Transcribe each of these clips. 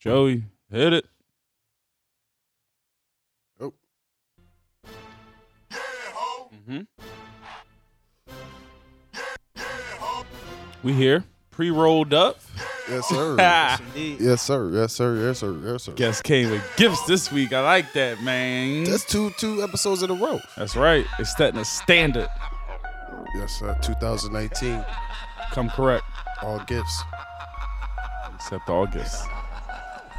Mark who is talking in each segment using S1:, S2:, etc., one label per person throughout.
S1: Joey, hit it.
S2: Oh.
S1: hmm We here, pre rolled up.
S2: Yes, sir.
S1: Ha.
S3: Indeed.
S2: yes, sir. Yes, sir. Yes, sir. Yes, sir.
S1: Guest came with gifts this week. I like that, man.
S2: That's two two episodes in a row.
S1: That's right. It's setting a standard.
S2: Yes, sir. 2019.
S1: Come correct,
S2: All gifts.
S1: except all gifts.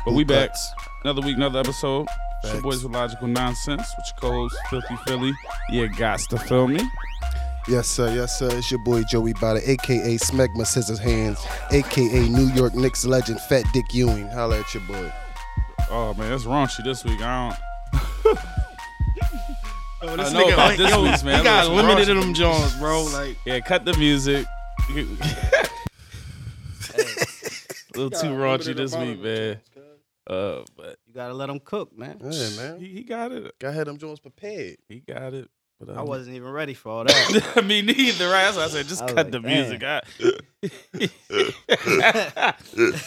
S1: But we back.
S2: Cuts.
S1: Another week, another episode. It's your
S2: Facts.
S1: boys with Logical Nonsense, with your co-host Filthy Philly. Yeah, guys, to feel me.
S2: Yes, sir. Yes, sir. It's your boy Joey Bada, aka Smegma Scissors Hands, aka New York Knicks legend Fat Dick Ewing. Holla at your boy.
S1: Oh man, it's raunchy this week. I don't.
S3: Yo,
S1: I know about this
S3: yo,
S1: week's, man.
S3: He got
S1: Listen,
S3: limited
S1: bro.
S3: in them Jones, bro. Like
S1: Yeah, cut the music. You- a little too raunchy this week, man. Uh, but
S3: you gotta let him cook, man.
S2: Yeah, man.
S1: he, he got it.
S2: Got had them Jones prepared.
S1: He got it. But
S3: I wasn't even ready for all that.
S1: Me neither. Right? That's why I said just
S3: I was
S1: cut
S3: like,
S1: the music.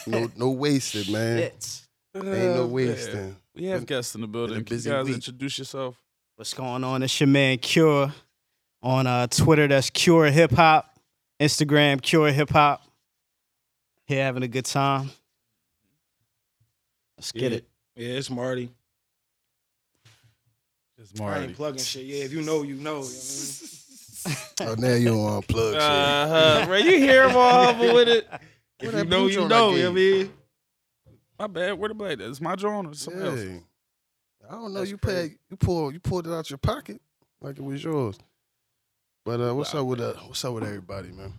S2: No, no wasted, man.
S3: It's-
S1: I,
S2: Ain't no
S1: Oh, man.
S2: wasting.
S1: We have guests in the building. Can you
S2: busy
S1: guys
S2: week.
S1: introduce yourself?
S3: What's going on? It's your man Cure on uh, Twitter. That's Cure Hip Hop. Instagram Cure Hip Hop. Here having a good time. Let's get
S4: Yeah.
S3: it.
S4: Yeah, it's Marty.
S1: It's
S4: I ain't plugging shit. Yeah, if you know, you know. you know what I mean?
S2: Oh, now you don't unplug shit.
S1: Uh huh. Bro, you hear him all humble with it.
S2: What
S4: If
S2: that
S4: you know,
S2: blue
S4: you
S2: joint
S4: know.
S2: I
S4: You know what I
S2: gave
S4: mean?
S1: My bad. Where the blade? It's my drawing or something else?
S2: Yeah. I don't know.
S4: That's
S2: you
S4: crazy.
S2: paid. You pulled. You pulled it out your pocket like it was yours. But uh, what's up with uh, What's up with everybody, man?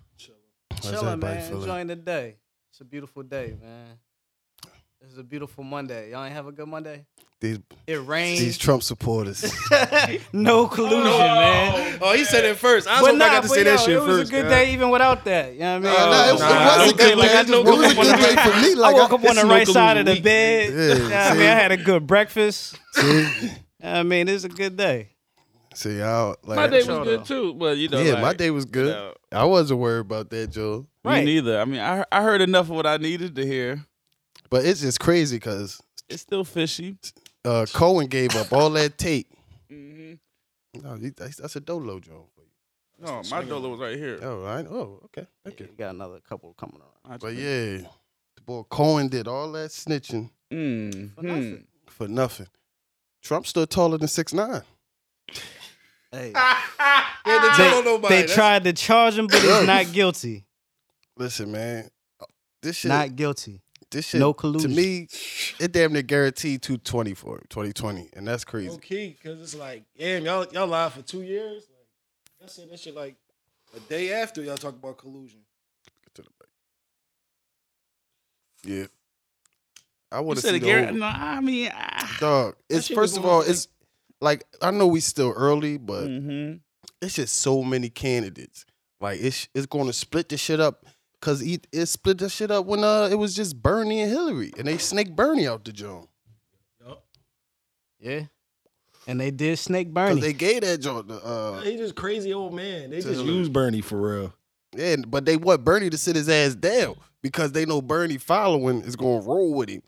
S2: How's
S3: Chilling,
S2: everybody
S3: man.
S2: feeling?
S3: Enjoying the day. It's a beautiful day, man. This is a beautiful Monday. Y'all ain't have a good Monday?
S2: These
S3: It Oh, rained.
S2: these Trump supporters.
S3: no collusion, man.
S4: Oh, he said it first. I
S3: But
S4: hope
S3: nah,
S4: I got to
S3: but
S4: say that
S3: yo,
S4: shit
S3: it was
S4: first. Oh,
S3: a good
S4: God.
S3: day even without that. You know what I mean?
S2: Nah, it was- it Nah, was a good
S4: day.
S3: I
S2: it was a good day for me. Like
S3: I woke up
S2: I,
S3: on the
S1: no
S3: right
S1: collusion
S3: side of the
S1: week,
S3: bed.
S2: Yeah,
S3: you know what I
S2: see?
S3: mean, I had a good breakfast.
S2: see,
S3: I mean, it's a good day.
S2: see, I like.
S1: My day was
S3: Shout
S1: good
S3: out.
S1: too, but you know,
S2: yeah,
S1: like,
S2: my day was good.
S1: no.
S2: I wasn't worried about that, Joe.
S3: Right.
S1: Me neither. I mean, I I heard enough of what I needed to hear.
S2: But it's just crazy because
S1: It's still fishy.
S2: uh, Cohen gave up all that tape.
S1: Mm-hmm.
S2: No, he- that's, that's a dolo, Joe.
S1: No, my dollar was right here.
S2: Oh, I, oh, okay, thank you.
S3: We got another couple coming around.
S1: I just
S2: But
S1: think-
S2: yeah, the boy Cohen did all that snitching
S1: Mm,
S3: For nothing.
S2: for nothing. Trump stood taller than six nine.
S3: Hey.
S4: Yeah, they
S3: They-
S4: told nobody.
S3: They
S4: That's-
S3: tried to charge him, but
S2: Yo.
S3: he's not guilty.
S2: Listen, man, this shit,
S3: Not guilty.
S2: this shit,
S3: No
S2: to
S3: collusion.
S2: me, it damn near guaranteed 220 for 2020, and that's crazy.
S4: Okay, because it's like, damn, y'all y'all lied for two years. Like, y'all said that shit like a day after y'all talk about collusion.
S2: Yeah, I
S1: You
S2: want to
S1: said
S2: see
S1: it,
S2: the
S1: Garrett.
S2: whole-
S1: No, I mean, ah.
S2: dog.
S4: That
S2: It's
S4: shit
S2: first
S4: was
S2: of
S4: going
S2: all,
S4: on.
S2: it's like I know we still early, but
S1: Mhm.
S2: it's just so many candidates. Like it's it's going to split the shit up because it, it split the shit up when uh it was just Bernie and Hillary, and they snake Bernie out the joint
S3: Yeah. And they did snake
S2: because
S3: Bernie.
S2: they gave that joint. To, uh,
S4: He just crazy old man. They
S2: just
S4: just
S2: use
S4: use Bernie for real.
S2: yeah, but they want Bernie to sit his ass down because they know Bernie following is going to roll with him,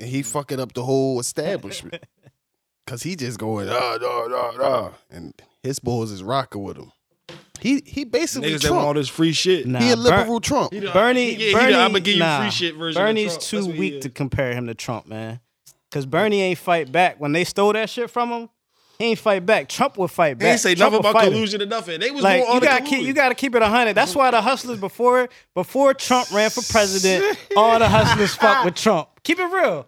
S2: and he fucking up the whole establishment because he just going ah da da da, and his boys is rocking with him. He he basically
S4: Niggas that want all
S2: Trump.
S4: this free shit.
S3: Nah,
S2: He a
S3: Ber-
S2: liberal Trump.
S4: He the-
S3: Bernie,
S4: yeah, he the
S3: Bernie,
S4: I'm gonna give you
S3: nah.
S4: free shit version. of
S3: Bernie's
S4: Trump. That's
S3: too
S4: what he
S3: weak
S4: is.
S3: to compare him to Trump, man. Because Bernie ain't fight back. When they stole that shit from him, he ain't fight back. Trump would fight
S4: They
S3: back.
S4: ain't say
S3: Trump
S4: nothing
S3: would
S4: about
S3: fight him.
S4: collusion or nothing. They was
S3: Like
S4: doing all
S3: you
S4: the
S3: gotta
S4: collusion.
S3: keep, you gotta keep it hundred. That's why the hustlers before before Trump ran for president, all the hustlers fuck with Trump. Keep it real.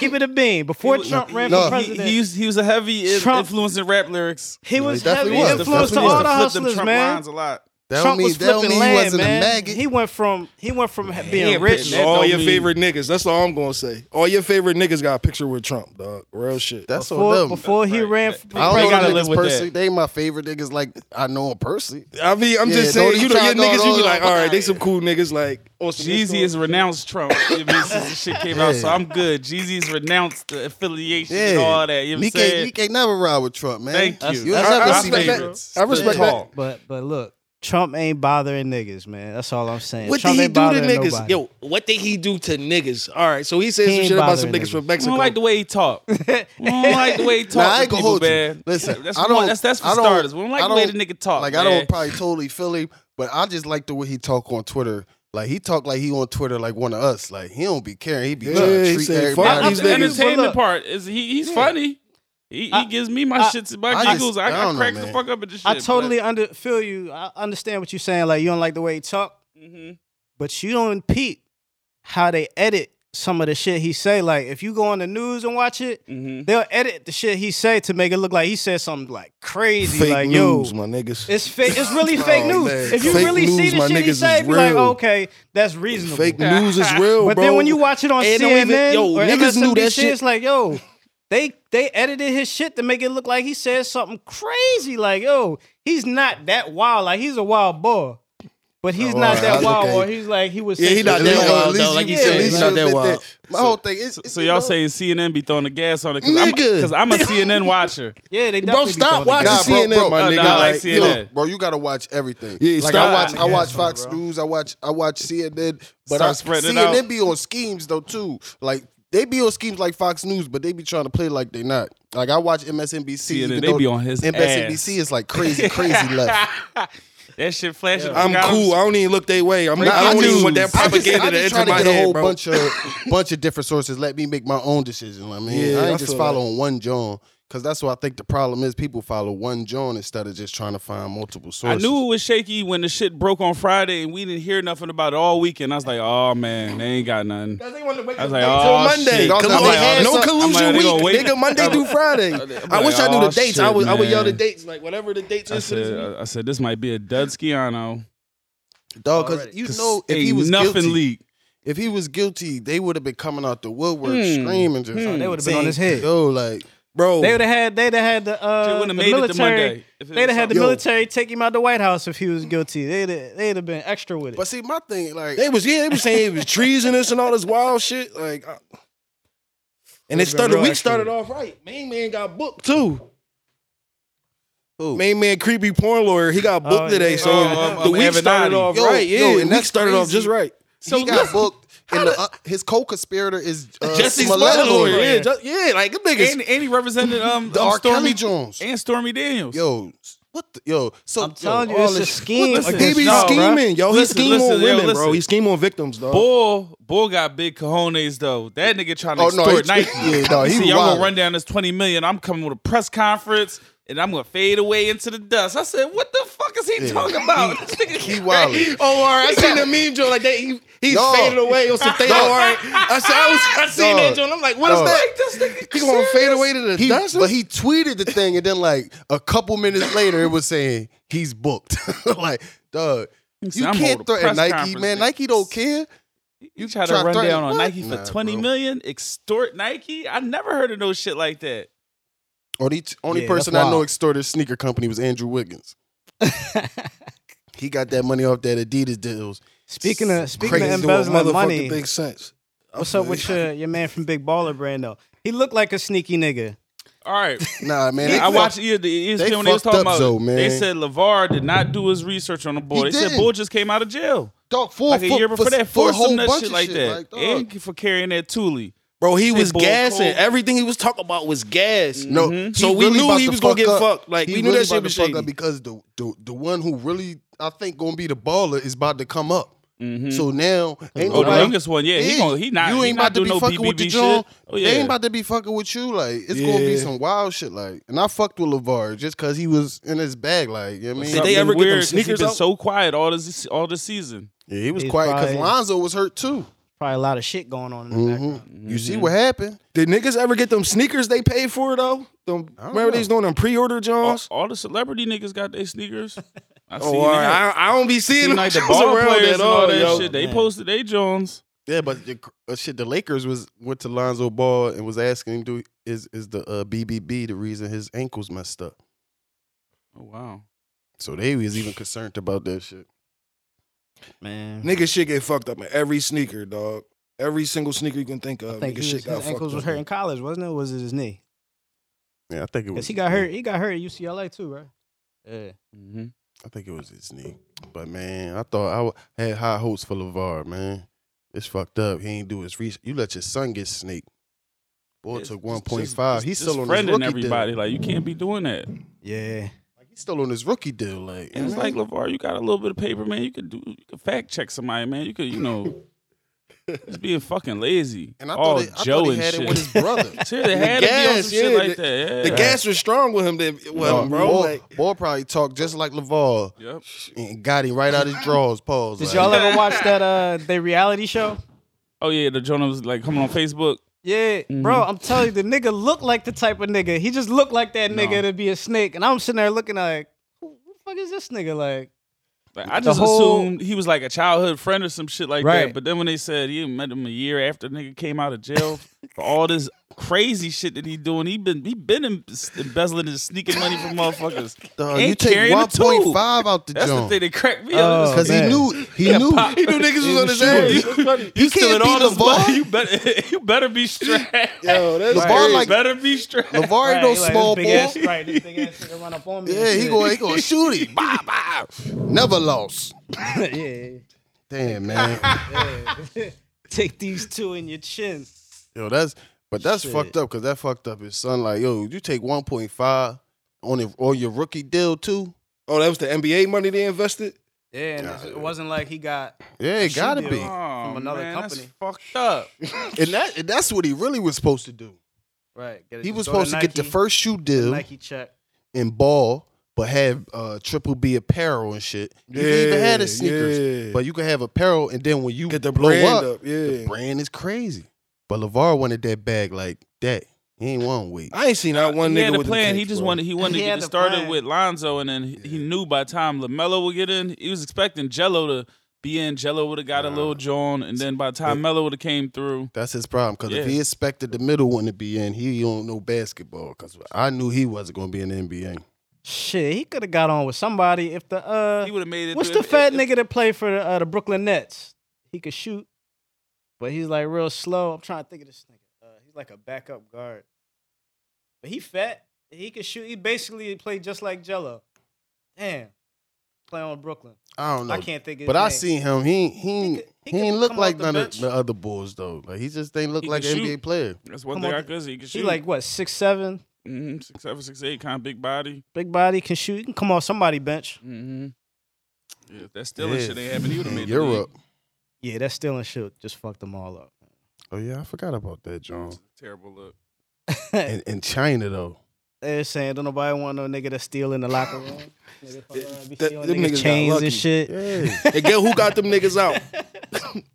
S3: keep it a bean. Before Trump ran
S2: no.
S3: for
S1: He,
S3: president,
S1: he, used, he was a heavy in-
S3: Trump-
S1: influence in rap lyrics.
S3: he was
S2: he definitely
S3: heavy
S2: was.
S3: influence to
S2: Definitely
S3: all
S2: was.
S3: the
S1: He used to flip them
S3: hustlers,
S1: Trump
S3: man.
S1: lines a lot.
S2: That don't
S3: Trump
S2: mean
S3: was
S2: that don't
S3: flipping
S2: mean he
S3: land,
S2: wasn't a
S3: man.
S2: maggot.
S3: He went from he went from being
S4: Damn,
S3: rich.
S4: picture
S1: That
S4: All
S1: don't
S4: your
S1: mean-
S4: favorite niggas. That's all I'm gonna say. All your favorite niggas got a picture with Trump, dog. Real shit.
S2: That's on
S3: Before,
S2: them.
S3: before he
S1: Right.
S3: ran, for
S2: I
S1: They
S2: don't know
S3: president.
S1: gotta
S2: niggas
S1: live with
S2: personally.
S1: that.
S2: They my favorite niggas. Like I know him personally.
S4: I mean, I'm
S2: Yeah,
S4: just saying,
S2: don't-
S4: you
S2: you
S4: know,
S2: try
S4: your
S2: to go
S4: niggas,
S2: all
S4: you be
S2: the
S4: like,
S2: way
S4: all right, they
S2: out.
S4: some cool niggas. Like, oh, some
S1: Jeezy has renounced Trump. You know what I mean? Since the shit came out, so
S2: Yeah.
S1: I'm good. Jeezy's renounced the affiliation
S2: Yeah,
S1: and all that. You know what I'm
S2: Meek ain't,
S1: saying?
S2: Meek ain't never ride with Trump, man.
S1: Thank
S2: That's-
S1: you.
S2: You'll
S1: That's-
S2: never
S1: that's
S2: see
S1: my
S2: that.
S1: favorite.
S4: I respect
S2: Yeah.
S4: that.
S3: But but look, Trump ain't bothering niggas, man. That's all I'm saying.
S4: What
S3: Trump
S4: did he
S3: ain't
S4: do to
S3: bothering
S4: niggas?
S3: nobody.
S4: Yo, what did he do to niggas? All right, so he said
S3: He
S4: some
S3: ain't
S4: shit about some
S3: bothering
S4: niggas from
S1: I
S4: Mexico.
S1: don't like the way he talk. I don't like the way he talk.
S2: Nah, I
S1: to
S2: ain't gonna
S1: people,
S2: hold you.
S1: man.
S2: Listen,
S1: that's
S2: I
S1: one-
S2: don't-
S1: that's that's
S2: I
S1: for
S2: don't-
S1: starters. We don't like
S2: I
S1: the way the
S2: don't-
S1: nigga talk.
S2: Like
S1: man.
S2: I don't probably totally feel him, but I just like the way he talk on Twitter. Like he talk like he on Twitter like one of us. Like he don't be caring. He be
S4: Yeah,
S2: trying to
S4: he
S2: treat
S4: say,
S2: everybody.
S4: "Fuck
S1: I, I'm
S4: these
S1: the
S4: niggas.
S1: entertainment
S3: Well, look.
S1: part is he, he's funny. He, he
S3: I-
S1: gives me my
S3: I-
S1: shits and my
S2: I just-
S1: giggles. I,
S2: I
S1: I,
S2: don't know,
S1: crack the
S2: man.
S1: fuck up at this shit.
S3: I totally under feel you. I understand what you're saying. Like you don't like the way he talk,
S1: hmm
S3: but you don't peep how they edit some of the shit he say. Like if you go on the news and watch it,
S1: hmm
S3: they'll edit the shit he say to make it look like he said something like crazy.
S4: fake
S3: like
S4: news,
S3: yo,
S4: my niggas.
S3: it's fake. It's really fake
S4: Oh,
S3: news.
S4: man.
S3: If you
S4: Fake
S3: really see
S4: news,
S3: the
S4: my
S3: shit he
S4: niggas
S3: say,
S4: is
S3: be like,
S4: real.
S3: okay, that's reasonable.
S4: Fake news is real,
S3: But
S4: bro.
S3: then when you watch it on
S4: And don't
S3: CNN,
S4: even- yo,
S3: or
S4: niggas
S3: MSNBC,
S4: knew that shit.
S3: it's like, yo, they they edited his shit to make it look like he said something crazy. Like, yo, he's not that wild. Like, he's a wild boy, but he's
S2: Oh,
S3: not
S2: alright,
S3: that
S2: okay.
S3: wild. Or he's like, he was.
S4: Yeah, he not
S2: At
S4: that
S2: least-
S4: wild,
S2: at least
S4: though. Like
S2: you-
S3: you said,
S2: at least
S4: he's not
S2: you
S4: that
S2: admit
S4: wild.
S2: My whole thing is.
S1: So y'all saying CNN be throwing the gas on it because I'm
S4: Nigga.
S1: because I'm a CNN watcher.
S3: Yeah, they
S4: Bro,
S3: definitely be
S4: stop
S3: throwing it
S4: watching
S3: down.
S2: Nah, bro,
S4: CNN,
S2: bro.
S4: my
S1: Nah,
S4: nigga.
S1: nah, I like
S4: Like,
S1: CNN.
S2: Yo, bro, you gotta watch everything.
S4: Yeah,
S2: like
S4: stop.
S2: I watch, I
S3: Yeah,
S2: watch
S3: stop,
S2: Fox
S3: bro.
S2: News, I watch, I watch CNN, but
S1: Start
S2: I,
S1: spreading it
S2: CNN
S1: out.
S2: be on schemes though too. Like they be on schemes like Fox News, but they be trying to play like they not. Like I watch MSNBC,
S1: CNN,
S2: even
S1: they
S2: though
S1: be on his
S2: MSNBC is like crazy, crazy left.
S1: That shit flashing.
S4: I'm cool. I don't even look their way. I'm not. I don't even want
S2: I
S4: that
S2: just,
S4: propaganda
S2: I
S4: to
S2: just trying
S4: enter
S2: to
S4: my
S2: get a
S4: head,
S2: whole
S4: bro.
S2: bunch of bunch of different sources. Let me make my own decision. I mean,
S4: Yeah,
S2: I
S4: I
S2: ain't just
S4: feel that.
S2: following one John because that's what I think the problem is. People follow one John instead of just trying to find multiple
S1: I
S2: sources.
S1: knew it was shaky when the shit broke on Friday and we didn't hear nothing about it all weekend. I was like, oh man, they ain't got nothing. I was like,
S4: Till
S1: oh
S4: Monday,
S1: shit.
S2: Y'all
S4: Come
S2: got
S4: on.
S2: my ass
S4: no
S1: I'm
S2: up.
S1: like,
S4: collusion
S1: they gonna
S4: week,
S1: wait.
S4: nigga. Monday through Friday. I
S1: like,
S4: wish I knew
S1: oh,
S4: the dates. I
S1: shit,
S4: would, I would yell the
S1: man.
S4: dates, like whatever the dates
S1: I
S4: is. for this
S1: said, uh,
S4: week.
S1: I- I said this might be a Dudskiano.
S2: Dog, because
S3: Already.
S2: you
S1: 'Cause
S2: know if he
S1: ain't
S2: was
S1: nothing
S2: guilty,
S1: leaked.
S2: if he was guilty, they would have been coming out the woodwork
S1: Hmm.
S2: screaming. Just,
S1: Hmm.
S3: They would've been on
S2: saying,
S3: his head.
S2: Yo, like
S4: Bro,
S3: They would have had. They'd have had the,
S1: Shit
S3: uh,
S1: wouldn't
S3: the
S1: have made it to
S3: military.
S1: Monday. if it
S3: They'd
S1: was
S3: have had the
S1: something.
S4: Yo.
S3: military take him out the White House if he was guilty. They'd have, they'd have been extra with it.
S2: but see, my thing, like
S4: They was yeah, they was saying it was treasonous and all this wild shit. Like, I- and
S3: Would've been
S4: it started.
S3: real
S4: We
S3: extra
S4: started
S3: with
S4: off right. Main man got booked too.
S2: Who?
S4: Main man, creepy porn lawyer. He got booked
S3: Oh,
S4: today,
S3: yeah.
S4: so
S1: Oh, um,
S4: the
S1: um,
S4: week started
S1: Avenatti.
S4: off
S2: Yo,
S4: right.
S2: yo,
S4: Yeah,
S2: and
S4: the week
S2: that's
S4: started off just
S2: crazy.
S4: right.
S2: he got booked, and the, uh, his co-conspirator is uh,
S4: Jesse
S2: Smollett
S4: Smollett
S2: lawyer.
S4: lawyer. Yeah,
S3: Yeah.
S4: just, yeah, like them niggas.
S1: And, and he represented um,
S2: the
S1: um,
S2: R. Kelly
S1: Stormy
S2: Jones.
S1: and Stormy Daniels.
S2: Yo, what? The, yo, so
S3: I'm telling
S2: yo,
S3: you,
S2: all
S3: it's a
S2: this-
S3: scheme.
S1: listen,
S4: He
S3: against
S4: be
S1: No,
S3: y'all, bruh.
S4: scheming, yo. He
S1: Listen,
S4: scheme
S1: listen,
S4: on
S1: yo,
S4: women, bro.
S1: listen.
S4: He scheme on victims, dog.
S1: Bull, Bull got big cojones though. That nigga trying to
S2: Oh, no,
S1: extort
S2: he-
S1: Nike.
S2: yeah, no, he
S1: See, y'all
S2: wild.
S1: gonna run down this twenty million. I'm coming with a press conference and I'm gonna fade away into the dust. I said, what the fuck is he talking about? This nigga
S2: He wildin'.
S4: Oh, all right. I seen the meme, Joe. Like that, he, he
S2: Dog.
S4: faded away on some thing.
S2: Dog.
S4: All right. I said, I, was, I seen
S2: Dog.
S4: that, Joe. and I'm like, what is
S2: Dog.
S4: that?
S1: This nigga
S4: He gonna fade away to the
S2: He,
S4: dust.
S2: but he tweeted the thing, and then like a couple minutes later, it was saying he's booked. like, dog,
S1: said,
S2: you
S1: "I'm holding a
S2: can't threaten
S1: press
S2: Nike,
S1: conference,
S2: man.
S1: nigga."
S2: Nike don't care.
S1: You try to
S2: try to
S1: run
S2: threaten-
S1: down on
S2: what?
S1: Nike for
S2: Nah,
S1: twenty
S2: bro.
S1: million, extort Nike? I never heard of no shit like that.
S2: Only only
S3: Yeah, that's
S2: person I know
S3: wild.
S2: extorted sneaker company was Andrew Wiggins. he got that money off that Adidas deals.
S3: Speaking of speaking
S2: Crazy
S3: of
S2: as
S3: embezzling money,
S4: Makes sense.
S3: what's up Oh, with your, your man from Big Baller Brand though? He looked like a sneaky nigga.
S1: All right.
S2: Nah, man,
S1: I
S2: fuck-
S1: watched ES- the ESPN
S2: they
S1: when they was
S2: fucked
S1: talking
S2: up,
S1: about.
S2: though, man.
S1: They said Levar did not do his research on the boy.
S2: He
S1: they said
S2: didn't.
S1: Bull just came out of jail
S2: dog for
S1: like a
S2: for-
S1: year before
S2: for-
S1: that
S2: for
S1: for
S2: a whole
S1: some nut
S2: bunch
S1: shit
S2: of
S1: like
S2: shit,
S1: that,
S2: like, dog.
S1: and for carrying that Thule.
S4: Bro, he was
S1: bull
S4: gassing.
S1: cold.
S4: Everything he was talking about was gas.
S2: No,
S1: Mhm.
S4: So
S2: he
S4: we
S2: really
S4: knew
S2: about
S4: Mm-hmm. he
S2: to
S4: was gonna
S2: fuck
S4: get
S2: up.
S4: fucked. Like,
S2: He
S4: we knew
S2: really
S4: that shit
S2: about
S4: was
S2: to fuck
S4: shady.
S2: up because the, the the one who really I think gonna be the baller is about to come up.
S4: Mm-hmm.
S2: So now ain't
S1: Oh, the
S2: nobody.
S1: youngest one, yeah, he gonna- he not-
S2: You
S1: he
S2: ain't
S1: not
S2: about to
S1: do
S2: be
S1: no
S2: fucking with
S1: BBB
S2: your John.
S1: shit. Oh,
S2: They
S1: yeah.
S2: ain't about to be fucking with you. Like it's gonna be
S4: Yeah.
S2: some wild shit. Like, and I fucked with Levar just because he was in his bag. Like, you know what I mean,
S4: Did they ever get them
S1: weird 'cause he
S4: sneakers
S1: been
S4: out?
S1: so quiet all this all this season.
S2: yeah, he was
S3: He's
S2: quiet because
S3: probably-
S2: Lonzo was hurt too.
S3: Probably a lot of shit going on in the
S2: Mm-hmm.
S3: background.
S4: Mm-hmm.
S2: You see what happened?
S4: Did niggas ever get them sneakers they paid for though? Them,
S2: don't
S4: remember they was doing them pre-order
S1: All,
S4: Johns?
S1: all the celebrity niggas got their sneakers. I
S4: Oh,
S1: seen
S4: all
S1: it.
S4: right. I, I don't be seeing
S1: Seem
S4: them
S1: like the
S4: Johns
S1: ball
S4: around
S1: players
S4: at
S1: and
S4: all,
S1: all that
S4: yo.
S1: shit. They
S3: Man.
S1: posted they Jones.
S2: Yeah, but the, uh, shit, the Lakers was went to Lonzo Ball and was asking him, "Do is is the uh, BBB the reason his ankles messed up?"
S1: Oh wow.
S2: So they was even concerned about that shit.
S3: Man,
S4: Niggas shit get fucked up in every sneaker, dog. Every single sneaker you can think of.
S3: I think he
S4: nigga
S3: was,
S4: shit got
S3: his
S4: fucked
S3: ankles
S4: up.
S3: was hurt in college, wasn't it? Or Was it his knee?
S2: Yeah, I think it was.
S3: Cause he got hurt. He got hurt at UCLA too, right? Yeah.
S1: Mm-hmm.
S2: I think it was his knee. But man, I thought I w- had high hopes for Levar. Man, it's fucked up. He ain't do his research. You let your son get snaked. Boy
S1: It's-
S2: took
S1: it's
S2: one point
S1: just-
S2: five.
S1: it's
S2: He's
S1: just
S2: still on his
S1: friending
S2: rookie
S1: everybody.
S2: deal.
S1: Like you can't be doing that.
S3: Yeah.
S2: Like, he's still on his rookie deal. Like,
S1: And it's like
S2: Mm-hmm.
S1: Levar, you got a little bit of paper, man. You could do, you could fact check somebody, man. You could, you know, just being fucking lazy.
S2: and I
S1: All
S2: thought, it, I
S1: Joe
S2: thought he
S1: and
S2: had
S1: shit.
S2: it with his brother.
S1: Seriously, they had to be on
S4: gas,
S1: some
S4: yeah,
S1: shit like
S4: the-
S1: that. Yeah.
S4: The gas was strong with him. Then, well,
S2: Nah,
S4: bro,
S2: boy,
S4: like,
S2: boy probably talked just like Levar
S1: Yep.
S2: and got him right out his drawers. Pause.
S3: Did
S2: like-
S3: y'all ever watch that uh the reality show?
S1: Oh yeah, the Jonah was like coming on Facebook.
S3: Yeah, bro, I'm telling you, the nigga looked like the type of nigga. He just looked like that nigga
S1: No.
S3: to be a snake. And I'm sitting there looking like, who who the fuck is this nigga like?
S1: Like, I
S3: The
S1: just
S3: whole-
S1: assumed he was like a childhood friend or some shit like
S3: Right.
S1: that. But then when they said you met him a year after the nigga came out of jail for all this crazy shit that he doing, he been he been em- embezzling and sneaking money from motherfuckers.
S2: Dog,
S1: Ain't
S2: you take
S1: carrying a
S2: one
S1: tool.
S2: point five out the
S1: That's
S2: joint.
S1: the thing that cracked me
S3: Oh,
S1: up.
S2: Because he
S3: man.
S2: knew, he knew,
S4: he knew niggas was on his
S2: Sure.
S4: ass. That's funny.
S2: he
S1: Stealing
S2: can't be
S1: all the money,
S2: Levar.
S1: you better you better be strapped.
S4: Yo, that's
S2: LeVar
S4: crazy.
S1: you
S2: like-
S1: better be strapped.
S2: Levar ain't no
S3: he like,
S2: small
S3: this
S2: boy.
S3: big Ass, right, this big ass nigga run up on me. and
S2: Yeah, he
S3: shit.
S2: going, he going to shoot him. Bah, bah. Never lost.
S3: yeah.
S2: Damn, man.
S3: Take these two in your chin.
S2: Yo, that's but that's fucked up because that fucked up his son. Like, yo, you take one point five on it on your rookie deal too.
S4: oh, that was the NBA money they invested.
S3: Yeah, and it's- it wasn't like he got.
S2: Yeah, it
S3: Shoot
S2: gotta
S3: deal.
S1: Oh,
S2: be.
S3: From another
S1: man, that's
S3: company.
S1: fucked up.
S2: And that and that's what he really was supposed to do.
S3: Right. get it-
S2: He
S3: just
S2: was
S3: go
S2: supposed to get the
S3: Nike,
S2: first shoe deal
S3: Nike check.
S2: and ball, but have uh triple B apparel and shit. You didn't even have the sneakers.
S4: yeah.
S2: But you can have apparel and then when you
S4: get the
S2: blow
S4: brand
S2: up,
S4: up. Yeah,
S2: the brand is crazy. But LeVar wanted that bag like that. He ain't one weight.
S4: I ain't seen not
S3: Uh,
S4: one
S1: he
S4: nigga
S1: had a
S4: with
S1: plan.
S4: The
S1: He just
S4: bro.
S1: wanted he wanted
S3: He
S1: to
S3: had
S1: get it
S3: a
S1: started
S3: plan.
S1: with Lonzo, and then he, he knew by the time Lamelo would get in, he was expecting Jello to be in. Jello would have got a little John, and then by the time Mello would have came through,
S2: That's his problem. Because if
S1: Yeah.
S2: he expected the middle one to be in, he don't know basketball. Because I knew he wasn't going to be in the NBA.
S3: Shit, he could have got on with somebody if the uh.
S1: he would have made it.
S3: What's
S1: through.
S3: the fat nigga that played for the, uh, the Brooklyn Nets? He could shoot, but he's like real slow. I'm trying to think of this nigga. Uh, he's like a backup guard, but he fat. He could shoot. He basically played just like Jello. Damn, play on Brooklyn.
S2: I don't know.
S3: I can't think of.
S2: but
S3: his
S2: I
S3: name.
S2: seen him. He he ain't-
S3: could- he
S2: he,
S3: could
S2: ain't look
S3: come off
S2: like
S3: the
S2: none
S3: bench.
S2: of the other Bulls though. Like he just ain't look
S1: He
S2: like
S1: can
S2: an NBA
S1: shoot.
S2: player.
S1: That's one
S3: Come
S1: thing
S3: on,
S1: I could say. He could
S3: He
S1: shoot
S3: like what six seven,
S1: Mhm, six seven, six eight, kind of big body.
S3: big body, can shoot. He can come off somebody bench.
S1: Mm-hmm. Yeah, if that stealing
S2: Yeah.
S1: shit ain't happened, he would have
S2: In
S1: made the league.
S2: Europe.
S3: Yeah, that's stealing shoot. Just fucked them all up.
S2: Oh yeah, I forgot about that, John.
S1: Terrible look.
S2: In, in China though,
S3: They're saying don't nobody want no nigga that's stealing the locker room. Nigga, fuck around, be
S4: That-
S3: stealing
S4: them niggas
S3: niggas
S4: got
S3: chains
S4: lucky.
S3: and shit.
S2: yeah.
S4: And get who got them niggas out?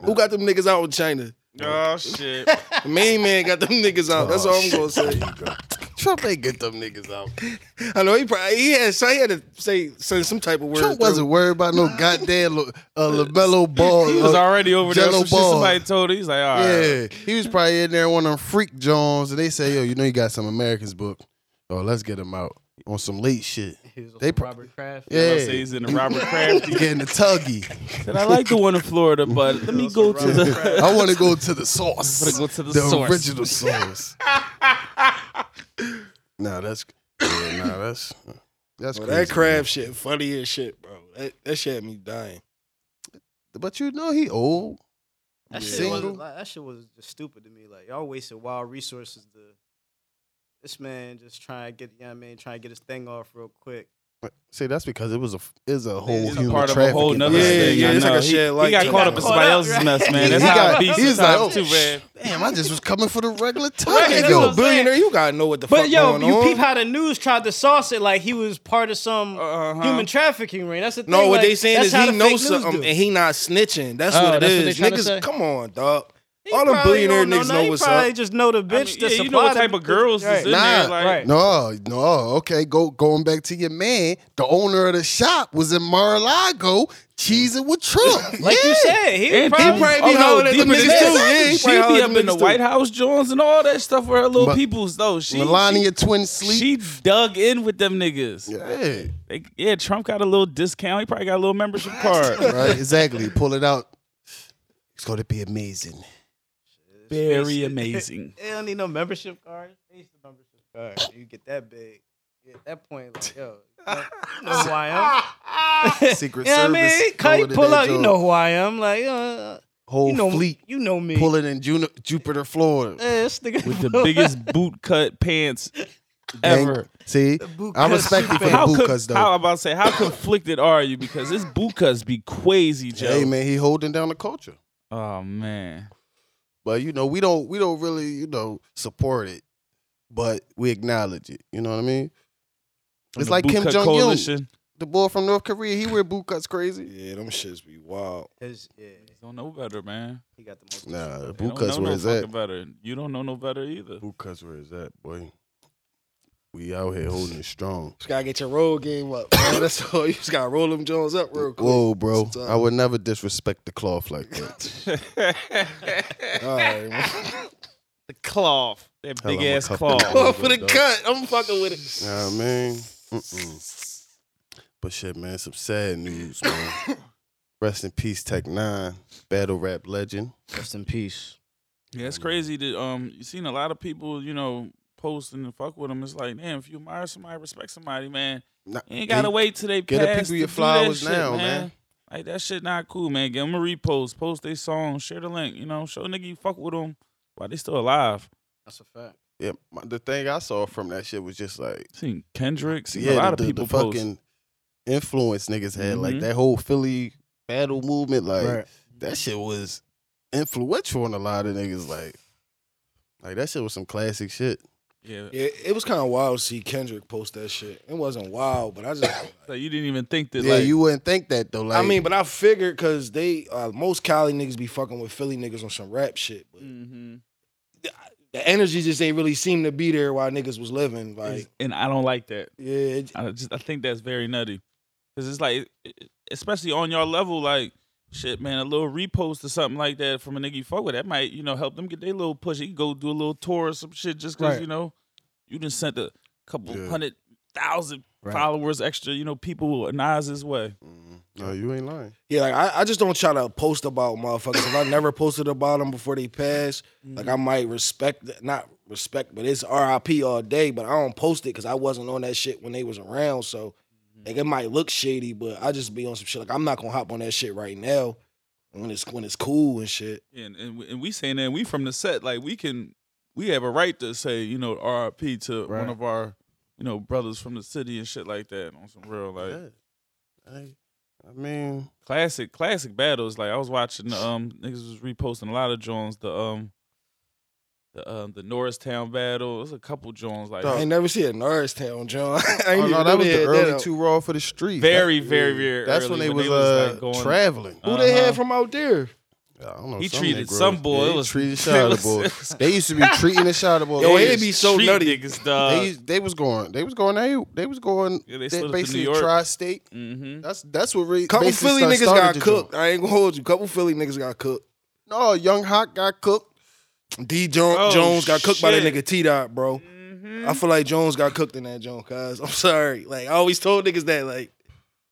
S4: who got them niggas out in China?
S1: Oh shit!
S4: The main man got them niggas out. That's all I'm
S2: Oh,
S4: gonna say.
S2: Trump ain't get them niggas out.
S4: I know he probably he had so he had to say say some type of word.
S2: Trump
S4: through.
S2: wasn't worried about no goddamn lo- uh, Lamelo ball.
S1: He was
S2: uh,
S1: already over there.
S2: Jello
S1: Some shit
S2: ball.
S1: somebody told him. He's like, all right.
S2: Yeah, he was probably in there one of them freak Jones, and they say, "Yo, you know you got some Americans book. Oh, let's get him out on some late shit." They pro-
S3: Robert Kraft.
S1: I'll
S2: Yeah,
S1: say he's in the Robert Kraft.
S2: getting the tuggy.
S1: Said, I like the one in Florida, but let me go to the.
S2: I want to go to the sauce.
S1: I wanna go to the
S2: the
S1: source.
S2: original sauce. nah, that's yeah, nah, that's that's
S4: Well,
S2: crazy,
S4: that crab shit, funny as shit, bro. That, that shit had me dying.
S2: man. But you know he old.
S3: That
S2: Yeah.
S3: shit, was,
S2: Single.
S3: like, that shit was just stupid to me. Like, y'all wasted wild resources to this man just trying to get, you know what I mean, trying to get his thing off real quick.
S2: See, that's because it was a is a whole
S3: It's a
S2: human
S1: part of a
S2: trafficking.
S1: whole nother
S4: Yeah,
S1: thing.
S4: yeah,
S1: I
S4: it's like
S1: know.
S4: a
S1: he,
S4: shed, like-
S1: he got
S4: He
S1: caught
S4: got
S1: up in
S4: caught
S1: somebody
S3: up,
S1: else's
S3: right?
S1: mess, man.
S2: He
S1: That's how
S2: got-
S1: it be
S2: he was like,
S1: sometimes,
S2: oh,
S1: too, man.
S2: Damn, I just was coming for the regular
S3: Right,
S2: time.
S3: that's
S2: yo.
S3: what
S4: Yo,
S3: I'm
S4: billionaire, you gotta know what the
S3: But
S4: fuck
S3: yo,
S4: going
S3: you
S4: on.
S3: peep how the news tried to sauce it like he was part of some
S1: Uh-huh.
S3: human trafficking ring. That's the thing.
S4: no, what
S3: like,
S4: they saying
S3: that's
S4: is
S3: how
S4: he
S3: the
S4: knows
S3: fake news
S4: something
S3: do.
S4: and he not snitching. That's
S3: Oh,
S4: what it
S3: that's what they tryna
S4: is.
S3: say?
S4: Niggas, come on, dog.
S3: He
S4: All them
S3: probably
S4: billionaire
S3: don't know
S4: niggas
S3: nothing.
S4: know
S3: He
S4: what's
S3: probably
S4: up.
S3: just know the
S1: I mean,
S3: bitch
S1: yeah,
S3: that
S1: you know what
S3: supplied
S1: type
S3: him.
S1: of girls is in
S3: Right.
S2: Nah,
S1: there. Like,
S3: right.
S2: No, no, okay. Go going back to your man. The owner of the shop was in Mar-a-Lago cheesing with Trump.
S3: Like
S2: yeah.
S3: you said, he was
S1: And
S3: probably, Oh,
S1: people
S4: probably be hollering at
S1: deeper
S4: them
S1: than
S4: niggas
S1: that,
S4: too. Yeah, he
S1: she be
S4: probably hollering
S1: up
S4: at
S1: in
S4: them
S1: the
S4: niggas
S1: White
S4: too.
S1: House Jones and all that stuff with her little
S2: Ma-
S1: peoples though. She,
S2: Melania twin sleep.
S1: she, she dug in with them niggas. Yeah.
S2: yeah,
S1: They, yeah, Trump got a little discount. He probably got a little membership card.
S2: right. Exactly. Pull it out. It's gonna be amazing.
S1: Very amazing.
S3: They don't need no membership card. They used to membership card. You get that big. at that point, like, yo, you know who I am.
S2: Secret
S3: yeah,
S2: Service.
S3: I mean, cut,
S2: going to
S3: pull
S2: that
S3: out. You
S2: job.
S3: know who I am. Like, uh,
S2: whole
S3: you know,
S2: fleet
S3: you know me.
S2: pulling in Juni- Jupiter, Florida.
S3: Yeah, this nigga
S1: with the
S3: pull-
S1: biggest boot cut pants ever.
S2: Gang- See,
S3: boot
S2: I
S3: cut
S2: respect you
S3: super
S2: for the
S3: fat.
S2: boot
S1: con-
S2: cuts though.
S1: how I'm about to say how conflicted are you because this boot cuts be crazy, Joe.
S2: hey man, he holding down the culture.
S1: Oh man,
S2: But you know, we don't we don't really you know support it, but we acknowledge it. You know what I mean?
S1: From
S2: It's
S1: the
S2: like
S1: Boot
S2: Kim
S1: Cut
S2: Jong Un,
S1: Coalition.
S2: the boy from North Korea. He wear boot cuts crazy.
S4: Yeah, them shits be wild.
S3: His- yeah,
S1: Don't know better, man.
S3: he got the most.
S2: Nah, the
S1: They
S2: boot
S1: don't
S2: cuts
S1: know
S2: where
S1: no
S2: is that?
S1: fucking better. You don't know no better either.
S2: Boot cuts where is that, boy? We out here holding it strong.
S4: Just gotta get your roll game up. Man. That's all. You just gotta roll them Jones up real quick.
S2: Whoa, bro!
S4: Sometimes.
S2: I would never disrespect the cloth like that.
S4: All right, man.
S1: The cloth, that
S2: Hell,
S1: big
S2: I'm a
S1: ass
S2: couple.
S1: cloth.
S4: Going for the cut. I'm fucking with it.
S2: Nah, man. Mm-mm. But shit, man, some sad news, man. Rest in peace, Tech Nine, battle rap legend.
S3: Rest in peace.
S1: Yeah, it's crazy that um you seen a lot of people, you know, posting and fuck with them. It's like, damn, if you admire somebody, respect somebody, man.
S2: Nah,
S1: You ain't gotta
S2: he-
S1: wait till they
S2: get a
S1: pass
S2: people
S1: to
S2: your
S1: do that
S2: flowers
S1: shit,
S2: now, man.
S1: Like that shit not cool, man. Give them a repost, post their song, share the link. You know, show a nigga you fuck with them while they still alive.
S3: That's a fact.
S2: Yeah, my, the thing I saw from that shit was just like,
S1: Seen Kendrick, seen
S2: yeah,
S1: a lot
S2: the,
S1: of
S2: the- the
S1: people post.
S2: fucking influence niggas had, like
S1: Mhm.
S2: that whole Philly battle movement, like
S3: Right.
S2: that shit was influential on a lot of niggas, like, like that shit was some classic shit.
S1: Yeah,
S4: Yeah, it was kind of wild to see Kendrick post that shit. It wasn't wild, but I just.
S1: so you didn't even think that.
S2: yeah,
S1: like,
S2: you wouldn't think that though. Like,
S4: I mean, but I figured because they uh, most Cali niggas be fucking with Philly niggas on some rap shit. But
S1: Mhm.
S4: the energy just ain't really seem to be there while niggas was living. Like,
S1: and I don't like that.
S4: yeah, it,
S1: I just I think that's very nutty, cause it's like, especially on your level, like shit, man, a little repost or something like that from a nigga you fuck with, that might you know help them get their little push. You can go do a little tour or some shit just cause
S3: Right.
S1: you know you done sent a couple
S2: Yeah.
S1: hundred thousand
S3: Right.
S1: followers extra. You know people in Nas's way.
S2: Mhm. no, you ain't lying.
S4: yeah, like I, I just don't try to post about motherfuckers. if I never posted about them before they passed, like I might respect, th- not respect, but it's RIP all day. But I don't post it because I wasn't on that shit when they was around. So, like, it might look shady, but I just be on some shit. Like, I'm not gonna hop on that shit right now when it's when it's cool and shit.
S1: And and we, and we saying that we from the set, like we can we have a right to say you know R.I.P. to
S3: Right.
S1: one of our you know brothers from the city and shit like that on some real like.
S2: Yeah. I, I mean,
S1: classic classic battles. Like I was watching um niggas was reposting a lot of Jones. The um the um the Norristown battle. There's a couple Jones like
S4: I ain't never see a Norristown, John. I ain't
S2: oh,
S4: even
S2: no,
S4: know
S2: that was
S4: they
S2: the
S4: had
S2: early
S4: out.
S2: too raw for the street.
S1: very
S2: That-
S1: very very.
S2: That's
S1: early
S2: when they
S1: when
S2: was,
S1: was,
S2: uh,
S1: like, going,
S2: traveling.
S4: Who they
S1: Uh-huh.
S4: had from out there?
S2: I don't know.
S1: He
S2: some
S1: treated
S2: Negroes.
S1: some boy.
S2: Yeah,
S1: It
S2: he
S1: was-
S2: treated
S1: it
S2: shot
S1: was-
S2: boy.
S1: it was-
S2: They used to be treating the shot boy.
S4: Yo,
S2: they,
S4: it'd be so
S1: street
S4: nutty.
S1: niggas, dog.
S2: used- they was going. They was going. They they was going.
S1: uh, Yeah,
S2: they
S1: they slid up to
S2: basically
S1: New York.
S2: tri-state.
S1: Mm-hmm.
S2: That's that's what really.
S4: Couple
S2: basically
S4: Philly
S2: start-
S4: niggas
S2: started
S4: got
S2: the
S4: cooked.
S2: joint.
S4: I ain't gonna hold you. Couple Philly niggas got cooked.
S2: No, young hot got cooked.
S4: D. Jo-
S1: Oh,
S4: Jones got cooked by that
S1: shit. Mm.
S4: nigga T. Dot, bro. I feel like Jones got cooked in that joint, cuz. I'm sorry. Like, I always told niggas that. Like,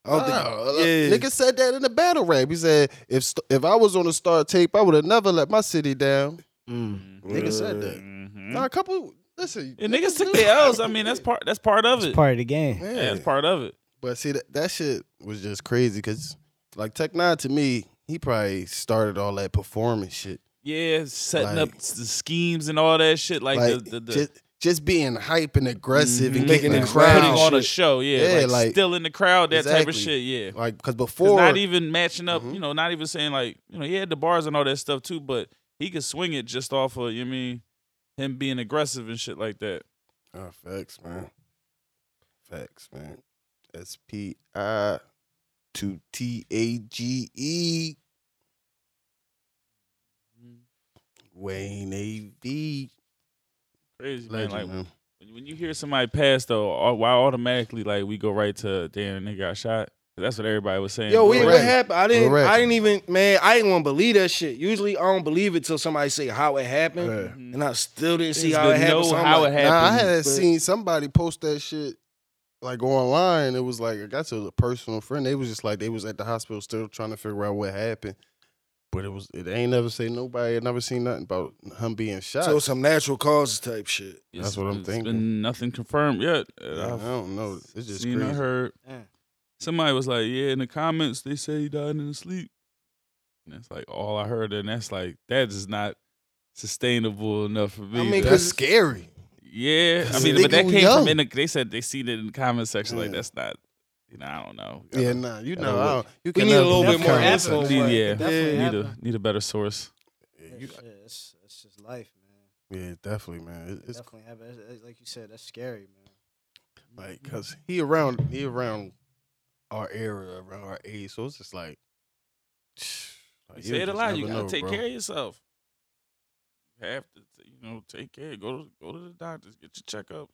S4: I
S1: Oh,
S4: don't
S2: Nah,
S4: think. Yeah.
S2: Oh, uh, Nigga said that in the battle rap. He said, "If st- if I was on a star tape, I would have never let my city down."
S3: Mm.
S2: Nigga said that.
S1: Mm-hmm.
S2: Nah, a couple. Listen,
S1: And niggas took their L's. I mean, that's part. That's part of it.
S3: Part of the game.
S1: Yeah,
S2: Yeah.
S1: that's part of it.
S2: But see that that shit was just crazy because like Tech Nine to me, he probably started all that performance shit.
S1: Yeah, setting
S2: Like-
S1: up s- the schemes and all that shit. Like,
S2: Like,
S1: the, the, the
S2: just just being hype and aggressive and
S1: Mhm.
S2: getting
S4: Making
S2: the
S4: it
S1: putting
S4: loud
S2: Mm-hmm. crowd.
S1: on a
S4: shit.
S1: show. Yeah,
S2: Yeah,
S1: like,
S2: like-
S1: still in the crowd. That type of
S2: Exactly.
S1: shit. Yeah.
S2: Like because
S1: It's
S2: before
S1: not even matching up,
S2: Mhm.
S1: you know, not even saying like, you know, he had the bars and all that stuff too, but he could swing it just off of, you know what I mean, him being aggressive and shit like that.
S2: oh, facts, man. Facts, man. S P I to T A G E.
S1: Mm-hmm.
S2: Wayne A V.
S1: Crazy,
S2: Legend,
S1: man. Like
S2: man.
S1: when- when you hear somebody pass though, au- why automatically like we go right to damn they got shot? That's what everybody was saying.
S4: Yo, what,
S2: Lil
S4: what
S2: Rat.
S4: happened? I didn't.
S2: Lil Rat.
S4: I didn't even. Man, I didn't want to believe that shit. Usually, I don't believe it till somebody say how it happened,
S2: Yeah.
S4: and I still didn't
S1: Mm-hmm.
S4: see
S1: It's
S4: how
S1: the
S4: it happened.
S1: know
S4: so I'm
S1: how it
S4: like,
S2: Nah, I
S1: happened,
S2: had
S4: but-
S2: seen somebody post that shit like online. It was like I got to a personal friend. They was just like they was at the hospital still trying to figure out what happened. But it was it ain't never say nobody. I never seen nothing about him being shot.
S4: So some natural causes type shit.
S2: That's what I'm
S1: it's
S2: thinking.
S1: Been nothing confirmed yet.
S2: I
S1: Uh, I've
S2: don't know. It's just
S1: seen or
S2: crazy.
S1: heard.
S3: Damn.
S1: Somebody was like, "Yeah," in the comments they say he died in his sleep, and that's like all I heard. And that's like that is not sustainable enough for me.
S4: I mean,
S1: to-
S2: That's scary.
S1: yeah, I
S2: Cause
S1: mean,
S2: the
S1: but that
S2: nigga was
S1: came
S2: young.
S1: from in the, they said they seen it in the comment section. Like
S4: Yeah.
S1: that's not, you know, I don't know.
S2: Yeah, nah. You know,
S4: I don't-
S2: I don't- you
S4: we
S2: can
S4: need a
S2: never
S4: little
S2: have
S4: bit more
S2: confidence.
S4: info.
S1: Yeah,
S3: It
S1: yeah. need
S3: definitely
S1: a
S3: happened.
S1: need a better source.
S2: Yeah,
S3: Yeah,
S2: you-
S3: shit, it's, it's just life, man.
S2: yeah, definitely, man. It- It's
S3: definitely happened. It's- it's- like you said, that's scary, man.
S2: like because he around he around our era, around our age. So it's just like,
S1: You
S2: like,
S1: say it a
S2: just
S1: lot. You
S2: never
S1: gotta
S2: know,
S1: take
S2: bro.
S1: care of yourself. You have to, t- you know, take care. Go to go to the doctors. Get your checkups.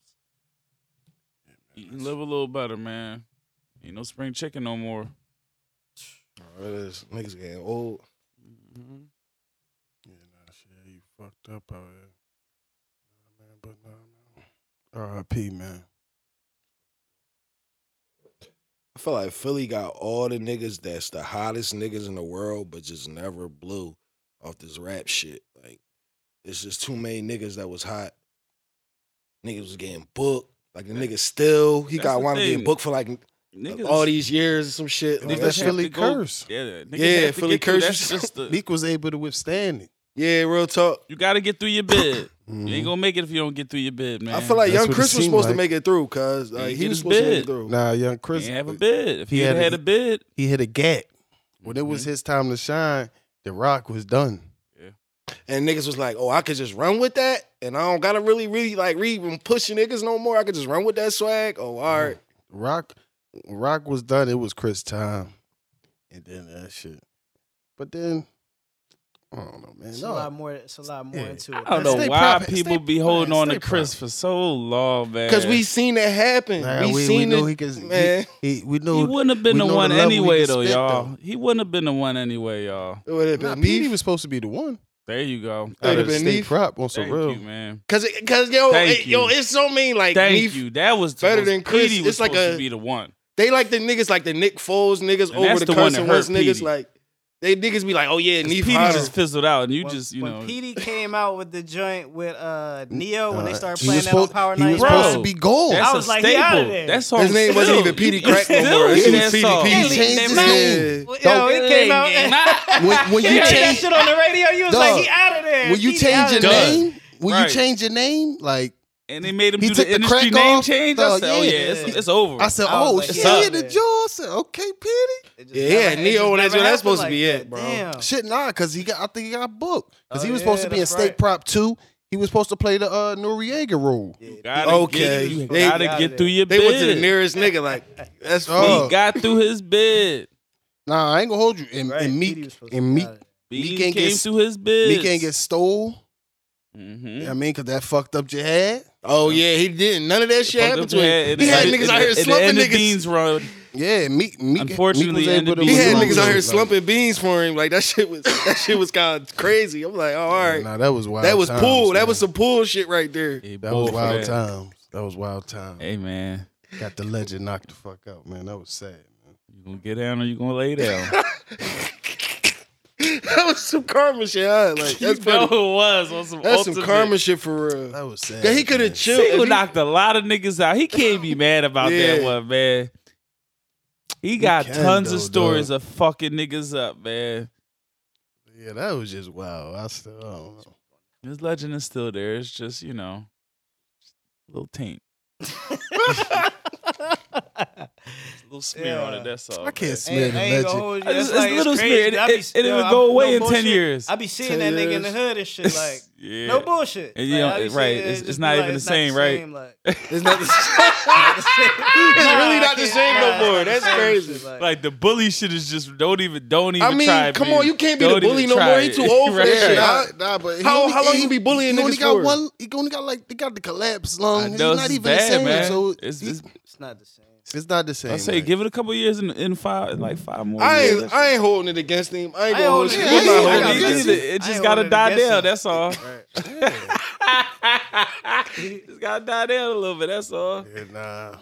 S1: Eat and live a little better, man. Ain't no spring chicken no more.
S4: Oh, it is. Niggas getting old.
S2: Mm-hmm. Yeah, nah, shit, you fucked up out here. Nah, man, but nah, man. R.I.P. Man.
S4: I feel like Philly got all the niggas that's the hottest niggas in the world, but just never blew off this rap shit. Like, it's just too many niggas that was hot. Niggas was getting booked. Like the nigga still, he
S1: That's
S4: got
S1: the
S4: wound up getting
S1: thing.
S4: booked for like
S1: Niggas,
S4: all these years and some shit.
S2: Niggas
S4: Like,
S2: that
S4: that
S1: have
S4: shit-
S2: Philly
S1: to go-
S2: curse.
S1: Yeah, niggas
S4: Yeah,
S1: have to
S4: Philly
S1: get through-
S4: curse
S1: That's
S4: is-
S1: just the,
S2: Meek was able to withstand it.
S4: yeah, real talk.
S1: you got to get through your bid. You
S2: Mm-hmm.
S1: ain't gonna make it if you don't get through your bid, man.
S4: Mm-hmm. I feel like
S2: That's
S4: Young
S2: what it
S4: Chris was
S2: seemed
S4: supposed to
S2: like.
S4: make it through, cause
S1: He
S4: like, he
S1: did
S4: was
S1: his
S4: supposed to make
S1: bid.
S4: it through.
S2: Nah, young
S1: he
S2: Chris.
S1: ain't have a bid. If he,
S2: he
S1: had,
S2: had a-
S1: had a bid,
S2: he hit a gap. When it was his time to shine, The Rock was done.
S4: And niggas was like, oh, I could just run with that. And I don't gotta really, really like re even pushing niggas no more. I could just run with that swag. Oh, all right.
S2: Rock, Rock was done. It was Chris time, and then that shit. But then, I don't know, man.
S3: It's
S2: No,
S3: a lot more. It's a lot more
S2: Yeah.
S3: into it.
S1: I don't
S2: Now,
S1: know
S2: stay
S1: why
S2: private.
S1: people
S2: Stay-
S1: be holding
S2: man,
S1: on to
S2: stay
S1: Chris
S2: private.
S1: for so long, man.
S4: Cause we seen it happen.
S2: Nah,
S4: we,
S2: we, we
S4: seen
S2: know
S4: it.
S2: he can. he-
S4: man.
S2: he, we know
S1: he wouldn't have been
S2: we
S1: the
S2: know the
S1: one
S2: level he
S1: anyway,
S2: could
S1: though,
S2: spit,
S1: y'all.
S2: though.
S1: He wouldn't have been the one anyway, y'all.
S4: It would have
S2: Nah,
S4: been
S2: Petey
S4: beef.
S2: was supposed to be the one.
S1: There you go.
S4: It would've
S2: Out of
S4: been
S2: state
S4: Neef.
S2: prop on some
S1: Thank
S2: real.
S1: you, man.
S4: Cause, it, cause yo,
S1: Thank
S4: it-
S1: you.
S4: yo, it's so mean. Like,
S1: Thank
S4: Neef-
S1: you. That was the
S4: better
S1: most-
S4: than Chris.
S1: Petey was
S4: It's like
S1: supposed
S4: a-
S1: to be the one.
S4: they like the niggas, like the Nick Foles niggas
S1: And
S4: over
S1: that's
S4: the,
S1: the one
S4: Carson
S1: that hurt
S4: Wentz niggas.
S1: Petey.
S4: Like, they niggas be like, oh yeah,
S1: 'Cause
S4: Neef
S1: Petey
S4: hotter.
S1: just fizzled out, and you
S3: when,
S1: just you
S3: when
S1: know.
S3: Petey came out with the joint with uh Neo when they
S2: Uh,
S3: started
S2: he
S3: playing
S2: was
S3: that on
S2: supposed-
S3: Power
S2: He was
S3: Nine.
S1: Bro.
S2: supposed to be gold.
S1: That's
S3: I
S1: a
S3: was like, he
S1: staple.
S3: outta there.
S1: That song
S4: His name wasn't
S1: still-
S4: even Petey
S1: you
S4: Crack no
S1: still
S4: more. It
S1: hear
S4: was
S1: that
S4: Petey
S1: song.
S4: P.
S2: He changed his name.
S4: Yeah.
S3: Well,
S2: Don't-
S3: yo, it came out. And
S2: When, when
S3: you
S2: you
S3: heard that
S2: change,
S3: shit on the radio. You was
S2: Dog,
S3: like, he out of there.
S2: when you
S3: He
S2: change
S3: outta
S2: your
S3: there.
S1: Done.
S2: name, when
S1: Right.
S2: you change your name, like
S1: and they made him
S2: He
S1: do
S2: took
S1: the
S2: the
S1: industry
S2: crack
S1: name
S2: off.
S1: change.
S2: Oh,
S1: I said, "Oh
S2: yeah.
S1: yeah, it's, it's over."
S2: I said,
S3: I
S2: oh,
S3: was
S1: like,
S2: shit,
S1: yeah.
S2: the jaw. I said, okay, Petey.
S3: It just
S4: Yeah,
S3: never- it
S4: Neo,
S3: just
S4: that's
S3: never
S4: what that's supposed to
S3: happened
S4: be
S3: like
S4: it,
S3: that.
S4: bro.
S3: Damn.
S2: Shit, nah, cause he got. I think he got booked. Cause
S3: Oh,
S2: he was
S3: yeah,
S2: supposed to be in
S3: that's
S2: state
S3: right.
S2: prop two. He was supposed to play the uh, Noriega role.
S3: Yeah,
S1: Gotta
S4: Okay.
S1: get, you
S4: They-
S1: gotta
S3: Outta
S1: get
S3: there.
S1: through your
S4: They
S1: bid.
S4: went to the nearest nigga. Like, that's
S2: Oh.
S1: He got through his bid.
S2: Nah, I ain't gonna hold you. And,
S3: Right,
S2: and
S3: Petey was
S2: Meek,
S3: supposed to
S2: and
S3: be
S2: Meek,
S3: out of there.
S1: He
S2: Meek
S1: came
S2: ain't get-
S1: through his bid.
S2: Meek ain't get stole.
S1: Mm-hmm.
S2: You
S3: Mm.
S2: know what I mean, cause that fucked up your head.
S4: Oh yeah, he didn't. None of that shit happened to him. He had niggas out here slumping niggas.
S1: Beans run.
S2: Yeah, Meek. Meek
S1: Unfortunately,
S2: Meek was
S1: and
S2: able
S1: the
S2: to
S4: He
S1: beat was
S4: had
S2: maneuver
S4: niggas out here
S2: those, like-
S4: slumping beans for him. Like that shit was that shit was kind of crazy. I'm like, oh, all right,
S2: Nah, that was wild.
S4: that was
S2: times,
S4: pool. That
S2: man.
S4: was some pool shit right there.
S1: Hey,
S2: that
S1: bull
S2: was
S1: for
S2: wild
S1: that.
S2: times. That was wild times.
S1: Hey man,
S2: Got the legend knocked the fuck out, man. That was sad. Man.
S1: you gonna get down or you gonna lay down?
S4: That was some karma shit. Huh? Like that's
S1: you know
S4: funny.
S1: it was on some
S4: That's some
S1: ultimate.
S4: karma shit for real.
S2: That was sad.
S4: Yeah, he could
S2: man.
S4: have chilled.
S1: Single
S4: If he-
S1: knocked a lot of niggas out. He can't be mad about
S4: Yeah.
S1: that one, man. He got
S2: can,
S1: tons
S2: though,
S1: of
S2: dog.
S1: stories of fucking niggas up, man.
S2: Yeah, that was just wild. I still I don't know.
S1: His legend is still there. It's just you know, a little taint, a little smear on
S3: Yeah.
S1: it. That's all.
S2: I
S1: man.
S2: can't smear the
S3: I ain't gonna
S2: legend.
S3: hold you.
S1: It's-
S3: That's
S1: it's
S3: like,
S1: little
S3: crazy.
S1: smear. It-
S3: I be-
S1: it- it'll
S3: yo, I-
S1: go away
S3: no
S1: in 10
S3: bullshit.
S1: years.
S3: I be seeing
S4: 10
S3: that nigga in the
S4: years.
S3: hood and shit. Like,
S1: yeah.
S3: no bullshit.
S1: And you
S3: Like,
S1: know,
S3: I be
S1: right,
S3: seeing it,
S1: it's-
S3: just
S1: it's
S3: be
S1: not
S3: like,
S1: even the same, right?
S3: same, like-
S4: It's not the
S3: it's
S4: really not the same no more. That's crazy.
S1: Like the bully shit is just don't even don't even.
S4: I mean,
S1: try,
S4: come
S1: man.
S4: on, you can't be the
S1: Don't even
S4: bully no
S1: try
S4: more. He
S1: it.
S4: too old for
S1: Right.
S4: that shit.
S2: Nah,
S4: I-
S2: nah, but he
S4: How-
S2: only-
S4: how long
S2: he-
S4: you be bullying
S2: he only
S4: niggas
S2: got
S4: for?
S2: One, he only got like they got the collapse lung.
S1: I
S2: He's
S1: know
S2: not
S1: it's
S2: even
S1: bad,
S2: the same.
S1: man.
S2: So
S1: It's-
S2: he-
S1: it's-
S3: It's not the same.
S2: it's not the same.
S1: I say
S2: like-
S1: give it a couple years in, in five in like five more.
S4: I
S1: years.
S4: ain't, I ain't holding it against him. I
S3: I ain't
S4: ain't gonna hold
S3: holding
S4: shit.
S3: it
S4: I'm
S2: against
S4: not
S2: him.
S4: holding
S1: I
S4: it
S1: mean,
S2: against
S4: against
S1: it,
S4: him.
S2: him.
S1: it
S3: I ain't
S1: just gotta
S3: holding it
S1: die
S3: against
S1: down.
S3: him.
S1: That's all.
S2: Yeah.
S1: just gotta die down a little bit. That's all.
S2: Yeah, nah.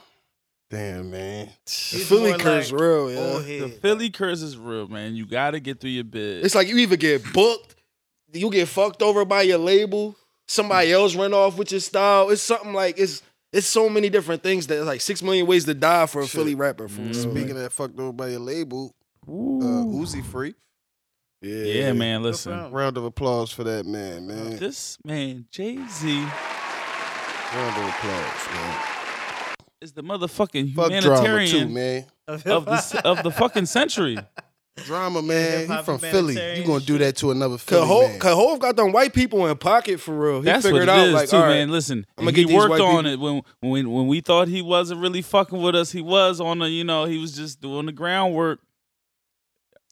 S2: Damn, man.
S4: The
S3: He's
S4: Philly
S3: more
S4: curse
S3: like
S4: real, yeah.
S3: Old
S1: The
S3: head.
S1: Philly curse is real, man. You got to get through your bid.
S4: It's like you either get booked, you get fucked over by your label, somebody else run off with your style. It's something like it's it's so many different things that like six million ways to die for a
S2: Shit. Mm.
S4: Philly rapper. For real.
S2: Speaking of that fucked over by your label, uh,
S1: Ooh.
S2: Uzi Free.
S4: yeah,
S1: yeah, man.
S3: Good for
S1: Listen,
S3: him.
S2: Round of applause for that man, man.
S1: this man Jay Z
S2: Round of applause, man.
S1: is the motherfucking
S2: Fuck drama
S1: humanitarian
S2: too, man.
S1: of the of the fucking century.
S2: Drama, man. He
S3: hip-hop
S2: from Philly. You
S3: humanitarian
S2: gonna do that to another
S4: Cause
S2: Philly
S4: Hov,
S2: man?
S4: cause Hov got them white people in pocket for real. He
S1: That's what
S4: figured
S1: it
S4: out
S1: is
S4: like,
S1: too,
S4: all right,
S1: man. Listen,
S4: I'ma
S1: he
S4: get these
S1: worked
S4: white
S1: on
S4: people-
S1: it when when when we thought he wasn't really fucking with us. He was on the, you know, he was just doing the groundwork.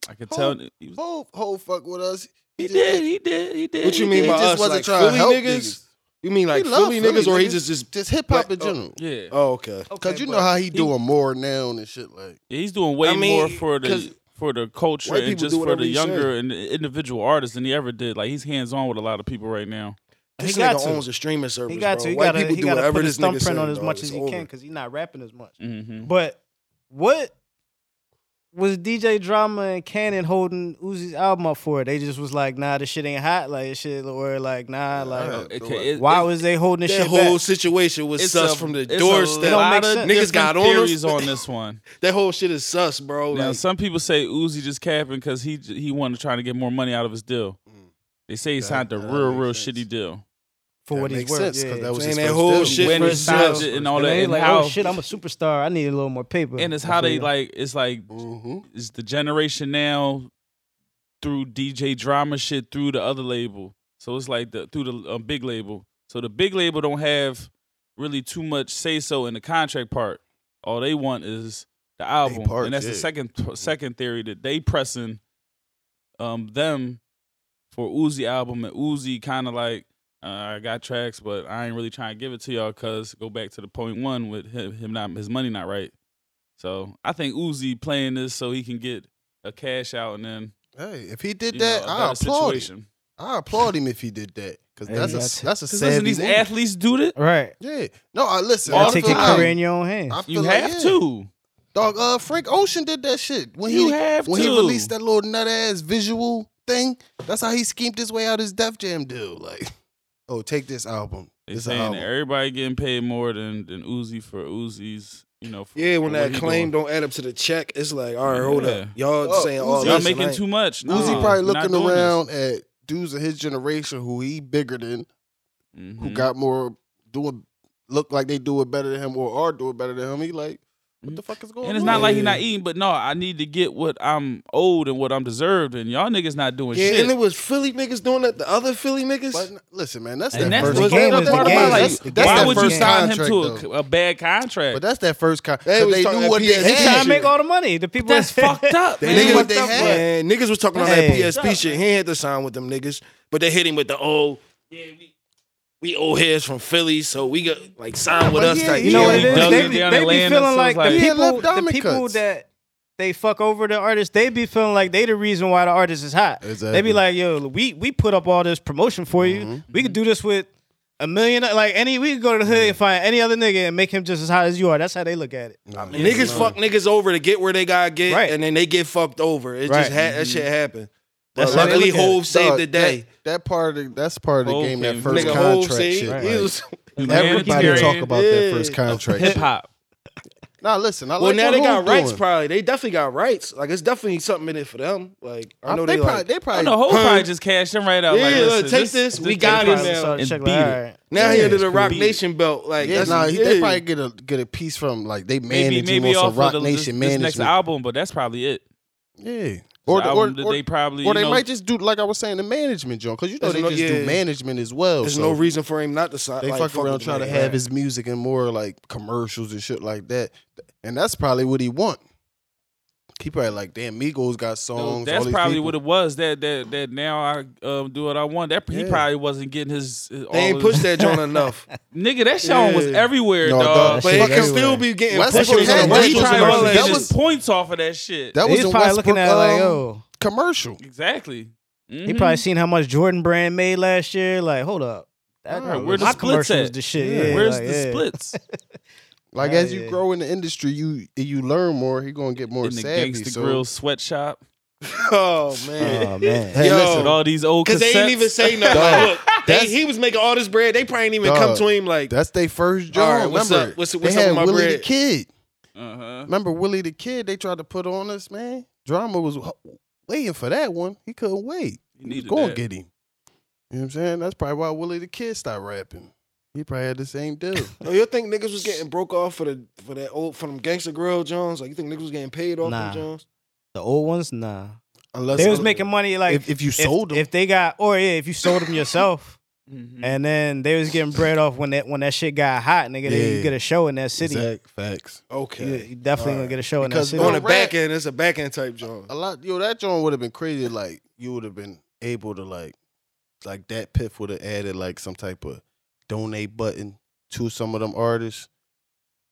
S1: I could tell.
S2: Who-
S1: He, was,
S2: Whole, whole fuck with us.
S1: he
S2: just-
S1: did. He did. He did.
S4: What you
S1: he
S4: mean
S1: did.
S4: by
S2: just
S4: us?
S2: wasn't
S4: like
S2: trying to
S4: Philly
S2: help
S4: niggas?
S2: niggas.
S4: You mean like
S2: love
S4: Philly,
S2: Philly
S4: niggas, or he
S2: niggas.
S4: just just?
S2: Just hip hop
S4: But-
S2: in general.
S1: Yeah,
S4: Oh, okay.
S3: Okay,
S2: Cause you
S3: but
S2: know how he doing more now and shit like.
S1: he's doing way
S4: I mean,
S1: more for
S4: because
S1: the for the culture
S4: white
S1: and
S4: people
S1: just
S4: do
S1: for
S4: whatever
S1: the
S4: he say.
S1: younger and the individual artists than he ever did. Like he's hands on with a lot of people right now.
S4: This
S3: He got
S4: nigga
S3: to.
S4: owns a streaming service.
S3: he got
S4: bro.
S3: to. He
S4: White
S3: got to.
S4: people
S3: He
S4: do
S3: got to
S4: whatever
S3: put his
S4: this nigga
S3: thumbprint on
S4: said,
S3: as
S4: dog.
S3: much
S4: It's
S3: as he
S4: over.
S3: can because he's not rapping as much.
S1: Mm-hmm.
S3: But what was DJ Drama and Cannon holding Uzi's album up for? They just was like, nah, this shit ain't hot. Like this shit, or like, nah, like
S2: Yeah.
S1: Okay, it-
S3: why
S1: it-
S3: was they holding this
S4: That
S3: shit
S4: whole
S3: back?
S4: situation was
S1: it's
S4: sus
S1: a-
S4: from the
S1: it's a
S4: doorstep.
S1: lot
S3: It don't
S1: of
S3: make
S4: sense. Niggas got
S1: different
S4: on us.
S1: theories on this one.
S4: That whole shit is sus, bro.
S1: Now,
S4: Like,
S1: some people say Uzi just capping because he j- he wanted to try to get more money out of his deal.
S2: Mm.
S1: They say he
S2: That-
S1: signed a
S2: that
S1: real,
S2: makes
S1: real
S2: sense.
S1: shitty deal.
S3: for
S2: that
S3: what he's
S2: makes
S3: worth.
S2: sense,
S3: Yeah,
S2: 'cause
S3: yeah.
S2: that was
S4: Saying
S2: his
S4: that
S2: first
S4: whole
S2: deal.
S4: shit
S1: when
S4: for
S1: he
S4: his
S1: signed
S4: sales.
S1: it and all
S3: And
S1: that,
S3: they
S1: and
S3: like,
S1: how
S3: oh shit, I'm a superstar. I need a little more paper.
S1: and it's
S3: I
S1: how
S3: feel
S1: they
S3: that.
S1: like it's like
S2: Mm-hmm.
S1: it's the generation now through DJ drama shit through the other label. So it's like the through the uh, big label. So the big label don't have really too much say so in the contract part. All they want is the album,
S2: part,
S1: and that's the
S2: yeah.
S1: second second theory that they pressing um them for Uzi album, and Uzi kind of like uh, I got tracks, but I ain't really trying to give it to y'all because go back to the point one with him, him not his money not right. So I think Uzi playing this so he can get a cash out and then
S2: Hey, if he did
S1: you know,
S2: that,
S1: a
S2: I
S1: better
S2: applaud him.
S1: situation.
S2: I applaud him if he did that. Cause
S3: Hey,
S2: that's
S3: that's-
S2: a that's a
S1: Because
S2: savvy
S1: listen, these
S2: move.
S1: athletes do that.
S3: right.
S2: Yeah. No, I listen.
S1: You gotta
S2: I
S3: You take
S2: feel
S3: your
S2: like-
S3: career in your own hands.
S2: I feel
S1: You
S2: like,
S1: have
S2: yeah.
S1: to.
S2: Dog, uh, Frank Ocean did that shit when
S1: You
S2: he
S1: have
S2: when he
S1: to.
S2: released that little nut ass visual thing. That's how he schemed his way out his Def Jam deal. Like, oh, take this album.
S1: They
S2: this
S1: saying
S2: album.
S1: that everybody getting paid more than than Uzi for Uzi's. You know, for,
S4: yeah, when
S1: for what
S4: that
S1: he
S4: claim
S1: doing.
S4: don't add up to the check, it's like, all right, hold up, y'all
S2: Oh,
S4: saying
S2: Uzi-
S4: all
S1: y'all
S4: this.
S2: listen,
S1: making
S4: tonight.
S1: too much. No,
S2: Uzi probably
S1: not
S2: looking
S1: doing this.
S2: around at dudes of his generation who he bigger than, who
S1: Mhm.
S2: got more doing look like they do it better than him or are doing better than him. He like, what the fuck is going on?
S1: Mm-hmm. And it's not like he
S2: here?
S1: not eating, but no, I need to get what I'm owed and what I'm deserved, and y'all niggas not doing
S4: yeah,
S1: shit.
S4: and it was Philly niggas doing that. The other Philly niggas.
S2: But n- listen, man, that's
S3: And
S2: that
S3: that's
S2: first
S3: the game
S2: that's
S3: is the
S2: part
S3: game.
S2: about it.
S3: That's-
S2: That's,
S3: that's
S1: Why
S2: that
S1: would you
S2: first
S1: sign him
S2: contract,
S1: to a,
S2: though.
S1: a bad contract?
S2: But that's that first contract.
S4: They
S2: They,
S4: was
S2: they
S4: talking
S2: knew
S4: about
S2: what
S4: PSP
S2: they
S3: They trying
S2: had.
S3: to make all the money. The people
S1: That's fucked up,
S2: They
S1: man.
S2: knew
S4: niggas,
S2: what they had.
S4: man, niggas was talking on that
S3: Hey.
S4: PSP shit. He ain't had to sign with them niggas, but they hit him with the old. We old heads from Philly, so we got like sign with
S2: But
S4: us.
S2: yeah,
S4: type
S2: you
S3: You
S4: shit.
S3: know what
S1: we
S3: it is?
S1: dug
S3: They
S1: it
S3: be,
S1: down
S3: they
S1: in
S3: be
S1: land
S3: feeling
S1: and
S3: like
S1: stuff
S3: the
S1: like-
S2: Yeah,
S3: people,
S2: left diamond
S3: the people
S2: cuts.
S3: that they fuck over the artists, they be feeling like they the reason why the artist is hot. They
S2: Exactly. Mm-hmm.
S3: be like, yo, we we put up all this promotion for you. We could do this with a million, like any, we could go to the hood and find any other nigga and make him just as hot as you are. That's how they look at it.
S4: Niggas fuck niggas over to get where they gotta get,
S3: Right.
S4: and then they get fucked over. It
S3: Right.
S4: just ha- that shit happened.
S3: That's
S4: But
S3: how they
S4: luckily,
S3: look at it.
S4: Hove saved the day.
S2: That, that part of the, that's part of the
S1: Hov
S2: game. That
S1: came-
S2: first
S4: Nigga, Hove
S2: contract
S4: saved.
S2: shit.
S4: he
S2: like,
S4: was-
S2: everybody talk
S1: Humanitarian
S2: about that first
S4: Yeah.
S2: contract.
S1: hip
S2: shit.
S1: hop.
S2: Nah, listen. I like
S4: well, now
S2: what
S4: they
S2: Hov
S4: got rights.
S2: doing.
S4: Probably they definitely got rights. Like it's definitely something in it for them. Like I
S2: I
S4: know
S2: they,
S4: they,
S2: probably
S4: like
S2: they
S1: I
S2: probably
S1: know whole
S4: Huh.
S1: Oh, probably just cashed him right out. like,
S4: Yeah,
S1: listen,
S4: look, take this, we
S1: take
S4: got
S1: this
S4: him now.
S1: and
S3: Check,
S1: beat
S3: like,
S1: it.
S3: all right.
S4: now
S2: yeah,
S4: he under
S2: it's
S4: the Rock
S1: cool.
S4: Nation belt. Like
S2: yeah,
S4: that's
S2: nah, he-
S4: yeah.
S2: they probably get a get a piece from like they
S1: Maybe
S2: managing
S1: maybe
S2: on
S1: off
S2: some Rock
S1: of the, this,
S2: Nation
S1: this next
S2: management.
S1: album, but that's probably it.
S2: Yeah,
S1: Or,
S2: or
S1: the
S2: the-
S1: album
S2: or
S1: that
S2: or
S1: they probably
S2: or they
S1: you know,
S2: might just do like I was saying the management joint because you know
S4: There's
S2: they
S4: no-
S2: just do
S4: yeah.
S2: management as well.
S4: There's
S2: so
S4: no reason for him not to sign.
S2: They
S4: like,
S2: fuck
S4: fuck
S2: around
S4: with
S2: trying to
S4: nigga.
S2: have his music and more like commercials and shit like that, and that's probably what he want. He probably like, damn, Migos got songs.
S1: No,
S2: all
S1: that's
S2: these
S1: probably
S2: people.
S1: what it was. That that that now I um, do what I want. That he
S2: Yeah.
S1: probably wasn't getting his. his all
S4: They ain't
S1: his-
S4: pushed that joint enough.
S1: Nigga, that song was
S4: Yeah.
S1: everywhere,
S2: No,
S1: dog.
S2: dog,
S4: But it
S2: Fuck
S4: can
S2: everywhere.
S4: still be getting
S2: Westbrook
S4: pushed on
S2: had-
S4: the
S2: that
S1: He
S2: was-
S1: probably
S2: that
S1: wasn't
S2: was-
S1: getting
S4: commercials.
S1: his points off of that shit.
S2: That
S3: He's
S2: was a
S3: probably
S2: Westbrook
S3: looking at it
S2: um,
S3: like, oh.
S2: commercial.
S1: exactly. Mhm.
S3: He probably seen how much Jordan Brand made last year. Like, hold up, that
S2: All right,
S1: Mm-hmm. where the
S3: my
S1: splits
S3: commercial
S1: at?
S3: was the shit.
S2: Yeah.
S3: Yeah,
S1: Where's
S3: like,
S1: the
S3: yeah.
S1: splits?
S2: Like
S3: Hell
S2: as you
S3: yeah.
S2: grow in the industry, you you learn more. He gonna get more
S1: in the
S2: savvy.
S1: Gangsta
S2: so-
S1: Grill sweatshop
S4: Oh man.
S3: Oh man.
S2: Hey,
S4: Yo.
S1: with all these old
S4: Cause they
S1: cassettes.
S4: ain't even say nothing.
S2: Dog,
S4: Look, they-
S2: that's-
S4: he was making all this bread. They probably ain't even come
S2: Dog,
S4: to him like
S2: That's their first job.
S4: All right, what's
S2: Remember,
S4: up? What's- what's
S2: they had
S4: up with my
S2: Willie the
S4: bread?
S2: Kid.
S1: uh-huh.
S2: Remember Willie the Kid? They tried to put on us, man. Drama was h- waiting for that one. He couldn't wait.
S1: He
S2: He was
S1: needed
S2: going to
S1: that.
S2: get him. You know what I'm saying? That's probably why Willie the Kid stopped rapping. He probably had the same deal.
S4: Oh, you think niggas was getting broke off for the for that old for them gangster grill Jones? Like you think niggas was getting paid off
S3: Nah.
S4: them Jones?
S3: The old ones, nah.
S2: Unless
S3: They was making money like
S2: if, if you sold them,
S3: if they got or yeah, if you sold them yourself.
S1: Mhm.
S3: And then they was getting bread off when that when that shit got hot, nigga. They,
S2: Yeah.
S3: you get a show in that city.
S2: Exact facts.
S3: You,
S4: Okay.
S3: you definitely gonna get a show in that
S2: Because
S3: city.
S2: on
S4: On
S2: a
S4: the
S2: rap.
S4: back end, it's a back end type Jones.
S2: a lot yo that joint would have been crazy like you would have been able to like like that piff would have added like some type of donate button to some of them artists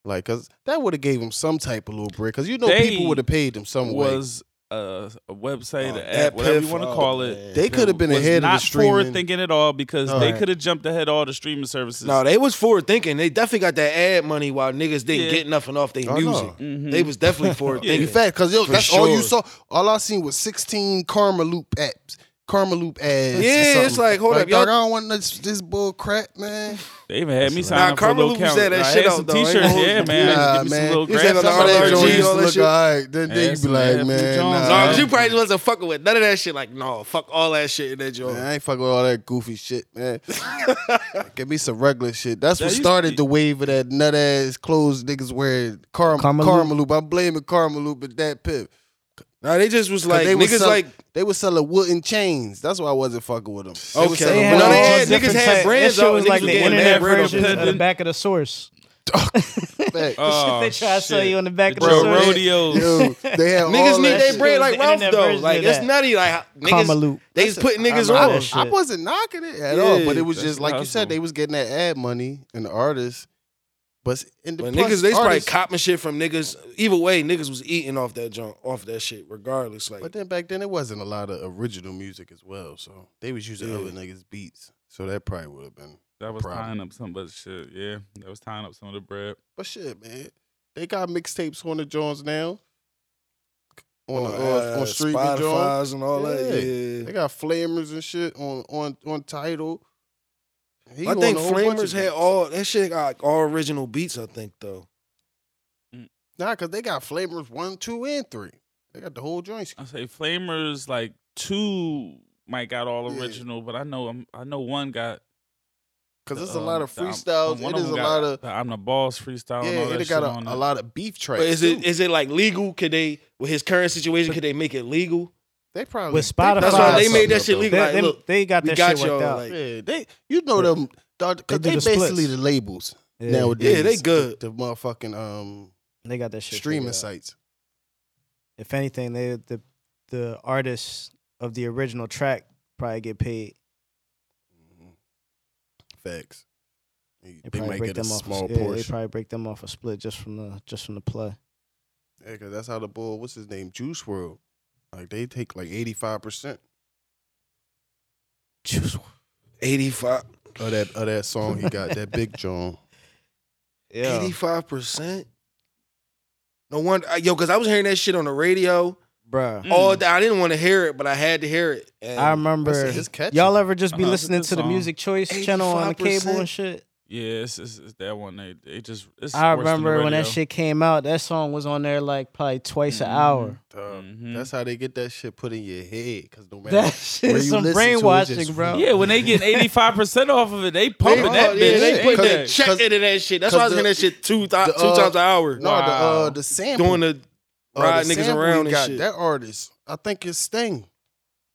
S2: like cuz that would have gave them some type of little break cuz you know
S1: They
S2: people would have paid them some way
S1: was a, a website,
S4: Oh,
S1: a
S4: that
S1: app, whatever
S4: piff,
S1: you want
S4: oh,
S1: to call it.
S4: man.
S2: they could have been
S1: was
S2: ahead of the
S1: not forward
S2: streaming
S1: thinking at all because
S2: All
S1: they
S2: right.
S1: could have jumped ahead all the streaming services.
S4: No, they was forward thinking. They definitely got that ad money while niggas didn't
S1: Yeah.
S4: get nothing off their
S2: Oh, no.
S4: music.
S1: Mhm.
S4: They was definitely forward
S1: Yeah.
S2: in
S4: thinking.
S2: fact cuz yo
S4: For
S2: that's all you
S4: sure.
S2: saw all I seen was 16 karma loop apps karma loop ads or
S4: Yeah, it's
S2: something.
S4: like, hold up, y'all-
S2: dog, I don't want this, this bull crap man
S1: They even had me
S2: Nah,
S1: sign up for a
S4: Carmen
S1: little
S4: Lupus
S1: count.
S4: said that
S1: I
S4: shit
S1: had
S4: out,
S1: some
S4: though. Ain't
S1: t-shirts.
S4: no-
S1: Yeah, man.
S2: Nah,
S1: Give me
S2: man.
S1: some little
S4: You said
S1: graphics.
S4: about all
S2: Some of
S4: that
S2: that
S4: Jones,
S2: joint used
S4: all
S2: to
S4: that
S2: look
S4: shit.
S2: alright. Then
S1: Yeah,
S2: they be
S1: some
S2: like,
S1: F.
S2: man,
S1: Jones.
S2: nah.
S4: Nah,
S1: Uh,
S4: you probably wasn't fucking with none of that shit. Like, no, fuck all that shit in that joint.
S2: Man, I ain't fucking with all that goofy shit, man. Give me some regular shit. That's
S1: That
S2: what
S1: used to
S2: started
S1: be-
S2: the wave of that nut ass clothes niggas wearing Karma,
S3: Karma
S2: Karma,
S3: Loop.
S2: Loop. I'm blaming Karma Loop at that pip. 'Cause
S4: Nah, they just was like
S2: they was
S4: niggas
S2: sell-
S4: like
S2: they was selling wooden chains. That's why I wasn't fucking with them. They was
S4: Okay.
S2: selling
S3: had
S4: They No,
S2: wooden
S4: they
S3: all
S4: had-
S2: chains.
S3: those
S4: niggas
S3: different
S4: had
S3: types-
S4: brands
S3: That shit
S4: out,
S3: was
S4: niggas
S3: like
S4: was
S3: the
S4: getting
S3: internet
S4: mad bread off
S3: version
S1: that
S3: of the
S1: bitch.
S3: back of the source.
S2: Back.
S4: uh,
S1: Oh,
S3: They try to sell
S1: shit.
S3: you on the back of the
S1: Joe
S2: Bro,
S3: source.
S1: Rodeos.
S2: Yo, they had all
S4: niggas need
S2: that
S4: they
S2: shit.
S4: bread
S3: It
S4: like
S3: was the
S4: Ralph
S3: internet
S4: though.
S3: version
S4: Like
S3: of
S4: it's
S3: that.
S4: nutty. Like
S3: Karma
S4: niggas,
S3: loop.
S4: they just putting niggas
S3: I
S4: on.
S3: love
S2: I
S3: shit.
S2: wasn't knocking it at all, but
S4: Yeah,
S2: it was just
S1: that's
S2: like you said,
S1: possible.
S2: they was getting that ad money and the artists. But in the
S4: But
S2: plus,
S4: niggas, they probably
S2: artists-
S4: copping shit from niggas. Either way, niggas was eating off that junk, off that shit, regardless. Like,
S2: But then back then it wasn't a lot of original music as well, so they was using
S4: Yeah.
S2: other niggas' beats. So that probably would have been.
S1: That was
S2: Problem.
S1: tying up some of the shit. Yeah, that was tying up some of the bread.
S2: But shit, man, they got mixtapes on the Jones now. On
S4: uh,
S2: the, uh, on streaming Jones,
S4: Spotify's and all that.
S2: they
S4: Yeah.
S2: got flamers and shit on on on title. He
S4: I
S2: on
S4: think
S2: a whole bunch of
S4: Flamers had
S2: beats.
S4: all that shit got like, all original beats. I think though.
S2: nah, cause they got flamers one, two, and three. They got the whole joint.
S1: I say Flamers like two might got all
S2: Yeah.
S1: original, but I know I'm, I know one got
S2: Cause
S1: the,
S2: it's a
S1: um,
S2: lot of
S1: the I'm-
S2: freestyles.
S1: one
S2: It is
S1: them
S2: a
S1: got
S2: lot of
S1: the I'm the boss freestyle. and all
S2: yeah.
S1: that
S2: It
S1: shit
S2: got
S1: on
S2: a,
S1: it.
S2: a lot of beef tracks.
S4: But is it
S2: too.
S4: is it like legal? Could they with his current situation? Could they make it legal?
S2: They probably
S3: With
S2: they
S3: Spotify,
S2: probably
S4: That's why
S2: got
S4: they made that
S2: something
S4: shit
S2: up,
S3: They,
S4: legal. like,
S3: they-
S4: look,
S3: they got
S4: we
S3: that
S4: got
S3: shit
S4: y'all.
S3: worked out.
S4: Like,
S2: though. Yeah, they you know
S3: Yeah.
S2: them because they,
S3: do the
S2: basically
S3: splits.
S2: the labels
S3: Yeah.
S2: nowadays.
S4: Yeah, they good.
S2: The, motherfucking um
S3: They got that shit.
S2: streaming
S3: figured out.
S2: sites.
S3: If anything, they the the artists of the original track probably get paid.
S2: Facts. They,
S3: They,
S2: they
S3: probably
S2: might
S3: break
S2: get a
S3: them off.
S2: small
S3: yeah, they
S2: portion.
S3: probably break them off a split just from the just from the play.
S2: Yeah, 'cause that's how the boy, what's his name, Juice World. Like they take like eighty five percent
S4: eighty five.
S2: of that of that song he got that Big John.
S3: Yeah,
S4: Eighty-five percent. No wonder, I- yo, because I was hearing that shit on the radio
S3: bruh.
S4: all day. I didn't want to hear it, but I had to hear it. And
S3: I
S2: Listen,
S3: remember.
S2: It's catchy.
S3: Y'all ever just be
S1: Uh-huh, it's a
S3: listening
S1: good
S3: to the
S1: song.
S3: Music Choice channel on the cable
S4: 85%?
S3: and shit?
S1: Yeah, it's, it's, it's that one. They, they just. It's
S3: I
S1: worse than the
S3: remember when that
S1: radio.
S3: shit came out. That song was on there like probably twice an hour.
S2: Dog,
S1: Mhm.
S2: Uh, That's how they get that shit put in your head. Cause no matter
S3: Mm-hmm. That
S2: where
S3: shit,
S2: you listen
S3: some
S2: to it, it's
S3: brainwashing,
S2: just-
S3: bro.
S1: Yeah, when they get eighty five percent off of it, they
S4: They,
S1: pumping that
S4: oh, yeah,
S1: bitch.
S4: they
S2: Yeah,
S4: put
S1: ain't
S4: that
S1: they?
S4: check into that shit. That's why I was
S2: 'cause
S4: hearing that shit two, th-
S2: the,
S4: two
S2: uh,
S4: times an hour.
S2: No, the uh,
S1: Wow.
S2: the sample
S4: doing the
S2: uh,
S4: ride
S2: the
S4: niggas
S2: sample
S4: around
S2: he
S4: and
S2: got,
S4: shit.
S2: That artist, I think it's Sting.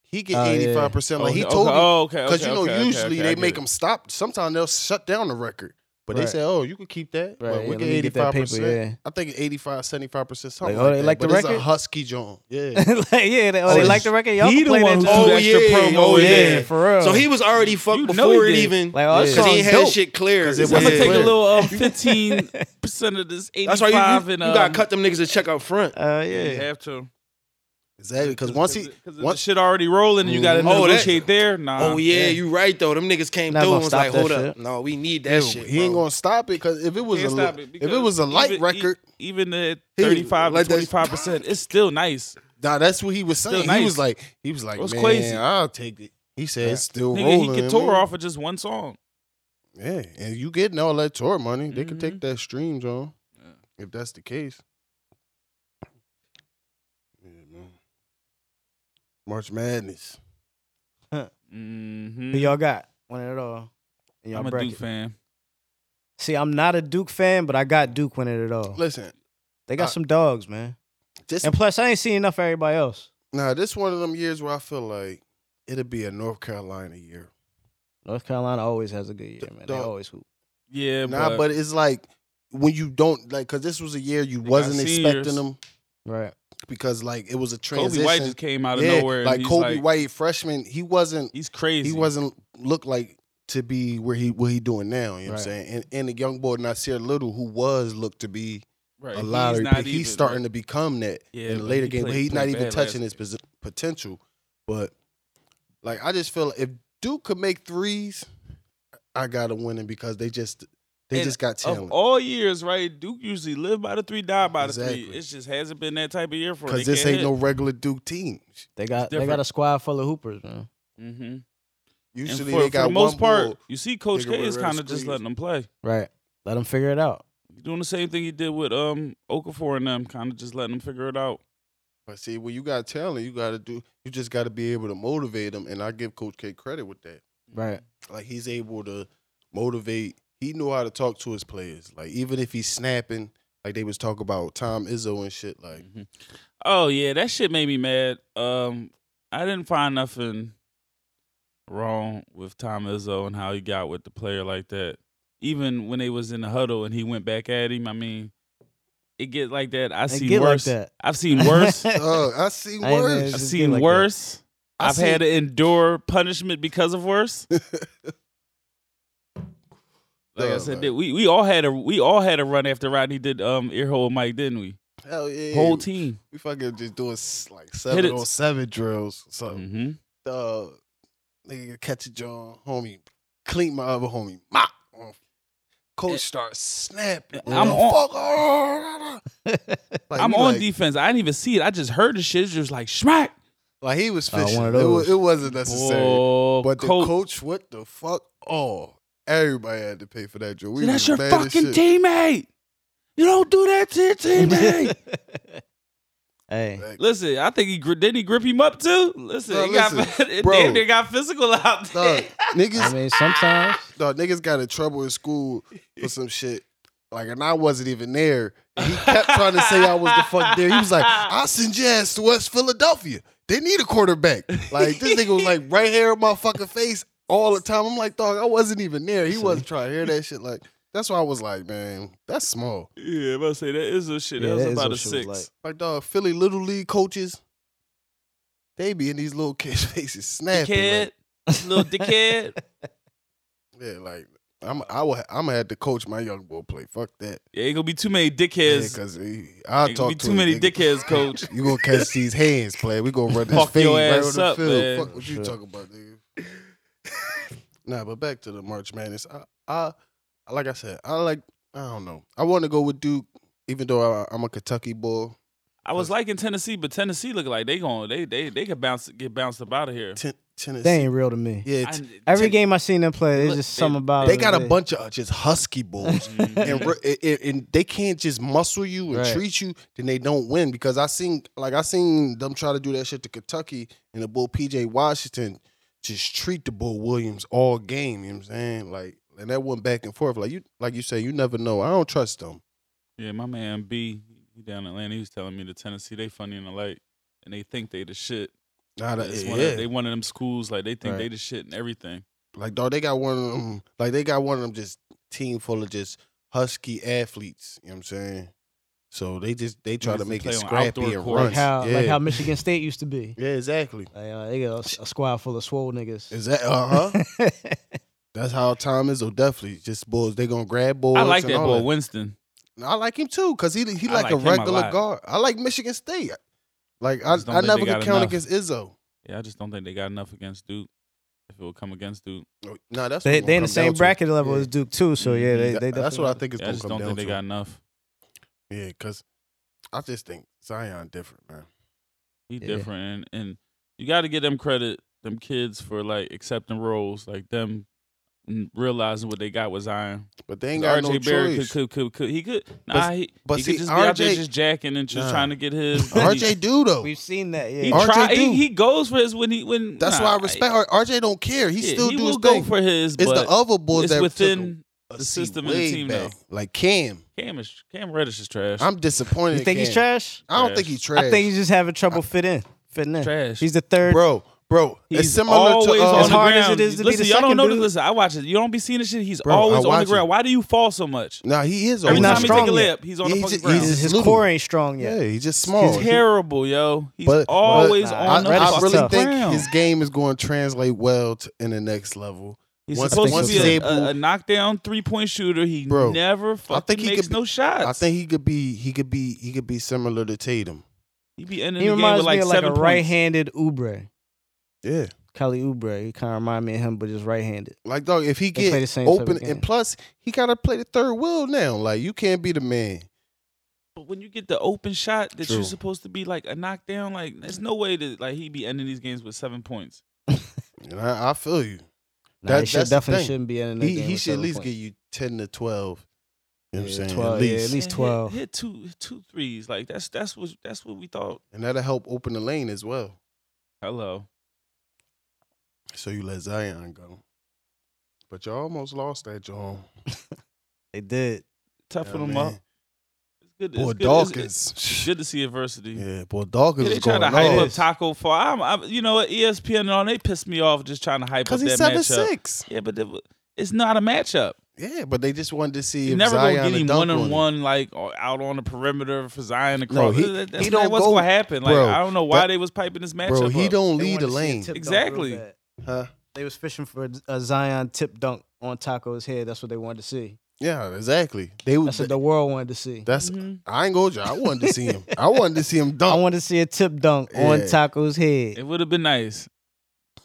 S2: He get
S3: Oh, yeah.
S2: eighty five percent. Like he
S1: Okay,
S2: told me,
S1: oh, okay,
S2: because
S1: okay,
S2: you know
S1: okay, okay,
S2: usually
S1: okay, I
S2: they
S1: get
S2: make
S1: it.
S2: them stop. Sometimes they'll shut down the record, but
S3: Right.
S2: they say, "Oh, you can keep that."
S3: Right,
S2: but
S3: yeah,
S2: we
S3: let
S2: get
S3: me
S2: eighty
S3: get that
S2: five
S3: paper, yeah.
S2: percent. I think 85 75 percent something.
S3: Like, oh,
S2: Like,
S3: they
S2: that.
S3: like the
S2: but it's
S3: record?
S2: a husky John. Yeah,
S3: like, yeah, they, oh, they
S2: Oh,
S3: like the record. Y'all
S1: he
S3: can
S1: the
S3: play
S1: one who
S3: that too.
S1: do
S4: Oh,
S1: that extra
S4: yeah,
S1: promo.
S4: oh,
S1: in
S3: yeah,
S1: there.
S4: yeah.
S3: for real.
S4: So he was already fucked
S1: You know
S4: before
S1: he
S4: it
S1: did.
S4: even.
S3: like, oh, that
S2: Yeah.
S4: Because he
S3: song's
S4: had
S3: dope.
S4: shit clear.
S2: 'Cause it
S1: I'm
S2: wasn't
S1: gonna
S2: Yeah.
S1: take a
S2: clear.
S1: little uh, fifteen percent of this eighty
S4: That's why you,
S1: five
S4: you,
S1: and
S4: you
S1: um,
S4: gotta cut them niggas a check out front.
S3: Uh,
S1: You
S3: yeah,
S1: have to.
S2: Exactly. Because once he,
S1: because the
S2: once
S1: shit already rolling, and you got to
S4: Mhm. Oh, that-
S1: negotiate there. Nah.
S4: Oh yeah, you right though. Them niggas came
S3: Not
S4: through
S3: gonna
S4: and was
S3: stop
S4: like,
S3: that
S4: hold
S3: shit.
S4: up, no, we need
S2: Yo,
S4: that shit.
S2: he ain't
S4: bro.
S2: gonna stop it because if it was
S1: Can't
S2: a
S1: stop
S2: li-
S1: it
S2: if
S1: because
S2: it was a light
S1: even- e-
S2: record,
S1: even at
S4: He-
S1: thirty-five to
S4: like that-
S1: twenty-five percent, it's still nice.
S2: nah, that's what he was saying. He
S1: nice.
S2: was like, he was like,
S1: It was
S2: man,
S1: crazy.
S2: I'll take it. He said it's still
S1: Nigga,
S2: rolling.
S1: he could
S2: man."
S1: tour off of just one song.
S2: Yeah, and you getting all that tour money, they could take that streams on.
S1: Mm-hmm. Yeah.
S2: If that's the case. Yeah, man. March Madness.
S1: Mm-hmm.
S3: Who y'all got? One at all. in y'all
S1: I'm a
S3: bracket.
S1: Duke fan.
S3: See, I'm not a Duke fan, but I got Duke winning it all.
S2: Listen,
S3: They got
S2: uh,
S3: some dogs, man.
S2: this
S3: And plus, I ain't seen enough of everybody else.
S2: now this one of them years where I feel like it'll be a North Carolina year.
S3: North Carolina always has a good year, man. They
S2: Dog.
S3: always hoop.
S1: Yeah,
S2: Nah,
S1: but,
S2: but it's like when you don't like because this was a year you
S1: got
S2: wasn't
S1: seniors.
S2: expecting them
S3: Right.
S2: because like it was a transition.
S1: Kobe White just came out of
S2: yeah,
S1: nowhere. and
S2: like
S1: he's
S2: Kobe
S1: like,
S2: White freshman, he wasn't
S1: he's crazy.
S2: he wasn't look like to be where he what he doing now. You know what I'm
S3: Right.
S2: saying? And, and the young boy Nasir Little, who was looked to be
S1: right.
S2: a lottery pick, he's starting to become that
S1: Yeah,
S2: in the
S1: but
S2: later
S1: he
S2: game. But
S1: played-
S2: he's not
S1: played
S2: even
S1: bad
S2: touching his
S1: last
S2: posi- potential. But like, I just feel if Duke could make threes, I gotta win it because they just they
S1: And
S2: just got
S1: Of
S2: talent.
S1: all years, right? Duke usually live by the three, die by the
S2: Exactly.
S1: three. It just hasn't been that type of year for them.
S2: Because this ain't no regular Duke team.
S3: They got they got
S1: different.
S3: a squad full of hoopers, man.
S1: Mm-hmm.
S2: Usually
S1: for,
S2: they got
S1: for the most
S2: one
S1: part,
S2: bull.
S1: you see, Coach
S2: Nigga
S1: K
S2: run
S1: is
S2: around
S1: kind of just
S2: screens.
S1: letting them play.
S3: Right. Let them figure it out.
S1: He's doing the same thing he did with um Okafor and them, kind of just letting them figure it out.
S2: But see, when you got talent, you gotta do. You just gotta be able to motivate them, and I give Coach K credit with that.
S3: Right.
S2: like he's able to motivate. He knew how to talk to his players. Like even if he's snapping, like they was talking about Tom Izzo and shit. Like
S1: Mhm. Oh yeah, that shit made me mad. Um, I didn't find nothing wrong with Tom Izzo and how he got with the player like that. Even when they was in the huddle and he went back at him, I mean, it get like that. I
S3: They
S1: see
S3: get
S1: worse.
S3: like that.
S1: I've seen worse.
S2: oh, I see
S3: I ain't
S2: worse.
S1: I've
S3: just
S1: seen
S3: get like that.
S1: worse.
S2: I
S1: I've had
S2: seen-
S1: to endure punishment because of worse. Like
S3: Oh,
S1: I
S2: Yeah,
S1: said,
S2: like-
S1: we we all had a we all had a run after Rodney did um earhole Mike, didn't we?
S2: Hell yeah,
S1: Whole team.
S2: We fucking just doing s- like
S1: Hit
S2: seven
S1: it.
S2: on seven drills.
S3: Oh.
S2: So
S1: hmm
S2: uh, nigga catch a jaw, homie. Clean my other homie. Mop. Um, Coach starts snapping.
S1: I'm
S2: The
S1: on-
S2: fuck? Oh, Like,
S1: I'm
S2: we
S1: on
S2: like-
S1: defense. I didn't even see it. I just heard the shit. It was just like smack.
S2: Like he was
S3: Oh,
S2: fishing.
S3: one of
S2: It wa-
S3: those.
S2: it wasn't necessary.
S1: Oh,
S2: But the
S1: coach,
S2: coach, what the fuck? Oh, everybody had to pay for that joke. We
S1: See,
S2: was
S1: that's your
S2: mad as
S1: fucking
S2: shit.
S1: teammate. You don't do that to your teammate.
S3: hey.
S2: Like,
S1: listen, I think he gri- didn't he grip him up too. Listen,
S2: No,
S1: he got
S2: listen,
S1: it
S2: bro.
S1: damn near got physical out there.
S2: dog, niggas,
S3: I mean, sometimes
S2: dog, niggas got in trouble in school for some shit. Like, and I wasn't even there. And he kept trying to say I was the fuck there. He was like, I'll send your ass to West Philadelphia. They need a quarterback. Like, this nigga was like right here in my fucking face all the time. I'm like, dog, I wasn't even there. He wasn't trying to hear that shit. Like, that's why I was like, man, that's small.
S1: Yeah, I'm about to say that is a shit.
S3: Yeah,
S1: that was
S3: that
S1: about
S3: Izzo
S1: a
S3: shit was
S1: six.
S3: like-
S2: Like dog, Philly little league coaches, they be in these little kids' faces snapping.
S1: Dickhead,
S2: Like,
S1: little dickhead.
S2: yeah, like I'm, I will, I'm gonna have to coach my young boy play. Fuck that,
S1: Yeah, ain't gonna be too many
S2: yeah,
S1: dickheads.
S2: because I
S1: ain't gonna
S2: talk
S1: be
S2: to
S1: too
S2: him,
S1: many
S2: nigga.
S1: dickheads, coach.
S2: You gonna catch these hands, player. We gonna run this
S1: Fuck
S2: fade
S1: your
S2: right
S1: ass
S2: on the
S1: up,
S2: field.
S1: man.
S2: Fuck what you
S3: Sure.
S2: talking about, nigga. nah, but back to the March Madness. I, I, like I said, I like. I don't know. I want to go with Duke, even though I, I'm a Kentucky boy.
S1: I was liking Tennessee, but Tennessee look like they going they they they could bounce get bounced up out of here.
S2: Ten, Tennessee,
S3: they ain't real to me.
S2: yeah.
S1: I-
S2: t-
S3: Every
S2: Ten-
S3: game I seen them play, there's
S1: Look,
S3: just
S1: they-
S3: something about
S2: they
S3: it.
S2: got a bunch of just husky bulls. and,
S1: Mhm.
S2: re- and and they can't just muscle you and
S3: Right.
S2: treat you, then they don't win. Because I seen like I seen them try to do that shit to Kentucky and the bull PJ Washington just treat the bull Williams all game. You know what I'm saying? Like and that went back and forth. Like you like you say, you never know. I don't trust them.
S1: Yeah, my man B, he down in Atlanta. He was telling me the Tennessee, they funny in the light, and they think they the shit.
S2: Not a,
S1: It's
S2: yeah.
S1: one of, they one of them schools like they think
S2: Right.
S1: they the shit and everything.
S2: like dog, they got one of them. Like they got one of them just team full of just husky athletes. You know what I'm saying? So they just they try
S1: Niggas
S2: to
S1: that
S2: make it
S1: play on outdoor
S2: scrappy and
S1: courts.
S2: run.
S3: like how
S2: yeah.
S3: like how Michigan State used to be.
S2: yeah, exactly.
S3: Like, uh, they got a, a squad full of swole niggas.
S2: Is that uh huh? That's how Tom Izzo definitely just boys. They gonna grab boys.
S1: I like
S2: and
S1: that
S2: all
S1: boy Winston.
S2: I like him too because he he
S1: I
S2: like,
S1: like
S2: a
S1: him a
S2: regular
S1: lot.
S2: guard. I like Michigan State. Like I,
S1: Just don't
S2: I
S1: think they
S2: never
S1: got
S2: could count
S1: enough.
S2: against Izzo.
S1: Yeah, I just don't think they got enough against Duke. If it would come against Duke,
S2: No, Oh, nah, that's
S3: They
S2: what
S3: they
S2: gonna
S3: in
S2: come
S3: the same
S2: down to.
S3: bracket level
S2: Yeah.
S3: as Duke too. So yeah, they,
S2: That-
S3: they
S2: that's
S3: definitely-
S2: what I think it's
S1: yeah, I
S2: gonna
S1: just
S2: come
S1: don't
S2: down
S1: think they
S2: to.
S1: got enough.
S2: Yeah, because I just think Zion different, man.
S1: He
S3: Yeah.
S1: different, and, and you got to give them credit, them kids for like accepting roles, like them mm, realizing what they got with Zion.
S2: But they ain't got
S1: RJ
S2: no
S1: Barrett
S2: choice.
S1: could, could could could he could
S2: But-
S1: nah he,
S2: but
S1: he
S2: see,
S1: could just be out there
S2: RJ
S1: just jacking and just
S2: Nah.
S1: trying to get his
S2: RJ do though.
S3: We've seen that.
S1: He, he
S3: Yeah.
S2: RJ
S1: try he,
S2: do.
S1: he goes for his when he when
S2: That's
S1: nah,
S2: why I respect her. RJ don't care. He
S1: yeah,
S2: still
S1: he
S2: do
S1: will
S2: his
S1: go
S2: thing.
S1: for his
S2: It's
S1: but
S2: the other boys
S1: it's
S2: that
S1: within
S2: took a
S1: the
S2: seat
S1: system and the
S2: way
S1: team,
S2: back. Like Cam,
S1: Cam is Cam Reddish is trash
S2: I'm disappointed.
S3: You think
S2: in
S3: he's
S2: Cam.
S3: trash?
S2: I don't
S1: Trash.
S2: think he's trash.
S3: I think he's just having trouble fit in, fitting in.
S1: trash
S3: He's the third.
S2: bro, bro. it's
S1: He's
S2: similar
S1: always
S2: to uh,
S1: on the
S3: hard
S1: ground.
S3: as it is to be
S1: listen,
S3: the
S1: y'all
S3: second
S1: don't notice.
S3: dude.
S1: Listen, I watch it. You don't be seeing this shit. He's
S2: Bro, I
S1: always on the
S2: watch
S1: ground.
S2: it.
S1: Why do you fall so much?
S2: Nah, he is.
S1: Every
S3: not
S1: time he
S2: always-
S1: take a
S3: strong yet.
S1: layup, he's on
S2: Yeah,
S1: the
S2: he's
S1: fucking
S2: ju- he's
S1: ground.
S3: His,
S1: He's,
S3: his
S2: little.
S3: core ain't strong yet.
S2: Yeah, he's just small.
S1: terrible, yo. He's
S2: But- but
S1: always
S3: Nah,
S1: on the
S3: Reddish
S2: I, I
S3: is
S1: fucking
S2: really
S3: tough.
S2: think
S1: ground.
S2: his game is going to translate well to, in the next level.
S1: He's
S2: Once-
S1: supposed
S3: once
S1: to be a,
S2: stable-
S1: a, a knockdown three point shooter. He
S2: Bro,
S1: never fucking
S2: think he
S1: makes
S2: could be-
S1: no shots.
S2: I think he could be. He could be. He could be similar to Tatum.
S1: he be ending
S3: He
S1: the game
S3: reminds
S1: with like
S3: me of like
S1: seven
S3: a
S1: points.
S3: right-handed Ubre,
S2: Yeah.
S3: Kelly Ubre. He kind of remind me of him, but just right-handed.
S2: Like dog, if he
S3: They
S2: get
S3: play the same type of
S2: open,
S3: game.
S2: and plus he gotta play the third wheel now. Like you can't be the man.
S1: But when you get the open shot that
S2: True.
S1: you're supposed to be like a knockdown, like there's no way that like he be ending these games with seven points.
S2: And I, I feel you.
S3: Nah,
S2: That-
S3: he should
S2: that's the
S3: definitely
S2: thing.
S3: shouldn't be in the
S2: He
S3: game
S2: he
S3: with
S2: should at
S3: seven
S2: least
S3: points.
S2: give you ten to twelve. You know what
S3: Yeah,
S2: I'm saying?
S3: 12,
S2: at
S3: yeah, at
S2: least.
S3: least.
S1: Man, hit-
S3: 12.
S1: hit two two threes. Like that's that's what that's what we thought.
S2: And that'll help open the lane as well.
S1: Hello.
S2: So you let Zion go. But you almost lost that, John.
S3: They did.
S1: toughen
S2: Yeah,
S1: them
S2: man.
S1: up. It's good. It's
S2: Boy
S1: good, it's- it's
S2: Dawkins.
S1: good to see adversity. Yeah.
S2: Yeah, boy Dawkins
S1: they
S2: was
S1: trying
S2: going
S1: to hype up
S2: off.
S1: Taco for I'm, I'm, you know what, E ESPN and all they pissed me off just trying to hype up
S2: Because
S1: that
S2: he's seven
S1: matchup.
S2: six.
S1: Yeah, but it wa- it's not a matchup.
S2: Yeah, but they just wanted to see
S1: You
S2: if
S1: never
S2: Zion
S1: gonna
S2: would
S1: get him
S2: dunk
S1: one
S2: on
S1: on
S2: him.
S1: one like or out on the perimeter for Zion to cross.
S2: he-
S1: That- that-
S2: he
S1: that's not
S2: don't
S1: what's
S2: go-
S1: gonna happen. Like
S2: Bro,
S1: I don't know why
S2: that-
S1: they was piping this matchup.
S2: Bro, he
S1: up.
S2: don't
S3: They
S2: lead
S3: wanted
S2: the
S3: to see a
S2: lane.
S3: tip dunk
S1: Exactly.
S3: real bad.
S2: Huh?
S3: They was fishing for a Zion tip dunk on Taco's head. That's what they wanted to see.
S2: Yeah, exactly. They would
S3: That's what the world wanted to see.
S2: That's
S1: Mhm.
S2: I ain't going you. I wanted to see him. I wanted to see him
S3: I
S2: dunk.
S3: wanted to see a tip dunk on
S2: Yeah.
S3: Taco's head.
S1: It would have been nice.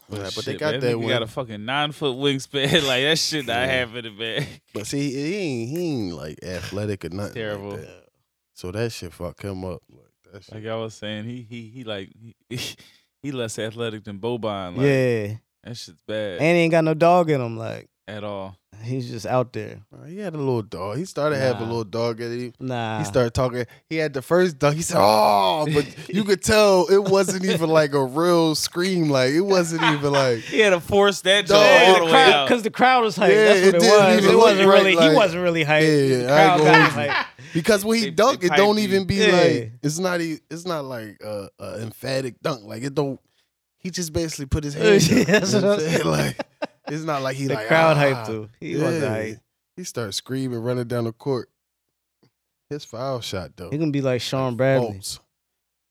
S2: Yeah, but they
S1: Shit,
S2: got
S1: man,
S2: that
S1: nigga
S2: one.
S1: got a fucking nine foot wingspan. like that shit not
S2: Yeah.
S1: happening, man.
S2: but see, he ain't he ain't like athletic or nothing.
S1: Terrible.
S2: Like that. So that shit fucked him up. Like that shit.
S1: Like I was saying, he he he like he, he less athletic than Boban. Like,
S3: yeah,
S1: That shit's bad
S3: and he ain't got no dog in him. Like
S1: at all.
S3: he's just out there.
S2: Uh, he had a little dog. He started having a
S3: Nah.
S2: little dog at him.
S3: Nah,
S2: He started talking. He had the first dunk. He said, "Oh!" But you could tell it wasn't even like a real scream. Like it wasn't even like
S1: He had to force that joint
S2: Dog, all
S1: all
S2: the
S1: the
S2: way
S1: way
S2: crowd-
S1: out.
S3: because the crowd was hyped.
S2: Yeah,
S3: That's what
S2: it
S3: it,
S2: didn't
S3: was.
S2: even
S3: It
S2: look
S3: wasn't
S2: right,
S3: really.
S2: like-
S3: he wasn't really hyped.
S2: Yeah,
S3: the
S2: I ain't
S3: crowd
S2: gonna
S3: got
S2: hold you.
S3: hyped.
S2: because when he
S1: They- they
S2: dunk, it
S1: pipe
S2: don't
S1: you.
S2: even be
S3: Yeah.
S2: like it's not e- it's not like a, a emphatic dunk. Like it don't. He just basically put his hand.
S3: Yeah,
S2: up,
S3: that's
S2: you know what
S3: what I'm
S2: I'm
S3: saying.
S2: saying? Like it's not like he
S3: The
S2: like
S3: crowd
S2: ah.
S3: hyped too. He wasn't hyped.
S2: He starts screaming, running down the court. His foul shot though.
S3: He gonna be like Sean Bradley.
S2: Bolts.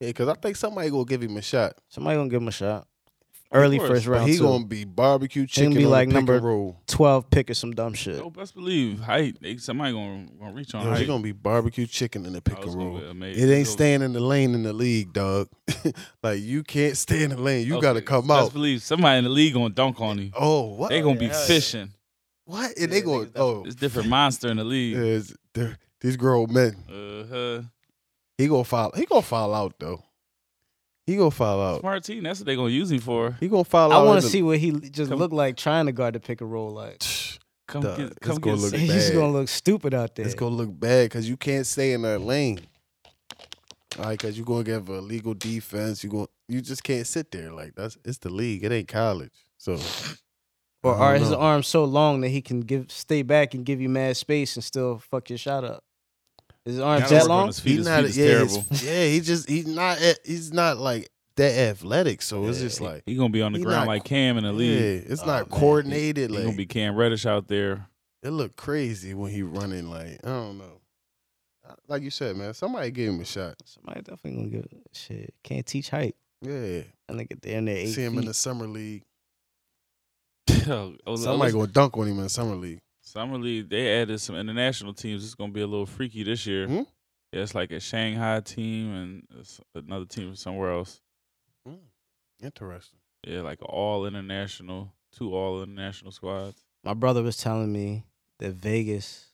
S2: Yeah, because I think somebody gonna give him a shot.
S3: Somebody gonna give him a shot. Early
S1: course,
S3: first
S2: But
S3: round.
S2: he
S3: too.
S2: gonna be barbecue chicken.
S3: gonna be
S2: on
S3: like
S2: the pick
S3: number-
S2: and roll.
S3: twelve pick or some dumb shit.
S1: Yo, best believe height. They, somebody gonna gonna reach on
S2: Yo, he
S1: height.
S2: gonna be barbecue chicken in the pick
S1: I
S2: and
S1: was gonna
S2: roll.
S1: be amazed.
S2: It ain't
S1: Yo,
S2: staying in the lane in the league, dog. like you can't stay in the lane. You
S1: okay,
S2: gotta come
S1: best
S2: out.
S1: believe somebody in the league gonna dunk on him.
S2: Oh, what?
S1: They gonna be
S3: yeah, hell yeah.
S1: fishing.
S2: what? And they
S3: Yeah,
S2: going
S3: niggas
S2: oh,
S1: It's different monster in the league.
S2: is these grown men.
S1: Uh
S2: He gonna foul. He gonna foul out though. He gonna foul
S1: huh.
S2: out.
S1: Smart team. That's what they gonna use him for.
S2: He gonna foul out.
S3: I want
S2: in
S3: to
S2: the-
S3: see what he just
S1: Come-
S3: looked like trying to guard the pick and roll. Like
S1: Come
S2: Duh, it's
S1: get, come
S2: gonna
S1: get. Look
S2: look bad.
S3: he's just gonna look stupid out there.
S2: It's gonna look bad because you can't stay in that lane. All right, because you gonna give a legal defense. You going you just can't sit there like that's it's the league. It ain't college. So
S3: or
S2: I
S3: are
S2: don't
S3: his
S2: know.
S3: arms so long that he can give stay back and give you mad space and still fuck your shot up? Is his arms
S1: Gotta
S3: that
S1: work on
S3: long?
S1: his feet. His feet is
S2: yeah, his-
S1: terrible.
S2: yeah, he just he's not a- he's not like that athletic. So it's just like
S1: He gonna be on the
S2: He
S1: ground
S2: not-
S1: like Cam in the league.
S2: yeah, it's
S3: Oh,
S2: not
S3: man.
S2: coordinated.
S1: He
S2: Like
S1: gonna be Cam Reddish out there.
S2: it looked crazy when he running. Like I don't know. Uh, Like you said, man, somebody gave him a shot.
S3: Somebody definitely gonna give a shit. Can't teach height.
S2: Yeah,
S3: I think they're in there eight
S2: see him in
S3: feet.
S2: the summer league.
S1: Yo, oh,
S2: Somebody gonna dunk on him in the summer league.
S1: Summer League, they added some international teams. It's gonna be a little freaky this year.
S2: Hmm?
S1: Yeah, it's like a Shanghai team and it's another team from somewhere else.
S2: Interesting.
S1: Yeah, like all international, two all international squads.
S3: My brother was telling me that Vegas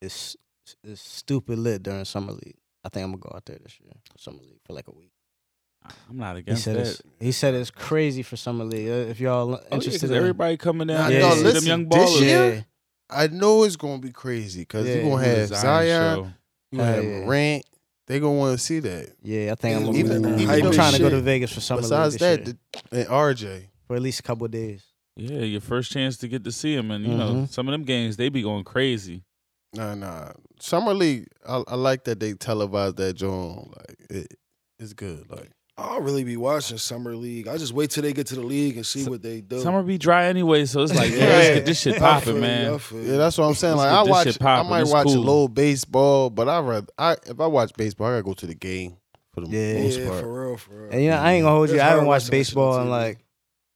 S3: is is stupid lit during summer league. I think I'm gonna go out there this year for summer league for like a week.
S1: I- I'm not
S3: He
S1: against
S3: said
S1: that.
S3: it's he said it's crazy for summer league. Uh, If y'all
S1: Oh, yeah, 'cause
S3: interested, in,
S1: everybody coming down.
S2: Nah,
S1: to
S3: no,
S1: see
S2: listen,
S1: them young
S2: this
S1: ballers.
S2: year-
S3: yeah,
S2: I know it's gonna be crazy because
S3: Yeah,
S2: you're gonna
S1: Who
S2: have
S1: is Zion
S2: Zion,
S1: show?
S2: you gonna have
S3: Yeah, yeah.
S2: Morant. They gonna want to see that.
S3: yeah, I think I'm gonna.
S2: Even-
S3: move.
S2: even
S3: I'm
S2: though
S3: trying to go
S2: shit-
S3: to Vegas for summer
S2: Besides
S3: league this
S2: that,
S3: year,
S2: the, and RJ.
S3: for at least a couple of days.
S1: Yeah, your first chance to get to see him, and you know
S3: Mhm.
S1: some of them games they be going crazy.
S2: Nah, nah. Summer league. I, I like that they televised that joint. Like it, it's good. Like
S4: I'll really be watching summer league. I just wait till they get to the league and see
S1: Su-
S4: what they do.
S1: Summer be dry anyway, so it's like yeah,
S4: Yeah.
S1: let's get this
S4: I
S1: shit
S4: feel you,
S1: popping,
S4: I
S1: man.
S4: feel you.
S2: yeah, that's what I'm saying.
S1: Let's
S2: Like
S1: get
S2: I
S1: this
S2: watch.
S1: shit poppin'.
S2: I might
S1: It's
S2: watch
S1: cool.
S2: a little baseball, but I rather I if I watch baseball, I gotta go to the game for the
S3: Yeah.
S2: most
S4: yeah,
S2: part.
S4: for real, for real.
S3: And you know, I ain't gonna hold you.
S4: It's
S3: I haven't
S4: hard
S3: watched
S4: watching that shit on
S3: baseball in
S4: TV.
S3: like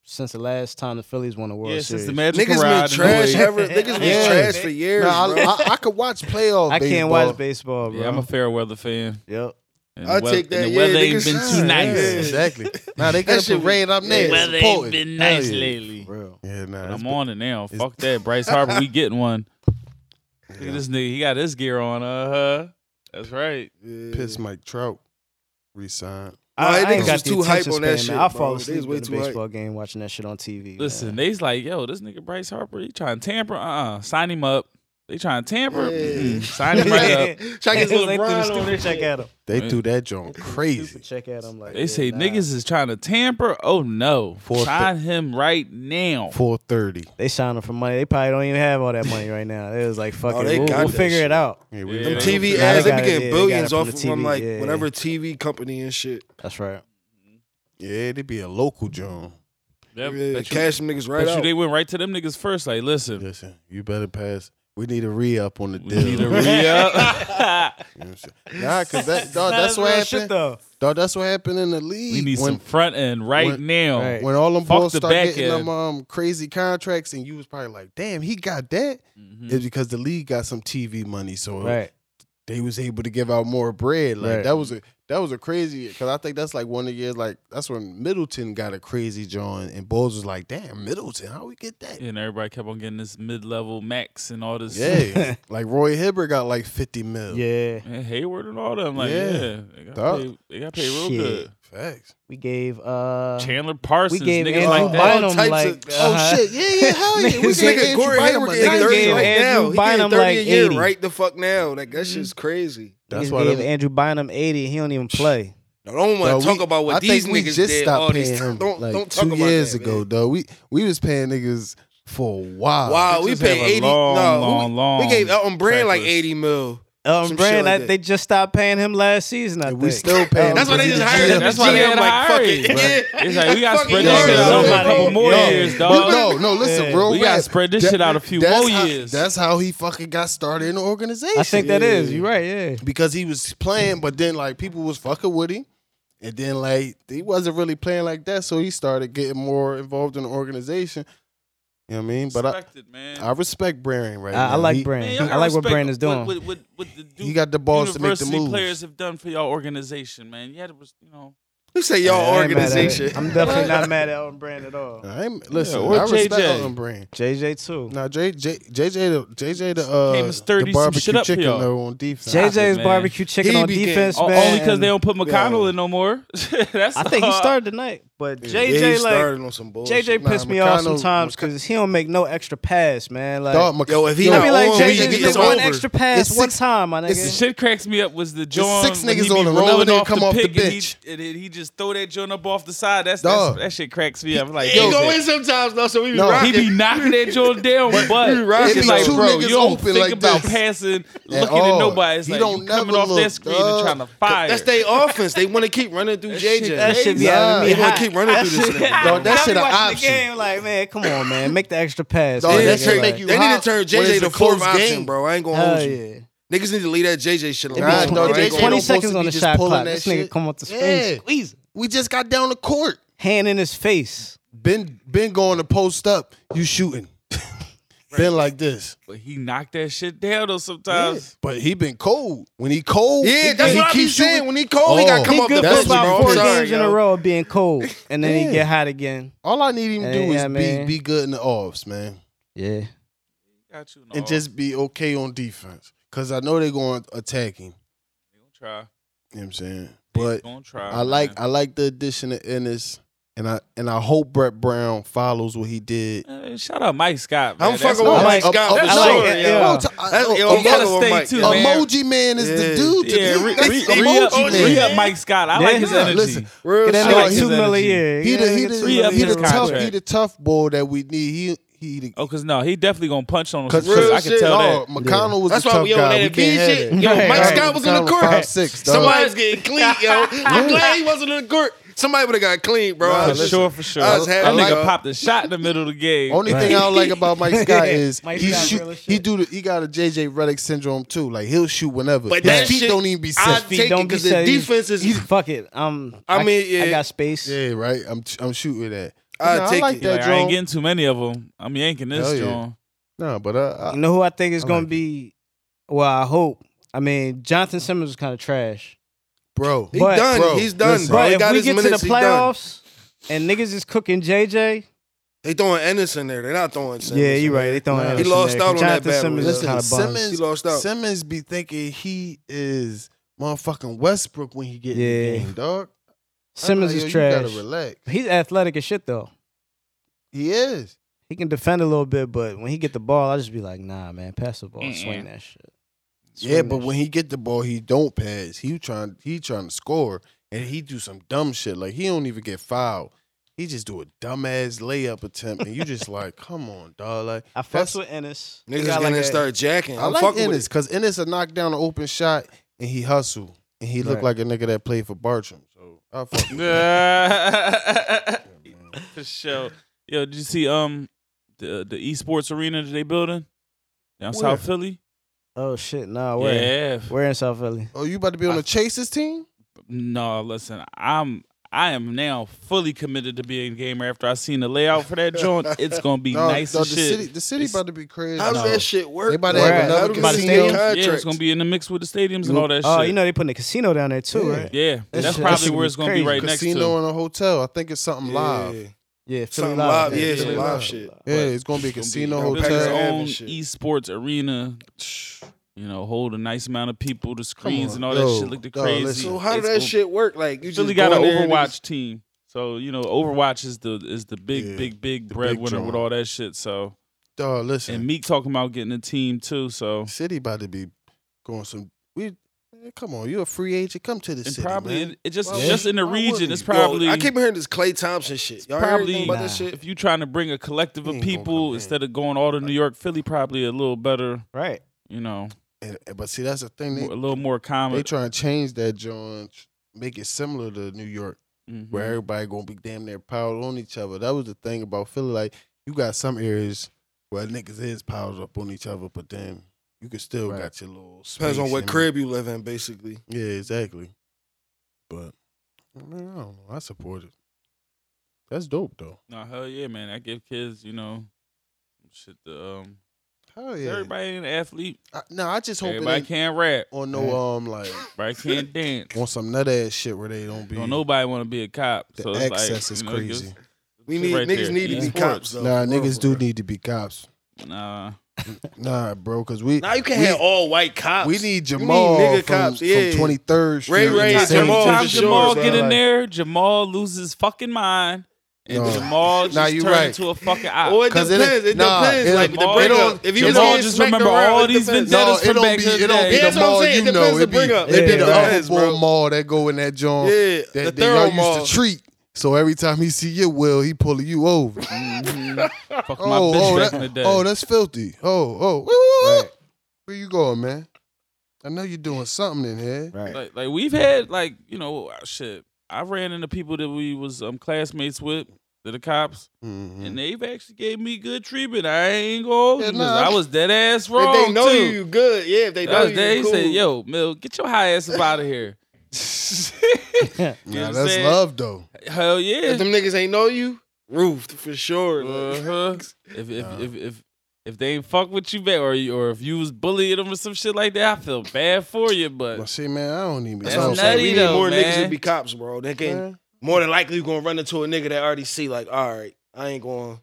S3: since the last time the Phillies won the World
S1: Yeah,
S3: Series.
S1: since the Magic
S4: Niggas
S1: Ride
S4: been
S1: and
S4: trash
S1: Wave.
S4: ever. Niggas been
S2: Yeah.
S4: trash for years.
S2: Nah, I,
S4: bro.
S2: I, I could watch playoff.
S3: I
S2: baseball.
S3: can't watch baseball, bro.
S1: Yeah, I'm a fair weather fan.
S3: yep.
S1: And
S4: I
S1: the
S4: take
S1: weath-
S4: that,
S1: And the
S4: yeah,
S1: weather ain't
S4: niggas
S1: been
S4: shine,
S1: too
S2: Yeah,
S1: nice.
S2: exactly. Now they gotta
S4: shit
S2: put rain up
S1: The
S2: there.
S1: weather ain't
S2: Support it.
S1: been nice
S2: Hell yeah.
S1: lately.
S3: Real.
S2: Yeah, nah.
S1: But
S2: it's
S1: I'm
S2: been-
S1: on it now.
S2: it's-
S1: Fuck that, Bryce Harper. We getting one. Look
S2: Yeah.
S1: at this nigga. He got his gear on. Uh huh. That's right.
S4: Yeah.
S2: Piss Mike Trout resign.
S4: Nah,
S3: I,
S4: they
S3: I ain't
S4: niggas
S3: got
S4: was
S3: the
S4: too hype
S3: attention
S4: on that
S3: span,
S4: shit,
S3: man. I
S4: bro.
S3: fall
S4: They
S3: asleep
S4: was way
S3: at a
S4: too hype.
S3: baseball game watching that shit on TV.
S1: Listen,
S3: man.
S1: they's like, yo, this nigga Bryce Harper. He trying to tamper. Uh uh Sign him up. They trying to tamper.
S4: Yeah.
S1: Mm-mm. Sign him right up.
S4: Try to get
S3: They
S4: his
S3: threw
S4: little
S3: the
S4: ride on
S3: stupid
S4: this
S3: check
S4: shit.
S3: at him.
S2: They
S1: Man.
S2: threw that joint crazy.
S3: Stupid check at him. Like
S1: They
S3: yeah,
S1: say
S3: nah.
S1: niggas is trying to tamper. Oh no.
S2: Four
S1: Sign him right now.
S2: Four thirty.
S3: They signed him for money. They probably don't even have all that money right now. It was like fuck
S4: Oh,
S3: it,
S4: they
S3: we'll,
S4: got
S3: we'll
S4: that
S3: figure
S4: shit.
S3: it out.
S2: Yeah,
S1: Yeah,
S2: them
S1: they
S4: Them
S1: don't-
S4: TV
S1: Nah, they
S4: ads, they
S3: got
S4: be
S3: it,
S4: getting
S3: yeah, they got
S4: billions
S3: it from
S4: off
S3: the
S4: of from
S3: TV,
S4: like
S3: yeah.
S4: whatever TV company and shit.
S3: That's right.
S2: yeah, they be a local joint.
S1: Yep.
S4: Yeah,
S1: Bet you-
S4: cash them niggas right
S1: bet you
S4: out.
S1: they went right to them niggas first. Like, listen,
S2: Listen, you better pass. We need a re up on the
S1: we
S2: deal.
S1: need a re up.
S2: You know what I'm saying? nah, cause that dog,
S3: Nah,
S2: that's
S3: real
S2: what
S3: shit
S2: happened.
S3: though.
S2: Dog, that's what happened in the league.
S1: we need
S2: when,
S1: some front end right
S2: when-
S1: now.
S3: Right.
S2: when all them
S1: Fuck
S2: boys
S1: the
S2: start
S1: back
S2: getting
S1: end.
S2: them um, crazy contracts, and you was probably like, damn, he got that.
S1: Mhm.
S2: It's because the league got some TV money, so
S3: Right.
S2: they was able to give out more bread. Like
S3: Right.
S2: that was a that was a crazy because I think that's like one of the years like that's when Middleton got a crazy joint, and Bulls was like, damn, Middleton, how we get that?
S1: And everybody kept on getting this mid level max and all this.
S2: Yeah, like Roy Hibbert got like fifty mil.
S3: Yeah.
S1: And Hayward and all them. Like, yeah.
S2: Yeah.
S1: They got
S2: Dog.
S1: paid, they got paid real
S3: Shit.
S1: good.
S2: facts.
S3: We gave uh
S1: Chandler Parsons,
S3: we gave
S1: niggas
S3: Andrew
S1: like that.
S4: Bynum.
S3: Bynum
S4: types
S3: like
S4: of-
S2: Oh
S3: uh-huh.
S2: shit, yeah, yeah, hell yeah. We
S4: This
S2: gave
S4: nigga
S2: Andrew
S4: Corey
S2: Bynum
S4: Hayward
S2: a
S4: getting
S3: niggas
S4: thirty
S3: gave
S4: right
S3: Andrew
S4: now. He getting
S3: Bynum
S4: thirty a
S3: like
S4: year
S3: 80.
S4: right the fuck now. Like that shit's crazy.
S2: That's
S3: Niggas
S2: why
S3: gave
S2: them-
S3: Andrew Bynum 80. He don't even play.
S4: I don't want
S2: Dog,
S4: to talk
S2: we-
S4: about what
S2: I
S4: these
S2: think we
S4: niggas
S2: just
S4: did
S2: stopped
S4: all
S2: paying
S4: these
S2: him
S4: Don't
S2: like
S4: don't talk
S2: two
S4: about
S2: years
S4: that,
S2: ago,
S4: man.
S2: though. We we was paying niggas for a while.
S4: Wow, we
S1: Just have
S4: paid
S1: a
S4: eighty.
S1: long,
S4: no,
S1: long,
S4: we,
S1: long
S4: we gave Elton Brand like
S1: tracklist.
S4: eighty mil.
S3: Um,
S4: Some shit
S3: Brand,
S4: like
S3: I-
S4: that.
S3: they just stopped paying him last season. I
S2: And
S3: think
S2: we still paying.
S4: That's why
S2: him
S4: they
S2: because
S4: just
S2: he
S4: hired
S2: the
S4: him.
S1: That's
S4: That's
S1: why they
S4: GM,
S1: had to
S4: like,
S1: hire
S4: fuck
S1: you.
S4: it. Yeah.
S1: It's like, we got to
S4: Fuck it,
S1: spread
S4: y'all
S1: this shit out
S4: got
S1: for a
S4: somebody.
S1: couple more
S2: No,
S1: years,
S2: we-
S1: dog.
S2: No, no, listen,
S3: Yeah.
S2: bro.
S1: We gotta spread this shit out a few
S2: that's
S1: more
S2: how-
S1: years.
S2: That's how he fucking got started in the organization.
S3: I think that is. You're right. Yeah.
S2: because he was playing, but then like people was fucking with him, and then like he wasn't really playing like that, so he started getting more involved in the organization. You know what I mean? But I,
S1: Respected, man.
S2: I respect Brand right now.
S3: I, I like
S2: He-
S3: Brand.
S1: Man, y'all
S3: I like what
S1: respect
S3: Brand is doing.
S1: What, what, what, what the
S2: He
S1: Duke
S2: got the balls to make the
S1: university
S2: moves.
S1: players have done for y'all organization, man. You had to, res- you know,
S4: You say y'all
S3: I ain't mad at it.
S4: organization.
S3: I'm definitely not mad at Elton Brand at all.
S2: I'm, listen,
S1: or
S2: I respect
S1: JJ.
S2: Elton Brand.
S3: JJ too.
S2: Now J, J, JJ, the, JJ, the uh,
S1: Came and sturdied some
S2: the barbecue
S1: shit up for
S2: chicken
S1: y'all.
S2: though on defense.
S1: J-
S3: JJ's
S1: man.
S3: barbecue chicken
S4: He
S3: on
S4: became-
S3: defense,
S1: all,
S3: man.
S1: only because they
S3: and
S1: don't put McConnell
S4: Yeah.
S1: in no more. That's
S3: I think he
S1: all.
S3: started tonight, but
S4: Yeah,
S3: JJ
S4: he
S3: like
S4: started on some bullshit.
S3: JJ
S2: Nah,
S3: pissed me off
S2: McConnell-
S3: sometimes because he don't make no extra pass, man. Like
S2: Dog, Mc-
S4: Yo, if he
S3: I
S4: not
S3: be like
S4: on,
S2: we-
S3: JJ
S2: we-
S3: just
S2: it's
S3: one
S2: over.
S3: extra pass
S2: It's
S3: one
S2: six-
S3: time, my
S1: The
S3: nigga.
S1: shit cracks me up was the John
S2: six
S1: when he
S2: niggas
S1: be
S2: on him, another
S1: rolling
S2: nigga
S1: off
S2: come
S1: the
S2: off the
S1: pick and
S2: bench.
S1: he, and then he just throw that joint up off the side. That's,
S2: Dog.
S1: that's that shit cracks me up. I'm Like,
S4: He
S1: yo,
S4: go
S1: that-
S4: in sometimes though, so we be
S2: No.
S4: rocking.
S1: he be knocking that joint down,
S4: He
S1: but
S4: rocking
S1: it's
S4: it.
S1: like,
S4: Two
S1: bro,
S2: niggas
S1: you don't
S2: open
S1: think
S2: like
S1: about
S2: this.
S1: passing, looking at
S2: all.
S1: nobody. It's
S2: He
S1: like
S2: don't
S1: you coming
S2: never
S1: off that
S2: look,
S1: screen
S2: dog.
S1: and trying to fire.
S4: That's their offense. They want to keep running through JJ.
S3: That shit be
S2: Nah,
S3: having me
S2: they
S4: wanna
S3: hot.
S4: keep running
S3: That
S4: through this nigga.
S2: Dog, that
S3: I be
S2: shit a
S3: watching
S2: option.
S3: The game, like man, come on, man, make the extra pass.
S2: Dog,
S3: man.
S2: that
S4: they,
S2: shit
S4: turn-
S2: make you
S4: they
S2: hot
S4: need to turn
S2: when it's
S4: JJ
S2: a
S4: the fourth
S2: close
S4: option,
S2: game.
S4: bro. I ain't gonna hold
S3: Hell
S4: you.
S3: yeah.
S4: Niggas need to leave that JJ shit alone.
S2: Nah,
S4: bro.
S2: dog,
S4: I
S2: they- they
S4: ain't gonna-
S2: don't-
S3: 20
S2: supposed
S3: seconds
S2: to
S3: on
S2: be
S3: the
S2: just
S3: shot
S2: pulling
S3: clock.
S2: that
S3: This nigga
S2: shit.
S3: come off the screen,
S2: Yeah.
S3: squeeze, it.
S2: we just got down the court.
S3: hand in his face.
S2: Been been going to post up. You shooting. been like this.
S1: But he knocked that shit down though sometimes.
S2: But he been cold. When he cold,
S4: Yeah,
S2: he
S4: that's
S2: he
S4: what I be
S2: keeps
S4: saying.
S2: shooting.
S4: When he cold, he
S2: Oh.
S4: got come
S2: He
S4: off
S3: good
S4: the
S2: that's
S3: for
S4: bench,
S2: what
S3: about
S4: bro.
S3: four
S4: I'm sorry,
S3: games in
S4: yo.
S3: a row of being cold, and then
S2: Yeah.
S3: he get hot again.
S2: All I need him to do
S3: Yeah,
S2: is
S3: man.
S2: be be good in the offs, man,
S3: Yeah,
S1: Got you. in the
S2: and
S4: Uh,
S1: off.
S2: just be okay on defense. Cause I know they're going to attack him.
S1: They gonna try. They
S2: You know what I'm saying? But
S1: gonna try.
S2: I like
S1: man.
S2: I like the addition of Ennis, and I and I hope Brett Brown follows what he did.
S1: Uh, shout out Mike Scott. Man.
S4: I'm
S1: That's
S4: fucking
S1: what-
S4: with
S3: Mike
S4: Mike
S2: Up-
S4: Scott.
S2: up-
S4: for
S1: that's
S2: no,
S4: sure,
S1: like-
S2: no,
S4: yo.
S3: yeah.
S2: t- I-
S4: That's- yo,
S2: oh,
S4: I'm
S1: gotta
S4: fucking with
S1: stay
S4: Mike,
S1: tuned,
S4: yo.
S1: man.
S2: Emoji Man is the
S4: Yeah.
S2: dude. To
S1: Yeah,
S2: do
S1: re,
S2: that's
S1: re,
S2: emoji
S1: re, up,
S4: emoji,
S1: re
S4: man.
S1: up Mike Scott. I like his
S2: Yeah,
S1: energy.
S2: listen,
S4: Real
S3: get that
S1: I like
S3: nigga
S1: his
S3: two
S1: energy.
S3: million.
S2: he the he the,
S1: Re- up
S2: he the
S1: his
S2: tough
S1: contract.
S2: he the tough boy that we need. He he the
S1: Oh, cause no, he definitely gonna punch on him.
S2: Cause,
S1: Cause,
S4: Real
S1: I can
S4: shit, Oh,
S1: tell
S2: dog,
S1: that.
S2: McConnell was
S4: That's
S2: a
S4: why
S2: tough
S4: we on
S2: guy.
S4: that
S2: We
S4: McConnell
S2: can't
S4: shit.
S2: have that.
S4: Yo,
S3: Right,
S4: Mike
S3: right.
S4: Scott was in the
S2: McConnell
S4: court.
S2: Five, six, dog.
S4: Somebody's getting clean, yo. I'm
S2: Yeah.
S4: glad he wasn't in the court. Somebody would have got clean, bro.
S2: Nah,
S4: I
S1: For
S4: was
S2: listen.
S1: sure, for sure.
S4: I was
S1: that
S4: happy,
S1: nigga
S4: dog.
S1: popped a shot in the middle of the game.
S2: Only
S3: Right.
S2: thing I don't like about Mike Scott is
S3: Mike
S2: he
S3: Scott
S2: shoot,
S3: real as
S2: he
S3: shit.
S2: do the, he got a JJ Redick syndrome too. Like he'll shoot whenever.
S4: But
S2: His
S4: that
S2: feet
S4: shit-
S2: don't even be
S4: I
S2: set.
S3: Feet
S4: take it
S3: don't be
S4: because the
S3: set.
S4: defense is.
S3: Fuck it. Um,
S4: I mean, yeah.
S3: I got space.
S2: Yeah, right. I'm I'm shooting that.
S4: I'll
S2: Nah,
S4: take
S2: like
S4: it.
S1: Like,
S2: that
S1: I ain't
S2: Joe.
S1: getting too many of them. I'm yanking this
S2: Hell yeah.
S1: joint.
S2: Nah, but uh,
S3: You
S2: I,
S3: know who I think is
S2: I
S3: gonna
S2: like it.
S3: be? Well, I hope. I mean, Jonathan Simmons was kind of trash.
S2: bro,
S4: He
S3: But-
S4: done.
S2: Bro,
S4: He's done,
S2: listen.
S4: bro.
S3: But
S4: He
S3: if
S4: got
S3: we
S4: his
S3: get
S4: minutes.
S3: to the
S4: He done.
S3: playoffs and niggas is cooking JJ,
S4: They throwing Ennis in there. They're not throwing Simmons.
S3: yeah, you're right. They throwing
S2: Nah.
S3: Anderson
S2: He
S4: lost
S3: there, 'cause
S4: out on that
S3: Jonathan
S4: bad
S3: Simmons
S4: boy.
S3: is
S2: listen,
S3: kind of bums.
S2: Simmons
S4: He lost out.
S2: Simmons be thinking he is motherfucking Westbrook when he get in the
S3: Yeah.
S2: game, dog. I'm
S3: Simmons
S2: like,
S3: is
S2: yo, You
S3: trash.
S2: gotta relax.
S3: He's athletic as shit though.
S2: He is.
S3: He can defend a little bit, but when he get the ball, I just be like, nah, man, pass the ball,
S1: Mm-mm.
S3: swing that shit.
S2: Yeah, but when he get the ball, he don't pass. He trying he trying to score, and he do some dumb shit. Like he don't even get fouled. He just do a dumbass layup attempt, and you just like, come on, dog. Like
S3: I
S2: that's-
S3: fucks with Ennis. He
S4: Niggas
S3: got
S4: gonna
S3: a-
S4: start jacking.
S2: I
S4: I'm
S2: like
S4: fucking with
S2: Ennis because Ennis will knock down an open shot, and he hustle, and he look
S3: Right.
S2: like a nigga that played for Bartram. So I fuck with him.
S1: for sure. Yo, did you see um the the esports arena that they building down
S2: Where?
S1: South Philly?
S3: Oh shit, nah, where?
S1: Yeah.
S3: We're in South Philly.
S2: Oh, you about to be on the Chasers team?
S1: No, listen, I'm I am now fully committed to being a gamer after I seen the layout for that joint. It's gonna be
S2: No,
S1: nice
S2: no,
S1: as
S2: the
S1: shit.
S2: city, the city
S1: It's-
S2: about to be crazy.
S4: it. How does
S1: No.
S4: that shit work?
S2: They about to
S4: bro?
S3: have another
S4: How do we
S3: by the
S4: see
S3: stadium?
S1: yeah, it's
S4: contracts?
S1: gonna be in the mix with the stadiums and all that
S3: Oh,
S1: shit.
S3: you know they putting a casino down there too,
S2: Yeah.
S3: right?
S1: yeah,
S3: That
S1: that's
S3: shit-
S1: probably
S3: that shit
S1: where it's
S3: was
S1: gonna be
S3: crazy.
S1: right
S2: casino
S1: next
S2: and a hotel. I think it's something live.
S4: Yeah.
S3: Yeah, Philly
S4: Something
S3: Live.
S4: live,
S2: yeah, some
S3: Philly
S2: live
S4: shit.
S2: Yeah,
S4: But
S2: it's gonna be a
S1: to. It's
S2: casino
S1: gonna be
S2: hotel.
S4: Packers
S1: its
S4: and
S1: own
S4: shit.
S1: esports arena. You know, hold a nice amount of people. The screens
S2: on,
S1: and all
S2: yo,
S1: that shit looked
S2: dog,
S1: crazy.
S2: listen.
S4: So how
S1: It's
S4: does that
S1: gonna-
S4: shit work? Like you
S1: Philly
S4: just
S1: got
S4: go
S1: an
S4: in there and
S1: Overwatch team. So, you know, Overwatch is the is the big,
S2: Yeah,
S1: big, big
S2: the
S1: breadwinner
S2: big
S1: with
S2: draw.
S1: all that shit. So
S2: Dog, listen,
S1: and Meek talking about getting a team too. So
S2: city about to be going some. We man, come on, you're a free agent. Come to the
S1: and
S2: city,
S1: probably
S2: man.
S1: it, it just
S2: Why
S1: just
S2: would-
S1: in the
S2: why
S1: region,
S2: would
S1: it's
S2: he?
S1: probably
S4: Yo, I keep hearing this Clay Thompson shit. Y'all heard
S1: probably-
S4: anything about this
S3: Nah.
S4: shit?
S1: if you're trying to bring a collective
S2: He
S1: of
S2: ain't gonna
S1: people
S2: come
S1: instead of going all to New York, Philly probably a little better,
S3: Right.
S1: you know,
S2: And- and- but see, that's the thing.
S1: more- a
S2: They,
S1: little more common.
S2: they trying to change that, John. Make it similar to New York,
S1: Mhm.
S2: where everybody gonna be damn near piled on each other. That was the thing about Philly. Like you got some areas where niggas is piled up on each other, but then you can still
S3: Right.
S2: got your little. Space
S4: Depends on what
S2: and-
S4: crib you live in, basically.
S2: Yeah, exactly. But I, mean, I don't know. I support it. That's dope though.
S1: No, hell yeah, man. I give kids, you know, shit to um
S2: Hell yeah.
S1: everybody ain't an athlete.
S2: I, no, I just hope it
S1: Everybody
S2: ain't
S1: can rap.
S2: on no um like
S1: Everybody can't dance.
S2: on some nut ass shit where they don't be.
S1: Don't nobody want to be a cop.
S2: the
S1: so it's
S2: access
S1: like,
S2: is
S1: you know, it gives-
S2: crazy.
S4: We
S1: Shit
S4: need
S1: right
S4: niggas
S1: there.
S4: need to be
S1: Esports.
S4: cops. Though,
S2: nah,
S4: for real,
S2: niggas
S4: for
S2: do
S4: real.
S2: need to be cops.
S1: Nah,
S2: Nah, bro, because we
S4: Now you can
S2: we,
S4: have all white cops.
S2: we need Jamal
S4: nigga
S2: from,
S4: cops, yeah.
S2: twenty third
S4: Ray
S1: Every
S4: Ray and
S1: time-
S4: Jamal
S1: every time
S4: for sure,
S1: Jamal
S4: bro.
S1: get in
S4: Like-
S1: there, Jamal loses fucking mind, and
S2: No.
S1: Jamal just
S2: Nah, you
S1: turns
S2: right.
S1: into a fucking
S4: Well,
S1: op.
S4: it
S2: 'Cause
S4: depends.
S2: it-
S4: It,
S2: nah,
S4: depends.
S2: it-
S4: like the
S1: Jamal-
S4: breakup.
S1: it
S4: If you
S1: Jamal
S4: get
S1: just
S4: smacked
S1: remember
S4: around,
S1: all
S4: it
S1: these
S4: depends.
S1: vendettas
S2: No, it
S1: from
S2: don't
S1: back
S2: be
S1: in the
S2: it don't be
S1: day.
S4: Yeah,
S2: the
S4: that's what I'm
S2: mall
S4: saying.
S2: you
S4: It depends
S2: know.
S4: the
S2: It be,
S4: bring up.
S2: it be
S4: Yeah,
S2: the
S4: it
S2: other
S4: depends,
S2: ball
S4: bro.
S2: mall that go in that joint
S4: Yeah,
S2: that,
S4: the
S2: that y'all
S4: thorough
S2: used
S4: mall.
S2: to treat. So every time he see you, Will, he pulling you over.
S1: Mhm. Fuck my
S2: Oh,
S1: bitch
S2: oh,
S1: back
S2: that-
S1: in the day.
S2: oh, that's filthy. Oh, oh, Woo, woo, woo.
S3: Right.
S2: where you going, man? I know you're doing something in here.
S3: Right.
S1: like, like we've had like you know shit. I ran into people that we was um, classmates with. that The cops
S2: Mhm.
S1: and they've actually gave me good treatment. I ain't gonna hold
S2: Yeah,
S1: you 'cause
S2: nah.
S1: I was dead ass wrong.
S4: If they know
S1: too.
S4: you, you good. Yeah, if they
S1: That
S4: know
S1: was
S4: you,
S1: dead.
S4: you
S1: He
S4: cool.
S1: said, "Yo, Mill, get your high ass up out of here." You know
S2: Nah,
S1: what I'm
S2: that's
S1: saying? Uh,
S2: love though.
S1: Hell
S4: If
S1: yeah.
S2: Uh-huh.
S4: them niggas ain't know you, roofed for sure. like.
S1: Uh-huh. If if,
S2: Nah.
S1: if if if they ain't fuck with you back, or you- or if you was bullying them or some shit like that, I feel bad for you.
S2: But
S1: But
S2: see, man, I don't even.
S1: That's
S4: That's what I'm
S1: nutty
S4: saying. We need
S1: though,
S4: more niggas
S1: man.
S4: to be cops, bro. They can
S2: Man.
S4: more than likely you're gonna run into a nigga that already see like, all right, I ain't going,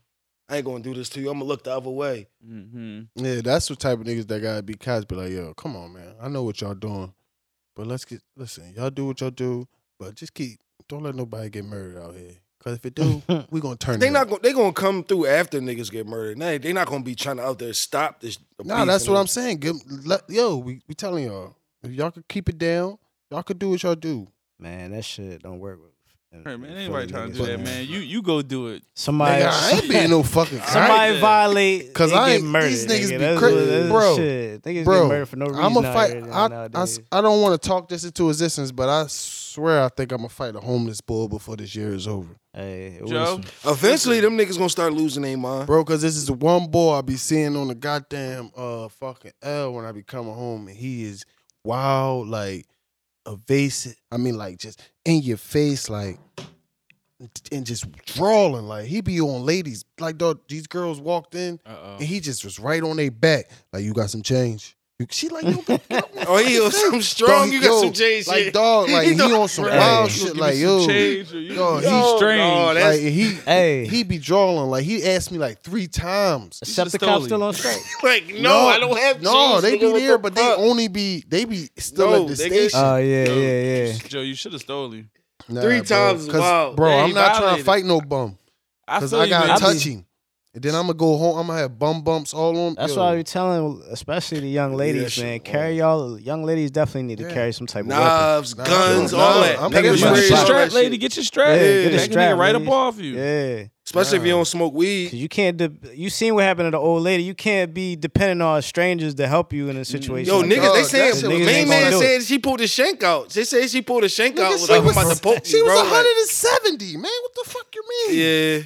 S4: I ain't gonna do this to you. I'm gonna look the other way.
S1: hmm
S2: Yeah, that's the type of niggas that gotta be cops. Be like, yo, come on, man. I know what y'all doing, but let's get listen. Y'all do what y'all do, but just keep. Don't let nobody get murdered out here. Cause if it do, we gonna turn.
S4: They
S2: it
S4: not
S2: up.
S4: gonna, they gonna come through after niggas get murdered. They they not gonna be trying to out there stop this.
S2: Nah, that's what I'm saying. Give, let, yo, we we telling y'all. If y'all could keep it down, y'all could do what y'all do.
S3: Man, that shit don't work with.
S1: Right, man, anybody trying to do
S2: But-
S1: that, man. You you go do it.
S3: Somebody,
S2: Nigga, I ain't being no fucking cop.
S3: somebody
S1: Yeah.
S3: violate.
S2: 'Cause
S3: Cause
S2: I
S3: I
S2: ain't-
S3: get murdered.
S2: these niggas
S3: nigga.
S2: be
S3: That's
S2: cra-
S3: what- that's
S2: bro,
S3: shit. Niggas
S2: bro,
S3: get murdered for no reason.
S2: I'm
S3: I'm
S2: a
S3: gonna
S2: fight. I, I s-
S3: nowadays.
S2: I don't want to talk this into existence, but I swear I think I'm gonna fight a homeless bull before this year is over,
S3: hey, it
S1: Joe?
S3: was-
S4: Eventually, them niggas gonna start losing their mind.
S2: bro. Cause this is the one bull I be seeing on the goddamn uh fucking L when I be coming home, and he is wild, like evasive. I mean, like just in your face, like and just drawling. Like he be on ladies, like dog. These girls walked in,
S4: Oh.
S1: Uh
S2: and he just was right on their back, like you got some change. You- She like yo, get- get up,
S4: Oh, he was something strong.
S2: Dog,
S4: you got
S2: yo,
S4: some J shit.
S2: Like dog, like he, on some
S4: Right.
S2: wild shit. Like yo,
S1: change or you,
S2: yo,
S1: you
S2: he- Oh,
S1: strange.
S4: no,
S2: like
S4: that's-
S2: he
S3: Hey.
S2: he be drawing. Like he asked me like three times.
S1: Except the
S3: Except the
S1: cop
S3: cops
S1: still
S3: still on strike.
S4: like no, I don't have.
S2: No,
S4: J's,
S2: they
S4: nigga,
S2: be
S4: what
S2: there,
S4: the
S2: but
S4: fuck?
S2: they only be they be still
S4: No,
S2: at the
S4: they get-
S2: station.
S3: Oh yeah,
S4: Yo,
S3: yeah, yeah.
S1: Joe, you should have stole him.
S2: Nah,
S4: three
S2: bro,
S4: times is
S2: 'cause,
S4: wild.
S2: Bro,
S1: Yeah,
S2: I'm
S1: he
S2: not trying to
S1: violated.
S2: fight no bum
S1: I
S2: because
S1: feel
S2: I
S1: you, man.
S2: gotta
S3: I be-
S2: touch him, and then I'm gonna go home. I'm gonna have bum bumps all on.
S3: That's
S2: yo,
S3: why I be telling, especially the young ladies,
S4: shit
S3: man.
S4: wild.
S3: Carry y'all, young ladies definitely need to
S2: Yeah.
S3: carry some type of weapon.
S4: knives,
S2: Nah,
S4: guns,
S2: nah,
S4: all
S2: nah,
S4: that.
S2: I'm
S4: Niggas
S2: taking
S4: was
S2: my
S4: raised
S2: shit.
S4: on that
S1: strap,
S4: shit.
S1: lady. Get your strap.
S3: Yeah,
S1: Yeah,
S3: get a
S1: that
S3: strap,
S1: nigga right up
S3: ladies.
S1: off you.
S3: Yeah,
S4: Especially if you don't smoke
S3: cause
S4: weed.
S3: you can't. De- you seen what happened to the old lady. You can't be depending on strangers to help you in a situation.
S4: Yo,
S3: like
S4: niggas,
S2: dog,
S4: they
S2: that
S4: saying
S2: shit
S3: was-
S4: main
S3: niggas
S4: man
S3: ain't gonna do
S4: said she pulled the shank out. They said she pulled the shank
S2: nigga,
S4: out. Was
S2: she
S4: like, I'm
S2: was,
S4: about to poke
S2: she
S4: you,
S2: was
S4: bro. Like,
S2: 170, man. What the fuck you mean?
S4: yeah.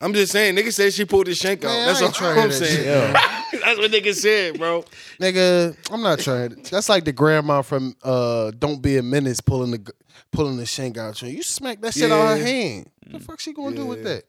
S4: I'm just saying, nigga said she pulled the shank out.
S2: Man, I
S4: That's
S2: ain't
S4: all
S2: trying
S4: I'm
S2: that shit.
S4: saying.
S3: Yo,
S4: That's what niggas said, bro.
S2: Nigga, I'm not trying. it. That's like the grandma from uh Don't Be a Menace pulling the gu- pulling the shank out. You You smack that shit out her
S4: Yeah.
S2: hand. What the fuck she gonna do with
S4: Yeah.
S2: that?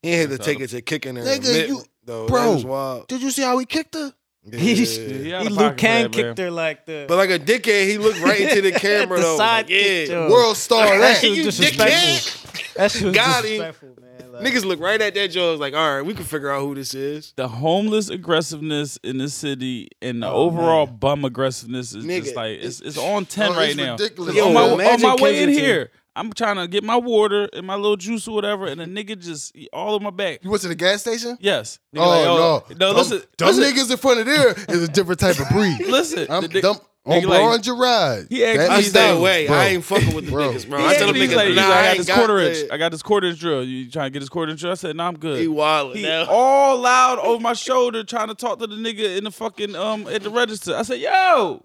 S4: He had to
S1: That's
S4: take
S1: how
S4: it to kicking her.
S2: Nigga,
S4: mid-
S2: you-
S4: though.
S2: bro.
S4: That was wild.
S2: Did you see how he kicked her?
S3: He's-
S4: Yeah.
S1: he, out
S3: he
S1: of
S3: Luke
S1: pocket for
S3: Kang
S1: that, man.
S3: kicked her like the.
S4: But like a dickhead, he looked right into the camera
S3: The
S4: though.
S3: side
S4: Like,
S3: kick,
S4: yeah,
S3: yo.
S2: World star
S3: that
S2: that.
S3: shit
S4: you
S3: was disrespectful.
S4: dickhead.
S3: That shit was
S4: Got him.
S3: disrespectful, man. Like,
S4: Niggas look right at that joke. Like, all right, we can figure out who this is.
S1: The homeless aggressiveness in the city and the
S3: Oh,
S1: overall bum aggressiveness is
S4: Nigga,
S1: just like it's,
S4: it's-
S1: it's on ten
S2: oh,
S1: right
S2: it's
S1: now. 'Cause
S2: ridiculous.
S4: Yo,
S1: on my, on
S4: imagine
S1: my way in
S4: Kensington.
S1: here, I'm trying to get my water and my little juice or whatever, and a nigga just all on my back.
S2: You went to the gas station?
S1: Yes. Nigga
S2: Oh,
S1: like,
S2: no.
S1: no!
S2: Dumb-
S1: listen,
S2: dumb
S1: listen,
S2: niggas in front of there is a different type of breed.
S1: Listen,
S2: I'm
S1: the dick-
S2: dumb on
S1: nigga like-
S2: Braun Gerard.
S1: He asked
S2: That
S1: me
S4: I
S1: He's
S2: is
S4: stay
S1: down,
S4: away.
S2: bro.
S4: I ain't fucking with the
S2: Bro.
S4: niggas,
S1: He
S4: bro. I
S1: asked
S4: tell them
S1: me, he's
S4: niggas,
S1: like, he's
S4: nah,
S1: like,
S4: I
S1: I got
S4: ain't
S1: this
S4: got
S1: quarter inch.
S4: that.
S1: I got this quarter inch drill. You trying to get this quarter inch drill? I said, no, I'm good.
S4: He wild
S1: He
S4: now.
S1: all loud over my shoulder trying to talk to the nigga in the fucking um at the register. I said, yo.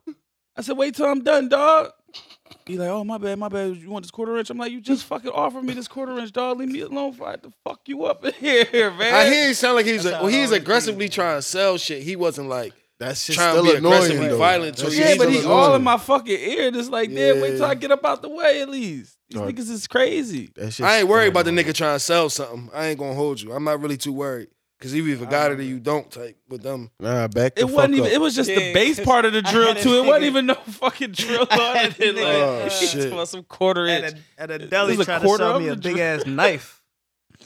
S1: I said, wait till I'm done, dog. He like, oh my bad, my bad. You want this quarter inch? I'm like, you just fucking offered me this quarter inch, dog. Leave me alone for I had to fuck you up in here, man.
S4: I hear he sound like he's
S3: That's
S4: a,
S3: how
S4: well,
S3: it
S4: he's
S3: always
S4: aggressively trying to sell shit. He wasn't like
S2: That shit's
S4: trying to
S2: still
S4: be
S2: annoying
S4: aggressively
S2: though.
S4: violent to
S2: That
S4: you.
S2: shit's
S1: yeah, but
S2: still
S1: he all
S2: annoying.
S1: in my fucking ear. Just like, damn, wait till
S4: Yeah.
S1: I get up out the way at least. These
S2: Dog.
S1: niggas is crazy.
S2: That shit's
S4: I ain't worried about the
S2: annoying.
S4: nigga trying to sell something. I ain't gonna hold you. I'm not really too worried because you either got it or you don't. Type with them.
S2: Nah, back the
S1: It wasn't
S2: fuck
S1: even.
S2: up.
S1: It was just the
S3: Yeah,
S1: base
S3: 'cause
S1: part of the
S3: I
S1: drill
S3: had a
S1: too. It wasn't
S3: nigga-
S1: even no fucking drill on
S3: had
S1: it.
S3: a
S1: Like,
S3: nigga,
S2: Oh,
S1: oh,
S2: shit.
S1: some quarter inch.
S3: at a, at a
S1: It
S3: deli
S1: was a
S3: trying to
S1: quarter
S3: sell
S1: of
S3: me
S1: the
S3: a big
S1: drink.
S3: ass knife.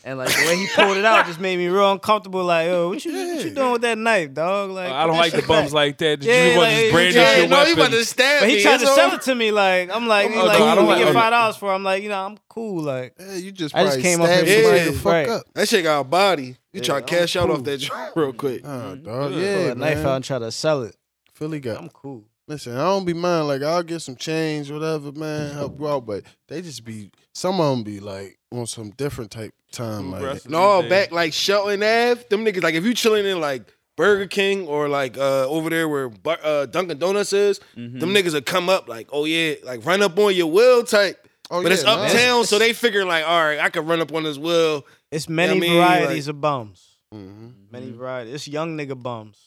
S3: And like the way he pulled it out just made me real uncomfortable. Like, yo, what you what you doing with that knife, dog? Like,
S1: I don't like the bums like that. The
S3: Yeah,
S1: drill
S3: like,
S1: was just brand
S3: yeah,
S1: new your
S4: no, you about
S1: weapon.
S4: to stab
S3: But
S4: me.
S3: he tried
S4: It's
S3: to sell
S4: over.
S3: it to me. Like, I'm like, he
S1: Oh,
S3: like,
S1: no, I don't
S3: you
S1: like-
S3: get
S1: oh, no.
S3: five dollars for. it. I'm like, you know, I'm cool. Like,
S2: Yeah, you just
S3: I just
S2: probably
S3: came up
S2: stabbed
S4: here-
S2: somebody
S4: Yeah,
S2: the fuck
S3: right.
S2: up.
S4: That shit got a body. You
S3: Yeah,
S4: trying to
S3: I'm
S4: cash out
S3: cool.
S4: off that joint real quick.
S2: Oh, dog,
S1: Good.
S3: Mm-hmm. pull
S2: yeah,
S3: a knife
S2: man.
S3: out and try to sell it.
S2: Philly got
S3: I'm cool.
S2: Listen, I don't be mind. Like I'll get some change, whatever, man, help you out. But they just be some of them be like on some different type time. Like
S1: Aggressive.
S4: No,
S1: Yeah.
S4: back like Shelton Ave. Them niggas like if you chilling in like Burger King or like uh over there where Bu- uh, Dunkin' Donuts is.
S1: Mm-hmm.
S3: Hmm.
S4: Them niggas will come up like, oh yeah, like run up on your will type.
S2: oh,
S4: but it's
S2: yeah,
S4: uptown,
S2: nah.
S4: so they figure like, all right, I can run up on this will.
S3: It's many
S4: I mean,
S3: varieties of bums.
S2: Mhm.
S1: Mm-hmm.
S3: Many varieties. It's young nigga bums.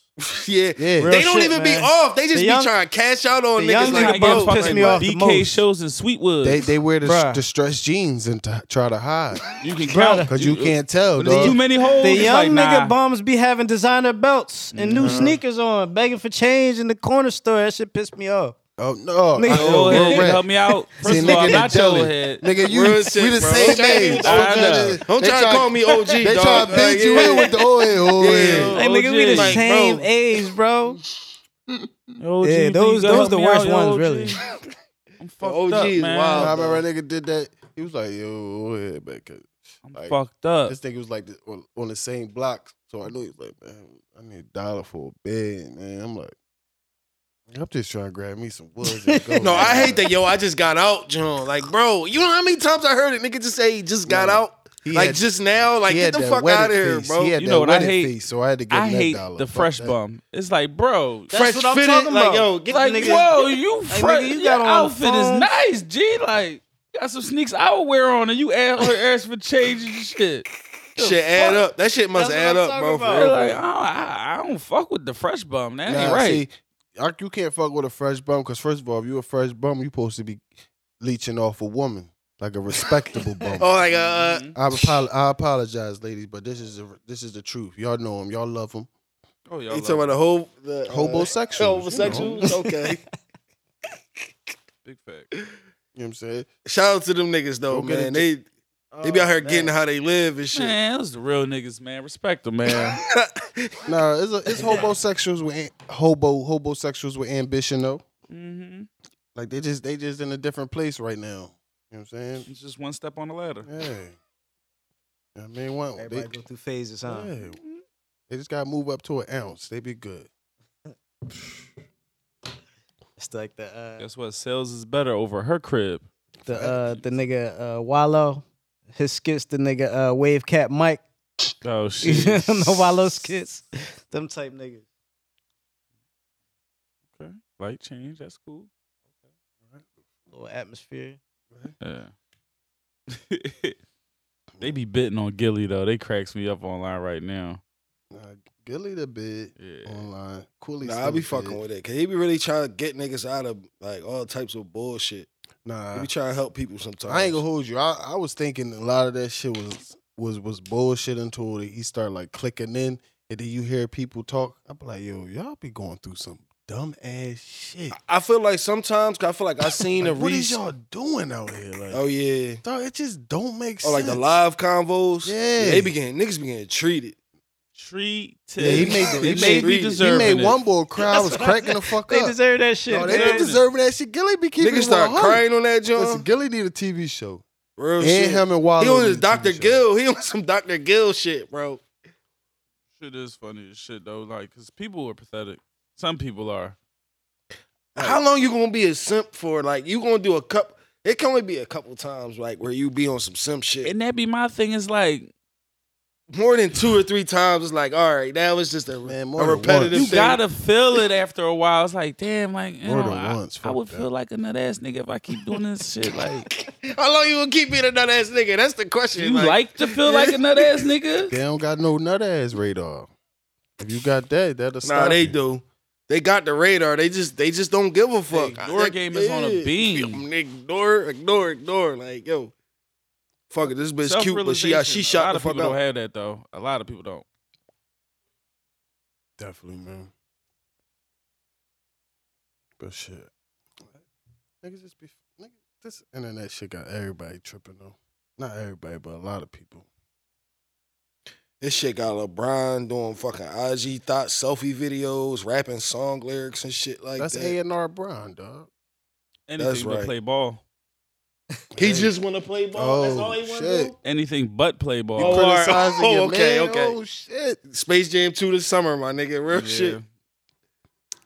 S4: yeah.
S2: Yeah.
S4: They
S3: Real
S4: don't
S3: shit,
S4: even be
S3: man.
S4: off. They just
S3: The
S4: be
S3: young-
S4: trying to cash out on
S3: the
S4: niggas
S3: young
S1: Trying
S4: like
S1: to get
S3: nigga bro,
S1: us
S4: bro.
S3: pissed
S1: fucking
S3: me off the
S1: BK
S3: most.
S1: shows in Sweetwood.
S2: They they wear the
S3: Bruh.
S2: distressed jeans and to try to hide
S1: you can
S3: Bruh.
S1: count
S2: because you can't tell.
S1: There's
S2: dawg.
S1: too many holes.
S3: The
S1: It's
S3: young
S1: like,
S3: nigga
S1: nah. Mm-hmm.
S3: bums be having designer belts and new sneakers on, begging for change in the corner store. That shit pissed me off.
S2: Oh no,
S3: Nigga.
S2: I-
S1: Go
S2: real
S1: ahead,
S2: rap.
S1: help me out. First
S2: See,
S1: of all,
S2: nigga,
S1: not
S2: they
S1: your
S2: telling.
S1: head.
S2: Nigga, you
S4: Real shit,
S2: we the
S4: bro.
S2: same
S4: Don't try to
S2: name.
S1: try
S4: even- don't
S1: to-
S4: Don't
S2: They
S4: try to call me OG,
S2: They
S4: dog.
S2: try to
S4: Like,
S2: beat you
S4: yeah.
S2: in with the oh, old head, old
S4: Yeah.
S2: head.
S1: Oh,
S3: Hey, nigga, we the
S1: Jay.
S3: same age, bro.
S1: Yo,
S3: Yeah,
S1: G, you
S3: those-
S1: think you
S3: those
S1: help
S3: the
S1: me
S3: worst
S1: out, yo,
S3: ones,
S1: G?
S3: really.
S1: I'm fucked
S4: OG
S1: up,
S4: is
S1: man.
S4: wild.
S2: I remember a nigga did that. He was like, yo, oh, old head, man. 'cause,
S1: I'm
S2: like,
S1: fucked up.
S2: This nigga was like the- on, on the same block, so I knew he was like, man, I need a dollar for a bed, man. I'm like, I'm just trying to grab me some woods. And go,
S4: No, I
S2: man.
S4: hate that. Yo, I just got out, John. Like, bro, you know how many times I heard it? Nigga just say he just got
S2: Yeah.
S4: out.
S2: He
S4: like
S2: had-
S4: just now. Like,
S2: he had
S4: get the
S2: that
S4: fuck
S2: wedded
S4: out of here,
S2: face.
S4: bro.
S2: He had
S1: You
S2: that
S1: know what I
S2: wedded
S1: hate?
S2: face, so I had to give him
S1: I
S2: that
S1: hate
S2: dollar.
S1: the
S2: Fuck
S1: fresh
S2: that.
S1: bum. It's like, bro.
S3: That's what I'm
S4: fitted,
S3: talking
S4: Like,
S3: about.
S4: yo, get
S1: Like,
S4: the nigga.
S1: whoa, you
S3: Like,
S1: fresh.
S3: nigga, you
S1: you got
S3: got
S1: your
S3: on
S1: outfit is
S3: phones.
S1: nice, G. Like, you got some sneaks I would wear on, and you ask, or ask for change and shit.
S4: Shit add up. That shit must
S3: That's what
S4: add
S3: I'm
S4: up,
S3: talking
S4: bro. For
S3: about.
S1: You're
S4: real.
S1: like, oh, I, I don't fuck with the fresh bum. That ain't
S2: Nah,
S1: right.
S2: see, I- you can't fuck with a fresh bum because first of all, if you a fresh bum, you supposed to be leeching off a woman like a respectable bum.
S4: Oh, like, uh,
S3: Mm-hmm.
S1: Mhm.
S2: I, apol- I apologize, ladies, but this is the this is the truth. Y'all know him. Y'all love him.
S1: oh, y'all
S4: you
S1: love
S4: talking about the whole the uh,
S2: Hobosexuals,
S4: Hobosexuals? Okay.
S1: big fact.
S2: You know what I'm saying?
S4: Shout out to them niggas though,
S2: Don't get
S4: man.
S2: it-
S4: They they be out here
S3: Oh,
S4: getting how they live and shit.
S1: Man, those the real niggas, man. Respect them, man.
S2: Nah, it's a, it's hobosexuals with am- hobo hobosexuals with ambition though.
S1: hmm
S2: Like they just they just in a different place right now. You know what I'm saying?
S1: It's just one step on the ladder.
S2: Yeah. You know what I mean, one, they,
S3: Everybody go through phases, huh?
S2: yeah. they just gotta move up to an ounce. They be good.
S3: It's like the uh,
S1: Guess what? Sales is better over her crib.
S3: the uh, the nigga uh, Wallow, his skits. The nigga uh, Wave Cat Mike,
S1: Oh
S3: you
S1: shit.
S3: know Wallow skits. Them type niggas.
S1: okay. Light change. That's cool.
S3: Little atmosphere.
S1: Yeah. they be bitting on Gilly though. They cracks me up online right now.
S2: Nah, Gilly the bit
S1: Yeah.
S2: online. Cooley.
S4: Nah, I be fucking with it. Cause he be really trying to get niggas out of like all types of bullshit. He
S2: Nah,
S4: be trying to help people sometimes.
S2: I ain't gonna hold you. I, I was thinking a lot of that shit was was was bullshit until he started like clicking in, and then you hear people talk. I be like, yo, y'all be going through some dumb ass shit.
S4: I feel like sometimes 'cause I feel like I seen a
S2: Like, what is
S4: reach.
S2: y'all doing out here? Like,
S4: Oh yeah.
S2: dog, it just don't make
S4: Oh,
S2: sense.
S4: like the live convos.
S2: Yeah.
S4: they be getting niggas be getting treated.
S1: Treat
S2: Yeah, he made the- he made-
S1: me
S4: he
S2: He
S1: deserve
S2: made one boy cry. I was cracking the fuck
S3: They
S2: up.
S3: deserve that shit.
S2: No, they
S1: deserve
S2: been
S1: it.
S3: man.
S2: deserving that shit. Gilly be keeping
S4: niggas start
S2: 100.
S4: crying on that
S2: Listen,
S4: John.
S2: Gilly need a TV show.
S4: Real
S2: And
S4: shit.
S2: him and Wally.
S4: he on his Dr. Gill. He on some Dr. Gill shit, bro.
S1: Shit is funny as shit though. Like, cause people are pathetic. Some people are.
S4: How long you gonna be a simp for? Like you gonna do a cup? It can only be a couple times, like where you be on some simp shit.
S1: And that be my thing. Is like
S4: More than two or three times, it's like, all right, that was just a,
S2: Man, more
S4: a
S2: than
S4: repetitive
S2: once.
S1: you
S4: thing.
S1: gotta feel it after a while. It's like, damn, like you
S2: More
S1: know,
S2: than
S1: I,
S2: once,
S1: I
S2: fuck
S1: would
S2: that.
S1: feel like a nut ass nigga if I keep doing this shit. Like,
S4: How long you gonna keep being a nut ass nigga? That's the
S1: do
S4: question.
S1: you like, to feel like a nut ass nigga?
S2: They don't got no nut ass radar. If you got that, that'll stop.
S4: Nah, they
S2: you.
S4: do. They got the radar. They just they just don't give a fuck.
S1: ignore game is on a
S4: Yeah.
S1: beam.
S4: Ignore, ignore, ignore. Like yo, fuck it. This bitch cute, but she she
S1: Self-realization. A
S4: shot
S1: lot
S4: the
S1: of
S4: fuck
S1: people
S4: up.
S1: don't have that though. A lot of people don't.
S2: Definitely, man. But shit. Niggas just be nigga, this internet shit got everybody tripping though. Not everybody, but a lot of people.
S4: This shit got LeBron doing fucking IG thought selfie videos, rapping song lyrics and shit like
S2: That's A
S4: that.
S2: and R Brown, dog.
S1: Anything
S4: That's
S1: but
S4: right.
S1: play ball.
S4: he just want to play ball. That's
S2: Oh,
S4: all he want to
S2: shit.
S4: do.
S1: Anything but play
S2: You
S1: ball.
S4: Oh, all right.
S2: criticizing
S4: Oh,
S2: your
S4: okay,
S2: man?
S4: okay.
S2: Oh shit.
S4: Space Jam 2 this summer, my nigga. Real
S1: Yeah.
S4: shit.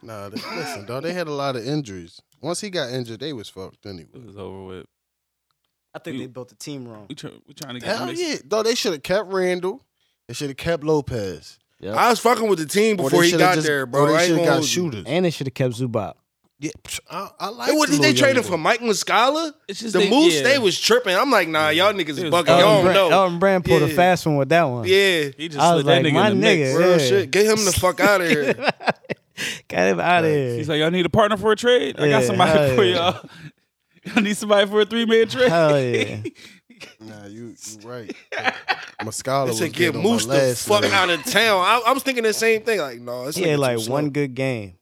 S2: Nah, they, listen, dog. They had a lot of injuries. Once he got injured, they was fucked anyway.
S1: It was over with.
S3: I think
S1: You-
S3: they built the team wrong.
S1: We try, we trying to get
S2: Hell
S1: mixed.
S2: yeah, dog. They should have kept Randall. They should have kept Lopez.
S4: I was fucking with the team
S2: Or
S4: before
S2: they
S4: he
S2: shoulda
S4: got
S2: just-
S4: there,
S2: or
S4: bro. I
S2: they
S4: ain't
S2: should have
S4: gonna
S2: got
S4: hold you.
S2: shooters.
S3: And they should have kept Zubac.
S2: Yeah, psh, I, I like.
S4: It was,
S2: the
S4: they
S2: Lil
S4: traded
S2: Yachty.
S4: for Mike Muscala.
S1: It's just
S4: the
S1: they-
S4: moves
S1: yeah.
S4: they was tripping. I'm like, nah, y'all niggas
S1: It was
S4: bugging.
S1: dumb.
S4: Y'all
S3: Elton
S4: don't
S3: Brand,
S4: know.
S3: Elton Brand pulled a
S4: Yeah.
S3: fast one with that one.
S4: Yeah,
S1: He just
S3: I was
S1: slid that
S3: like,
S1: nigga
S3: my
S1: in the mix.
S3: nigga.
S4: real
S3: Yeah.
S4: shit. Get him the fuck out of here.
S3: Got him out of here.
S1: He's like, y'all need a partner for a trade? I got
S3: Yeah,
S1: somebody
S3: hell
S1: for
S3: yeah.
S1: y'all. I need somebody for a three man trade.
S3: Hell yeah.
S2: Nah, you you right. Mascala was
S4: It's to
S2: good
S4: get
S2: on my
S4: Moose the
S2: last
S4: fuck
S2: name.
S4: out of town. I, I was thinking the same thing. Like, no, it's
S3: he had like one good game.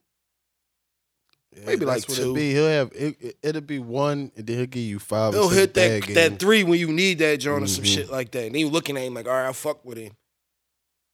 S2: Yeah,
S4: maybe like
S2: that's what it'd
S4: two.
S2: Be. He'll have it, it. It'll be one, and then he'll give you five. or
S4: He'll
S2: six
S4: hit that
S2: bad
S4: that
S2: games.
S4: three when you need that, John, or some
S1: Mm-hmm.
S2: Mhm.
S4: shit like that. And he looking at him like, all right, I fuck with him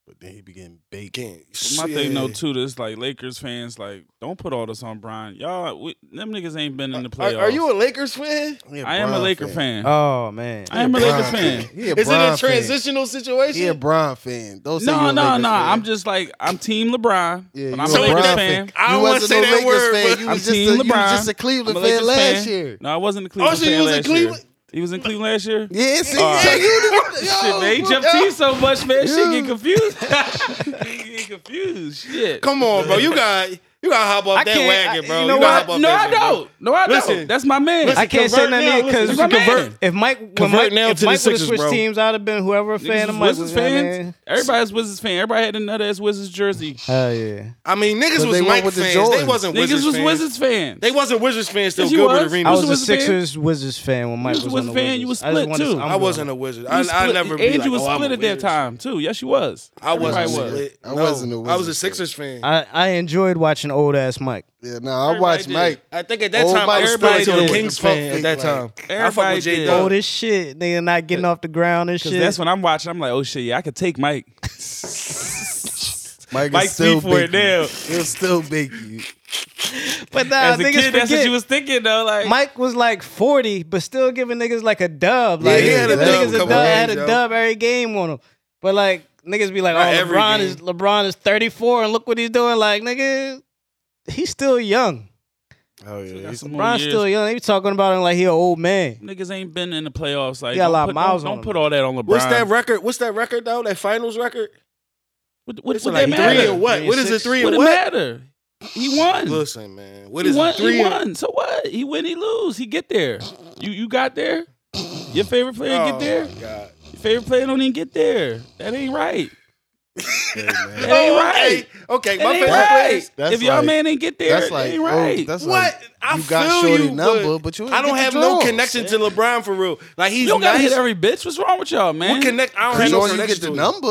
S2: but then he be getting baked.
S4: again.
S1: My thing
S4: Yeah.
S1: though too, this like Lakers fans, like don't put all this on Brian. Y'all, we, them niggas ain't been in the playoffs.
S4: Are, are you a Lakers fan?
S2: Yeah,
S1: I am a
S2: Bron
S1: Laker fan.
S3: Oh man.
S1: Mm-hmm. I am a
S2: Bron
S1: Lakers fan.
S2: He a
S4: Is
S2: Bron
S4: it a transitional
S2: Fan.
S4: situation?
S2: He a Bron fan. Don't
S3: Oh,
S2: say you
S1: No,
S2: a
S1: no,
S2: Lakers
S1: no.
S2: fan.
S1: I'm just like I'm Team LeBron, but
S2: Yeah, you
S1: I'm
S4: a
S1: a Lakers
S4: Bron
S1: fan.
S4: I
S2: You
S4: don't want to
S2: wasn't
S4: say
S2: no
S4: that
S2: Lakers
S4: word,
S2: fan.
S4: but
S2: You
S1: I'm
S2: was just a,
S1: Team
S2: you was
S1: LeBron.
S2: just a
S1: I'm
S2: Cleveland
S1: a
S2: fan
S1: Lakers
S2: last
S1: fan.
S2: year.
S1: No, I wasn't a
S4: Oh,
S1: Cleveland
S4: so
S1: fan
S4: you was in
S1: last year.
S4: Cleveland?
S1: He was in Cleveland last year.
S2: Yeah, see,
S1: All
S2: yeah,
S1: right.
S2: you,
S1: Shit, they
S2: yo,
S1: jumped to you so much, man. Shit,
S2: Yeah.
S1: get confused. Shit, get confused. Shit.
S4: Come on, bro. You got you got to hop off
S3: I
S4: that
S3: can't-
S4: wagon,
S3: I-
S4: bro.
S3: you know
S4: gotta
S3: what?
S4: hop off
S1: No,
S4: that
S1: I
S4: shit, bro.
S1: don't. No, I
S4: Listen.
S1: don't. That's my man.
S4: Listen.
S3: I can't say
S4: Convert
S3: nothing
S4: now,
S3: yet because if
S4: listen,
S1: my
S3: you
S1: man.
S3: convert, if Mike, when
S4: Convert
S3: Mike,
S4: now
S3: if
S4: to the
S3: Mike would have
S4: Sixers,
S3: switched
S4: bro.
S3: teams, I'd have been whoever a fan
S1: Niggas
S3: of
S1: was
S3: Mike
S1: Wizards
S3: was.
S1: fans. Everybody's Wizards fan. Everybody had another ass Wizards jersey.
S3: Hell yeah.
S4: I mean, niggas
S2: But
S4: was
S2: they went
S4: Mike
S2: with the
S4: fans. They
S2: Jordans.
S4: wasn't
S1: Niggas
S4: Wizards
S1: was
S4: fans.
S1: Wizards fans.
S4: They wasn't Wizards fans still.
S1: Yes, you
S4: Gilbert
S1: was.
S4: Arenas.
S3: I
S1: was
S3: was,
S1: a
S3: a
S1: Wizards fan?
S3: Sixers Wizards fan when Mike
S1: was
S3: was,
S1: a
S3: on the
S1: Wizards fan, you was
S3: Wizards. I just
S1: split,
S3: wanted to-
S1: too.
S3: I'm
S4: I wasn't
S3: going-
S4: a wizard.
S1: You
S4: I, I
S1: split-
S4: never. be
S1: And
S4: like,
S1: you was
S4: oh, I'm
S1: split
S4: a
S1: at that
S4: Wizards.
S1: time too. Yes, you was.
S4: I wasn't.
S1: Everybody was.
S4: split.
S2: I
S4: No,
S2: wasn't a
S4: I was a
S2: Wizards
S4: Sixers fan.
S3: I, I enjoyed watching old ass Mike.
S2: yeah, nah, I watched
S1: Everybody
S2: Mike.
S1: did.
S4: I think at that
S2: Old
S4: time
S2: Mike
S4: I was probably
S1: Spiller
S4: a
S1: did.
S4: Kings
S2: Fuck
S4: fan at that
S2: Fake,
S4: time. I fuck
S1: Everybody
S4: with
S1: did.
S4: J
S3: Old
S4: Dub.
S3: as shit, nigga, not getting off the ground and
S1: Cause
S3: shit.
S1: that's when I'm watching. I'm like, oh shit, yeah, I could take Mike.
S2: Mike,
S1: Mike's
S2: is still
S1: beef for it
S2: big you.
S1: now.
S2: He'll still big you.
S3: but nah,
S1: As a
S3: niggas
S1: kid,
S3: forget.
S1: that's what you was thinking though. Like,
S3: Mike was like 40, but still giving niggas like a dub.
S4: Yeah,
S3: Like,
S2: he had a
S3: giving
S2: dub
S3: niggas
S2: a
S3: a dub,
S2: couple
S3: had a
S4: games, yo.
S3: dub every game on him. But like, niggas be like,
S4: Not
S3: oh,
S4: every
S3: LeBron
S4: game.
S3: is, LeBron is 34 and look what he's doing. Like, nigga, he's still young.
S2: Oh yeah,
S1: Got some more
S3: LeBron's
S1: years.
S3: still young. They be talking about him like he an old man.
S1: niggas ain't been in the playoffs. Like,
S3: He got a
S1: don't
S3: lot of
S1: put,
S3: miles
S1: Don't,
S3: on
S1: don't
S3: him.
S1: put all that on LeBron.
S4: What's that record? What's that record though? That finals record?
S1: What, what,
S4: It's
S1: what
S4: like
S1: that
S4: three
S1: matter?
S4: and what?
S3: Three
S4: What
S3: and
S4: is it?
S3: six.
S4: Three
S1: What
S4: and
S1: it
S4: what?
S1: matter? He won.
S4: Listen, man. What
S1: he
S4: is
S1: won.
S4: it? Three
S1: he
S4: and
S1: won. So what? He win. He lose. He get there. You you got there. Your favorite player
S4: Oh,
S1: get there.
S4: my God.
S1: Your favorite player don't even get there. That ain't right.
S2: man.
S1: That ain't
S4: Oh,
S1: right.
S4: okay. Okay.
S1: That
S4: My
S1: ain't
S4: favorite
S1: right.
S4: players.
S2: That's
S1: if y'all
S2: like-
S1: man ain't get there,
S2: That's
S1: it
S2: like
S1: ain't
S2: oh,
S1: right.
S2: that's like,
S4: What? I
S2: you got
S4: feel
S2: shorty
S4: you,
S2: number,
S4: but
S2: but you ain't
S4: I don't
S2: get
S4: have
S2: the
S4: no
S2: draws.
S4: connection to LeBron for real. Like he's
S1: you don't gotta
S4: nice.
S1: hit every bitch. What's wrong with y'all, man?
S4: We connect. I don't have
S2: As
S4: no
S2: long as you
S4: connection
S2: get
S4: to
S2: the
S4: him.
S2: number,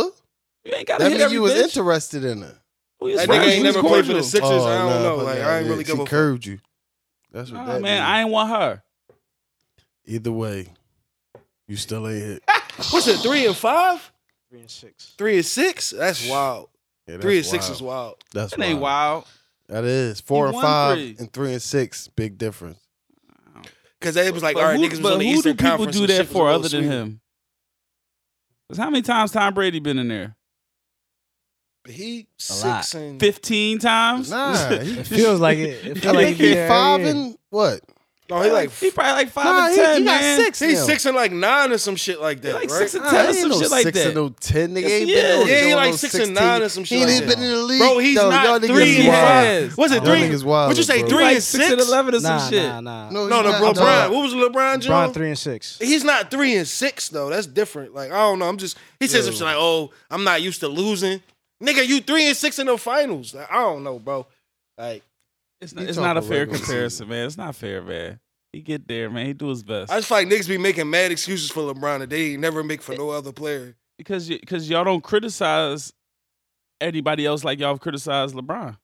S1: You ain't gotta
S2: that
S1: hit
S2: means
S1: every
S2: you was
S1: bitch.
S2: interested in her.
S1: We was
S4: That
S1: friends.
S4: nigga
S1: We
S4: ain't
S1: was
S4: never played for the
S1: cordial.
S4: Sixers.
S2: Oh,
S4: I don't
S2: nah,
S4: know.
S2: fuck
S4: Like
S2: that,
S4: I ain't
S2: yeah.
S4: really give
S2: She
S4: a fuck.
S2: curved you. That's what
S1: Nah,
S2: that
S1: man,
S2: means.
S1: I ain't want her.
S2: Either way, you still ain't hit.
S4: Ah, What's it? Three and five?
S3: Three and six.
S4: Three and six? That's wild.
S2: Yeah, that's
S4: three and six
S2: wild.
S4: is wild.
S2: That's
S1: That ain't
S2: wild.
S1: wild.
S2: That is four
S1: You
S2: and
S1: won
S2: five
S1: three.
S2: and three and six. Big difference.
S4: Because it was like,
S1: But
S4: all right,
S1: who,
S4: niggas was
S1: but
S4: on the
S1: who
S4: Eastern
S1: do people
S4: Conference.
S1: do
S4: and shit
S1: that
S4: was
S1: for
S4: a little
S1: other than
S4: sweeter.
S1: him? Cause how many times Tom Brady been in there?
S4: But He
S3: lot.
S4: six and
S1: Fifteen times.
S2: Nah, he,
S3: It feels like it. It
S2: I
S3: feels like
S2: think
S3: he
S2: he
S3: there
S2: five
S3: every year.
S2: and what?
S4: no, Oh, he like
S1: he probably like five
S2: nah,
S1: and
S2: he,
S1: ten,
S2: he got
S1: man.
S2: six.
S4: he's
S2: now.
S4: six and like nine or some shit like that,
S1: Like
S4: right?
S1: six and
S2: Nah,
S1: ten or
S2: he ain't
S1: some
S2: no
S1: shit like
S2: six
S1: that.
S2: and no ten. Nigga
S1: Yes,
S2: ain't
S1: he
S2: been.
S1: is. Yeah,
S2: on the
S4: he
S2: show
S4: like
S2: no
S4: six and nine
S2: 16.
S4: or some
S2: He ain't
S4: shit like
S2: been
S4: that.
S2: in the league.
S4: Bro, he's
S2: though.
S4: not
S2: Y'all niggas
S4: three
S2: is
S4: and
S2: wild.
S1: Yes.
S4: Was it
S2: Y'all
S4: three?
S2: niggas wild,
S4: What'd you say?
S2: bro.
S4: Three
S1: like
S4: and
S1: six and
S4: six?
S1: eleven or some
S3: Nah,
S1: shit.
S3: nah, nah.
S2: No,
S4: No,
S2: he's
S4: no,
S2: not.
S4: bro,
S2: I'm talking
S4: Brian.
S2: about-
S4: What was LeBron
S3: LeBron
S4: John?
S3: three and six.
S4: He's not three and six though. That's different. Like I don't know. I'm just. He says something like, "Oh, I'm not used to losing." Nigga, you three and six in the finals. Like, I don't know, bro. Like
S1: It's not,
S2: You
S1: it's not a
S2: talking
S1: fair
S2: regular season.
S1: comparison, man. It's not fair, man. He get there, man. He do his best
S4: I just feel like niggas be making mad excuses for LeBron that they ain't never make for no other player.
S1: because y- cause y'all don't criticize anybody else like y'all have criticized LeBron.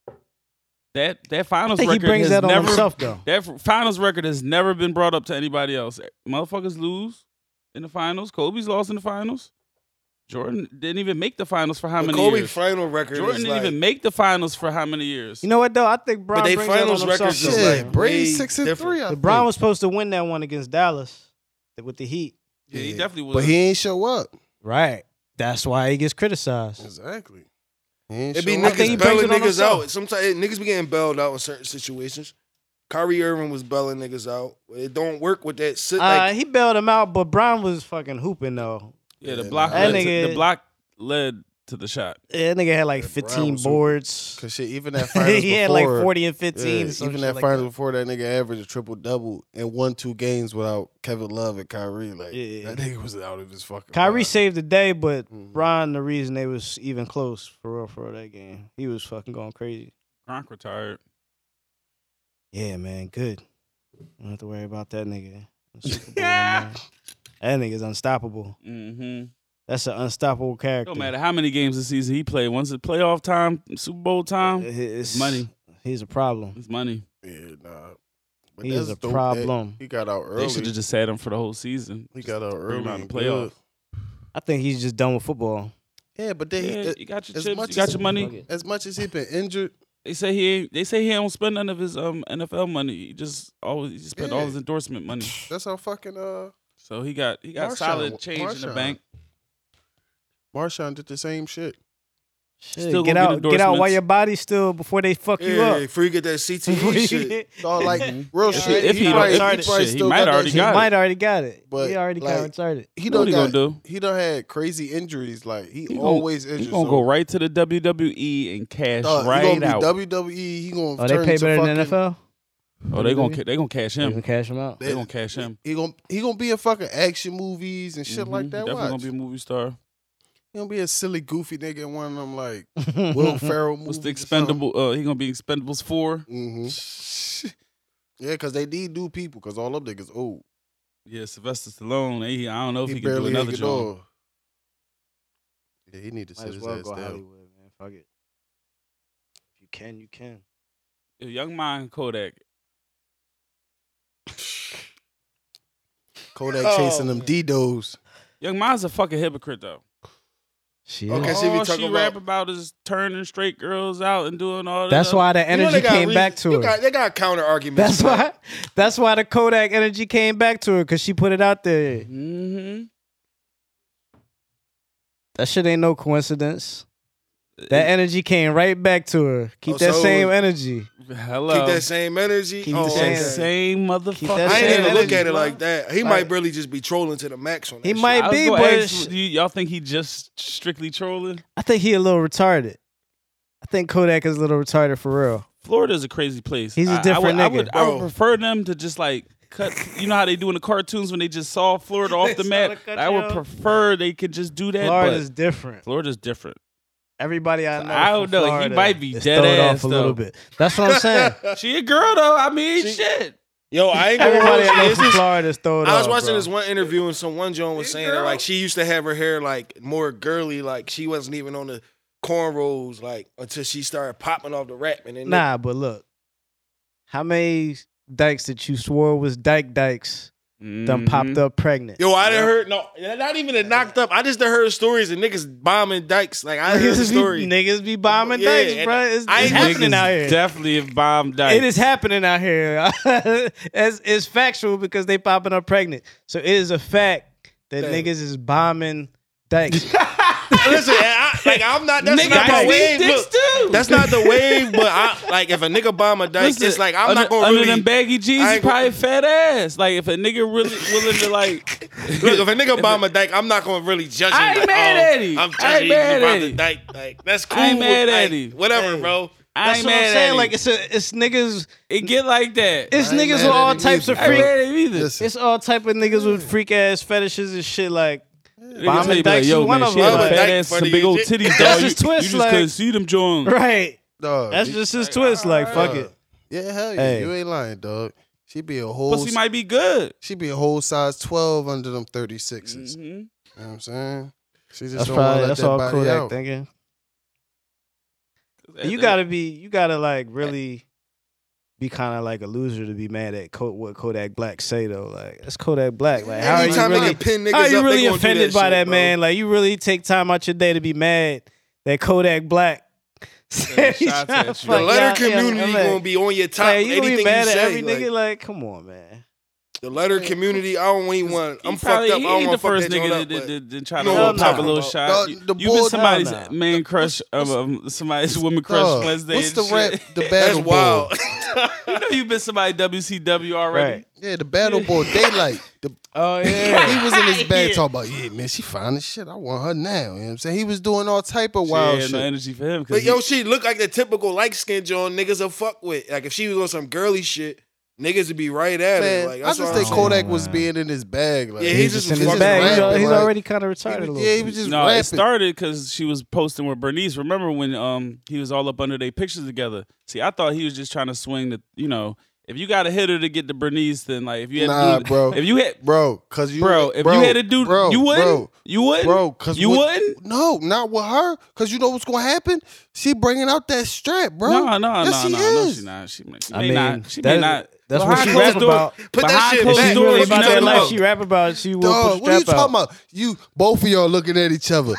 S1: That that
S3: I
S1: finals
S3: think he
S1: record
S3: brings
S1: has
S3: that on
S1: never
S3: himself though.
S1: that f- finals record has never been brought up to anybody else. Motherfuckers lose in the finals. Kobe's lost in the finals. Jordan didn't even make the finals for how
S4: But
S1: many
S4: Kobe
S1: years?
S4: final record
S1: Jordan
S4: is
S1: didn't
S4: like,
S1: even make the finals for how many years?
S3: You know what though? I think Bron
S4: But they
S3: brings that
S4: finals
S3: on himself.
S4: records
S3: though.
S4: is
S2: Yeah,
S4: like
S2: Brady's
S4: way
S2: six and
S4: different.
S2: three. I
S3: LeBron
S2: think.
S3: was supposed to win that one against Dallas with the Heat.
S1: yeah, he
S4: Yeah.
S1: definitely was.
S2: but he ain't show up.
S3: Right. That's why he gets criticized.
S2: Exactly. He ain't
S4: it be
S2: show up.
S3: I think he
S4: niggas
S3: brings
S4: bailing
S3: it on
S4: niggas
S3: himself.
S4: out. Sometimes niggas be getting bailed out in certain situations. Kyrie Irving was bailing niggas out. It don't work with that. Sit,
S3: Uh,
S4: like,
S3: he bailed him out, but Brown was fucking hooping though.
S1: yeah, the
S2: Yeah,
S1: block
S2: that
S1: led to-
S3: nigga-
S1: the block led to the shot.
S3: Yeah, that nigga had like
S2: Yeah, Brown
S3: 15
S2: was super-
S3: boards.
S2: Cause shit, even that finals
S3: he had like
S2: before-
S3: 40 and
S2: yeah,
S3: 15. or some
S2: even
S3: shit
S2: that
S3: like
S2: finals before that nigga averaged a triple double and won two games without Kevin Love and Kyrie. Like
S3: Yeah.
S2: that nigga was out of his fucking.
S3: Kyrie
S2: mind.
S3: saved the day, but
S2: Mhm.
S3: Bron, the reason they was even close for real for real that game, he was fucking going crazy.
S1: Gronk retired.
S3: Yeah, man, good. Don't have to worry about that nigga. The Super Bowl, man. That nigga's unstoppable.
S1: Mm-hmm.
S3: That's an unstoppable character.
S1: No matter how many games this season he played, once it's playoff time, Super Bowl time,
S3: It's
S1: money.
S3: He's a problem.
S1: it's money.
S2: Yeah, nah. But
S3: He is
S2: that's
S3: a
S2: dope that
S3: problem.
S2: He got out
S1: They should
S2: early.
S1: have just had him for the whole season.
S2: He got out
S1: bring
S2: early.
S1: him out
S2: and
S1: in the playoff.
S3: I think he's just done with football.
S2: good. Yeah, but then he-
S1: Yeah,
S2: a-
S1: you got your
S2: as
S1: chips,
S2: much
S1: you got
S2: as-
S1: your money.
S3: Fuck it.
S2: as much as he been injured,
S1: They say he ain't- they say he don't spend none of his um NFL money. He just always he just spent all
S2: Yeah.
S1: his endorsement money.
S2: that's how fucking uh
S1: So he got he got
S2: Marshawn-
S1: solid change in the
S2: Marshawn.
S1: bank.
S2: Marshawn did the same shit.
S3: Shit,
S1: Still
S3: get
S1: gonna
S3: out,
S1: get
S3: get out while
S1: endorsements.
S3: your body's still before they fuck you
S4: Yeah,
S3: up.
S4: before you get that CTE shit.
S2: So like
S1: Mm-hmm.
S2: real
S1: If he,
S2: shit.
S1: if he, don't-
S2: probably-
S1: if he,
S2: probably
S3: started-
S1: shit, he
S2: still
S1: might
S2: got that
S1: already
S2: shit.
S3: he
S1: got
S3: might
S1: it.
S3: already got it.
S2: But,
S3: he already
S2: like,
S3: got retarded.
S1: know
S2: He don't
S1: what he gonna do?
S2: got, He don't had crazy injuries. Like he,
S1: gon-
S2: always
S1: He
S2: injured.
S1: gonna
S2: so-
S1: go right to the WWE and cash
S2: Dog, he
S1: right
S2: gonna
S1: out.
S2: be WWE. He gonna
S3: Oh, they
S2: turn
S3: pay
S2: into
S3: better
S2: fucking,
S3: than NFL.
S1: oh, they gonna
S3: WWE?
S1: ca- they gonna cash
S3: They
S1: him.
S3: can cash him out.
S1: They gonna cash him.
S2: He gonna he gonna be in fucking action movies and shit like
S1: Mhm.
S2: that.
S1: Definitely
S2: Watch.
S1: gonna be a movie star.
S2: he gonna be a silly goofy nigga in one of them like Will Ferrell movies.
S1: What's the expendable? Uh, he gonna be Expendables four.
S2: hmm Mm-hmm. Yeah, cause they need new people. Cause all them niggas old.
S1: Yeah, Sylvester Stallone. He, I don't know if he,
S2: he
S1: can do
S2: barely
S1: another
S2: hit
S1: job.
S2: all. Yeah, he need to
S3: Might
S2: sit
S3: as
S2: his
S3: well
S2: ass
S3: go
S2: down.
S3: Hollywood, man. Fuck it. If you can, you can.
S1: If Young Mind Kodak.
S2: Kodak
S4: Oh,
S2: chasing them
S4: man.
S2: D-dos.
S1: Young Mind's a fucking hypocrite though.
S3: She
S4: Okay,
S3: is.
S4: so- see, we
S1: all
S4: talk
S1: she
S4: about-
S1: rap about is turning straight girls out and doing all that.
S3: That's why the
S4: You know
S3: energy
S4: they got
S3: came
S4: reasons-
S3: back to
S4: you
S3: her.
S4: got- they got counter
S3: that's
S4: arguments.
S3: why. That's why the Kodak energy came back to her because she put it out there.
S1: Mm-hmm.
S3: That shit ain't no coincidence. That energy came right back to her. Keep
S4: Oh,
S3: that
S4: so-
S3: same energy.
S1: Hello.
S4: Keep that same energy.
S3: Keep
S4: Oh,
S3: the
S1: That
S3: same-
S4: okay.
S1: same motherfucker.
S3: Keep that
S4: I
S3: same
S4: ain't even look
S3: energy,
S4: at it
S3: bro.
S4: like that. He
S3: Like-
S4: might really just be trolling to the max on that.
S3: He
S4: shit.
S3: might
S1: I was
S3: be,
S1: gonna
S3: but
S1: ask,
S3: sh-
S1: do y'all think he just strictly trolling?
S3: I think he a little retarded. I think Kodak is a little retarded for real.
S1: Florida's a crazy place.
S3: He's a
S1: I- I
S3: different
S1: would- I
S3: nigga.
S1: would, I would
S4: Bro.
S1: prefer them to just like cut. You know how they do in the cartoons when they just saw Florida off
S3: They
S1: the
S3: saw
S1: map.
S3: the country
S1: I would
S3: off.
S1: prefer they could just do that.
S3: Florida's
S1: but
S3: different.
S1: Florida's different.
S3: Everybody I know.
S1: I don't
S3: from
S1: know. He
S3: Florida
S1: might be
S3: is
S1: dead
S3: throwed
S1: ass,
S3: off a little
S1: though.
S3: bit. That's what I'm saying.
S1: She a girl though. I mean,
S4: She-
S1: shit.
S4: Yo, I ain't gonna hold
S3: Everybody
S4: you.
S3: I know
S4: This
S3: from
S4: is-
S3: Florida is throwed
S4: I was
S1: uh,
S3: off,
S4: watching
S3: bro.
S4: this one interview and some one Joan was
S1: Big
S4: saying that
S1: girl.
S4: like she used to have her hair like more girly, like she wasn't even on the cornrows like until she started popping off the rap and then
S3: Nah, but look, how many dykes that you swore was dyke dykes done
S1: Mm-hmm.
S3: popped up pregnant?
S4: Mm-hmm. Yo, I done heard no, not even a knocked up. I just done heard stories of niggas bombing dykes. Like I heard the
S3: niggas,
S4: story.
S3: be, niggas be bombing
S4: Yeah,
S3: dykes,
S4: and
S3: bro. It's,
S4: I
S3: it's
S4: ain't
S3: happening out here.
S1: Definitely if Bomb died.
S3: It is happening out here. it's, it's factual because they popping up pregnant. So it is a fact that
S4: Damn.
S3: niggas is bombing dykes.
S4: Listen, I, like I'm not. That's
S1: Nigga,
S4: not
S1: I
S4: my
S1: see
S4: wave.
S1: dicks
S4: Look,
S1: too.
S4: that's not the wave. But I like if a nigga bomb a dyke,
S1: Listen,
S4: it's like I'm
S1: under,
S4: not gonna
S1: under
S4: really.
S1: them baggy jeans.
S4: I
S1: he
S4: ain't gonna-
S1: Probably fat ass. Like if a nigga really willing to like.
S4: Look, if a nigga bomb a dyke, I'm not gonna really judge him.
S1: I ain't
S4: like,
S1: mad
S4: oh,
S1: at him.
S4: I'm
S1: I ain't
S4: judging you
S1: mad
S4: about
S1: at
S4: the
S1: him.
S4: dyke. Like that's cool.
S1: I ain't mad at
S4: like,
S1: him.
S4: Whatever, bro.
S1: I
S3: That's
S1: ain't
S3: what
S1: mad
S3: I'm
S1: at
S3: saying.
S1: him.
S3: Like it's a, it's niggas.
S1: it get like that.
S3: It's
S2: I ain't
S3: niggas
S2: mad
S3: with
S2: at
S3: all
S2: it
S3: types of
S1: I ain't
S3: freak.
S1: mad at him either.
S2: Listen,
S3: It's all type of niggas with freak ass fetishes and shit. Like
S1: Nigga tell
S3: Bomb
S1: you,
S3: and
S1: be like,
S3: Dykes
S1: yo,
S3: is one
S1: man,
S3: of
S1: she
S3: them.
S1: had a
S3: Bomb and
S1: fat ass
S4: Dykes
S1: and
S4: funny
S1: some big old
S4: as shit.
S1: titties, dog.
S3: That's
S1: you,
S3: his twist,
S1: you just
S3: like-
S1: couldn't see them, John.
S3: right.
S2: dog,
S3: That's
S2: you-
S3: just his twist. Like uh, fuck it.
S2: yeah, hell yeah.
S3: Hey.
S2: You ain't lying, dog. She be a whole.
S1: Pussy might be good.
S2: She be a whole size twelve under them 36s. You
S1: Mhm.
S2: know what I'm saying? She just
S3: That's
S2: don't want
S3: probably
S2: let
S3: that's
S2: that
S3: all
S2: body
S3: Kodak
S2: out.
S3: thinking.
S1: That-
S3: You
S1: that-
S3: gotta be. You gotta like really be kind of like a loser to be mad at Ko- what Kodak Black say though. Like that's Kodak Black. Like how are you
S4: Anytime they
S3: really?
S4: can pin niggas
S3: How are you
S4: up, they
S3: really
S4: gonna do
S3: offended
S4: that
S3: by
S4: shit,
S3: that
S4: bro.
S3: man? Like you really take time out your day to be mad that Kodak Black. said he
S1: shots
S3: tryna
S1: at you.
S3: fuck
S1: The
S4: The letter
S3: y'all- yeah,
S4: community
S3: I'm
S4: gonna
S3: like,
S4: be on your top.
S3: Like,
S4: with
S3: you gonna
S4: anything
S3: be
S4: you
S3: mad at
S4: say,
S3: every
S4: like,
S3: nigga? Like, come on, man.
S4: The letter community, I don't even want.
S1: He
S4: I'm
S1: probably-
S4: fucked up. I
S1: he
S4: don't
S1: ain't
S4: want
S1: the
S4: to fuck
S1: first
S4: that joint
S1: nigga
S4: up.
S1: that did-
S4: but-
S1: did did try to
S4: You know what I'm
S1: pop a
S4: talking
S1: little
S4: about.
S1: shot.
S2: The-
S1: You-
S2: the
S1: You been
S2: bull-
S1: somebody's
S3: Hell nah.
S1: man crush, um, um, somebody's woman crush
S2: Dog,
S1: Wednesday.
S2: What's
S1: and
S2: the
S1: shit.
S2: rap? The
S4: That's
S2: battle ball.
S4: wild.
S1: You know you've been somebody WCW already.
S3: Right.
S2: Yeah, the battle boy daylight. The,
S3: Oh
S2: he
S3: yeah.
S2: was in his bed
S1: Yeah.
S2: talking about, yeah, man, she fine as shit. I want her now. You know what I'm saying? He was doing all type of wild
S1: she had
S2: shit.
S1: no energy for him. 'cause
S4: But
S1: he-
S4: yo, she look like the typical light skinned John niggas will fuck with. Like if she was on some girly shit, niggas would be right at
S2: man,
S4: it. Like
S2: I
S4: that's
S2: just
S4: what I'm
S2: think
S4: saying.
S2: Kodak
S3: saying,
S2: was
S3: man.
S2: being in his bag. Like,
S4: Yeah,
S2: he
S4: he
S3: He's
S4: just
S3: just
S4: was
S3: in his
S4: fucking
S3: bag. He's,
S4: rapping,
S3: al- he's
S2: like-
S3: already kind of
S2: was-
S3: retarded a little.
S2: yeah, he
S3: bit.
S2: was just
S1: no,
S2: rapping.
S1: it started because she was posting with Bernice. Remember when um he was all up under their pictures together? See, I thought he was just trying to swing the, you know, if you got a hitter to get to Bernice, then like if you had
S2: Nah,
S1: to do,
S2: bro.
S1: if you had
S2: bro, cause you,
S1: bro, if you had to do,
S2: bro,
S1: you wouldn't,
S2: bro,
S1: you wouldn't,
S2: bro, cause
S1: you
S2: what-
S1: wouldn't.
S2: No, not with her, cause you know what's gonna happen. She bringing out that strap, bro.
S1: No, no,
S2: yes,
S1: no,
S2: she
S1: no, no,
S2: is.
S1: she not. She, may- she
S3: I
S1: may
S3: mean,
S1: not. She
S3: that
S1: may
S3: is-
S1: not.
S3: that's what
S1: Behind
S3: she
S1: closed
S3: rap about.
S1: door-
S4: Put that
S1: behind
S4: shit
S1: closed
S4: back.
S3: She's
S1: doors,
S3: really
S1: you
S3: about
S1: never
S3: that
S1: know.
S3: life she rap about. She will
S2: Dog,
S3: put
S2: what are you
S3: strap out.
S2: talking about? You both of y'all looking at each other,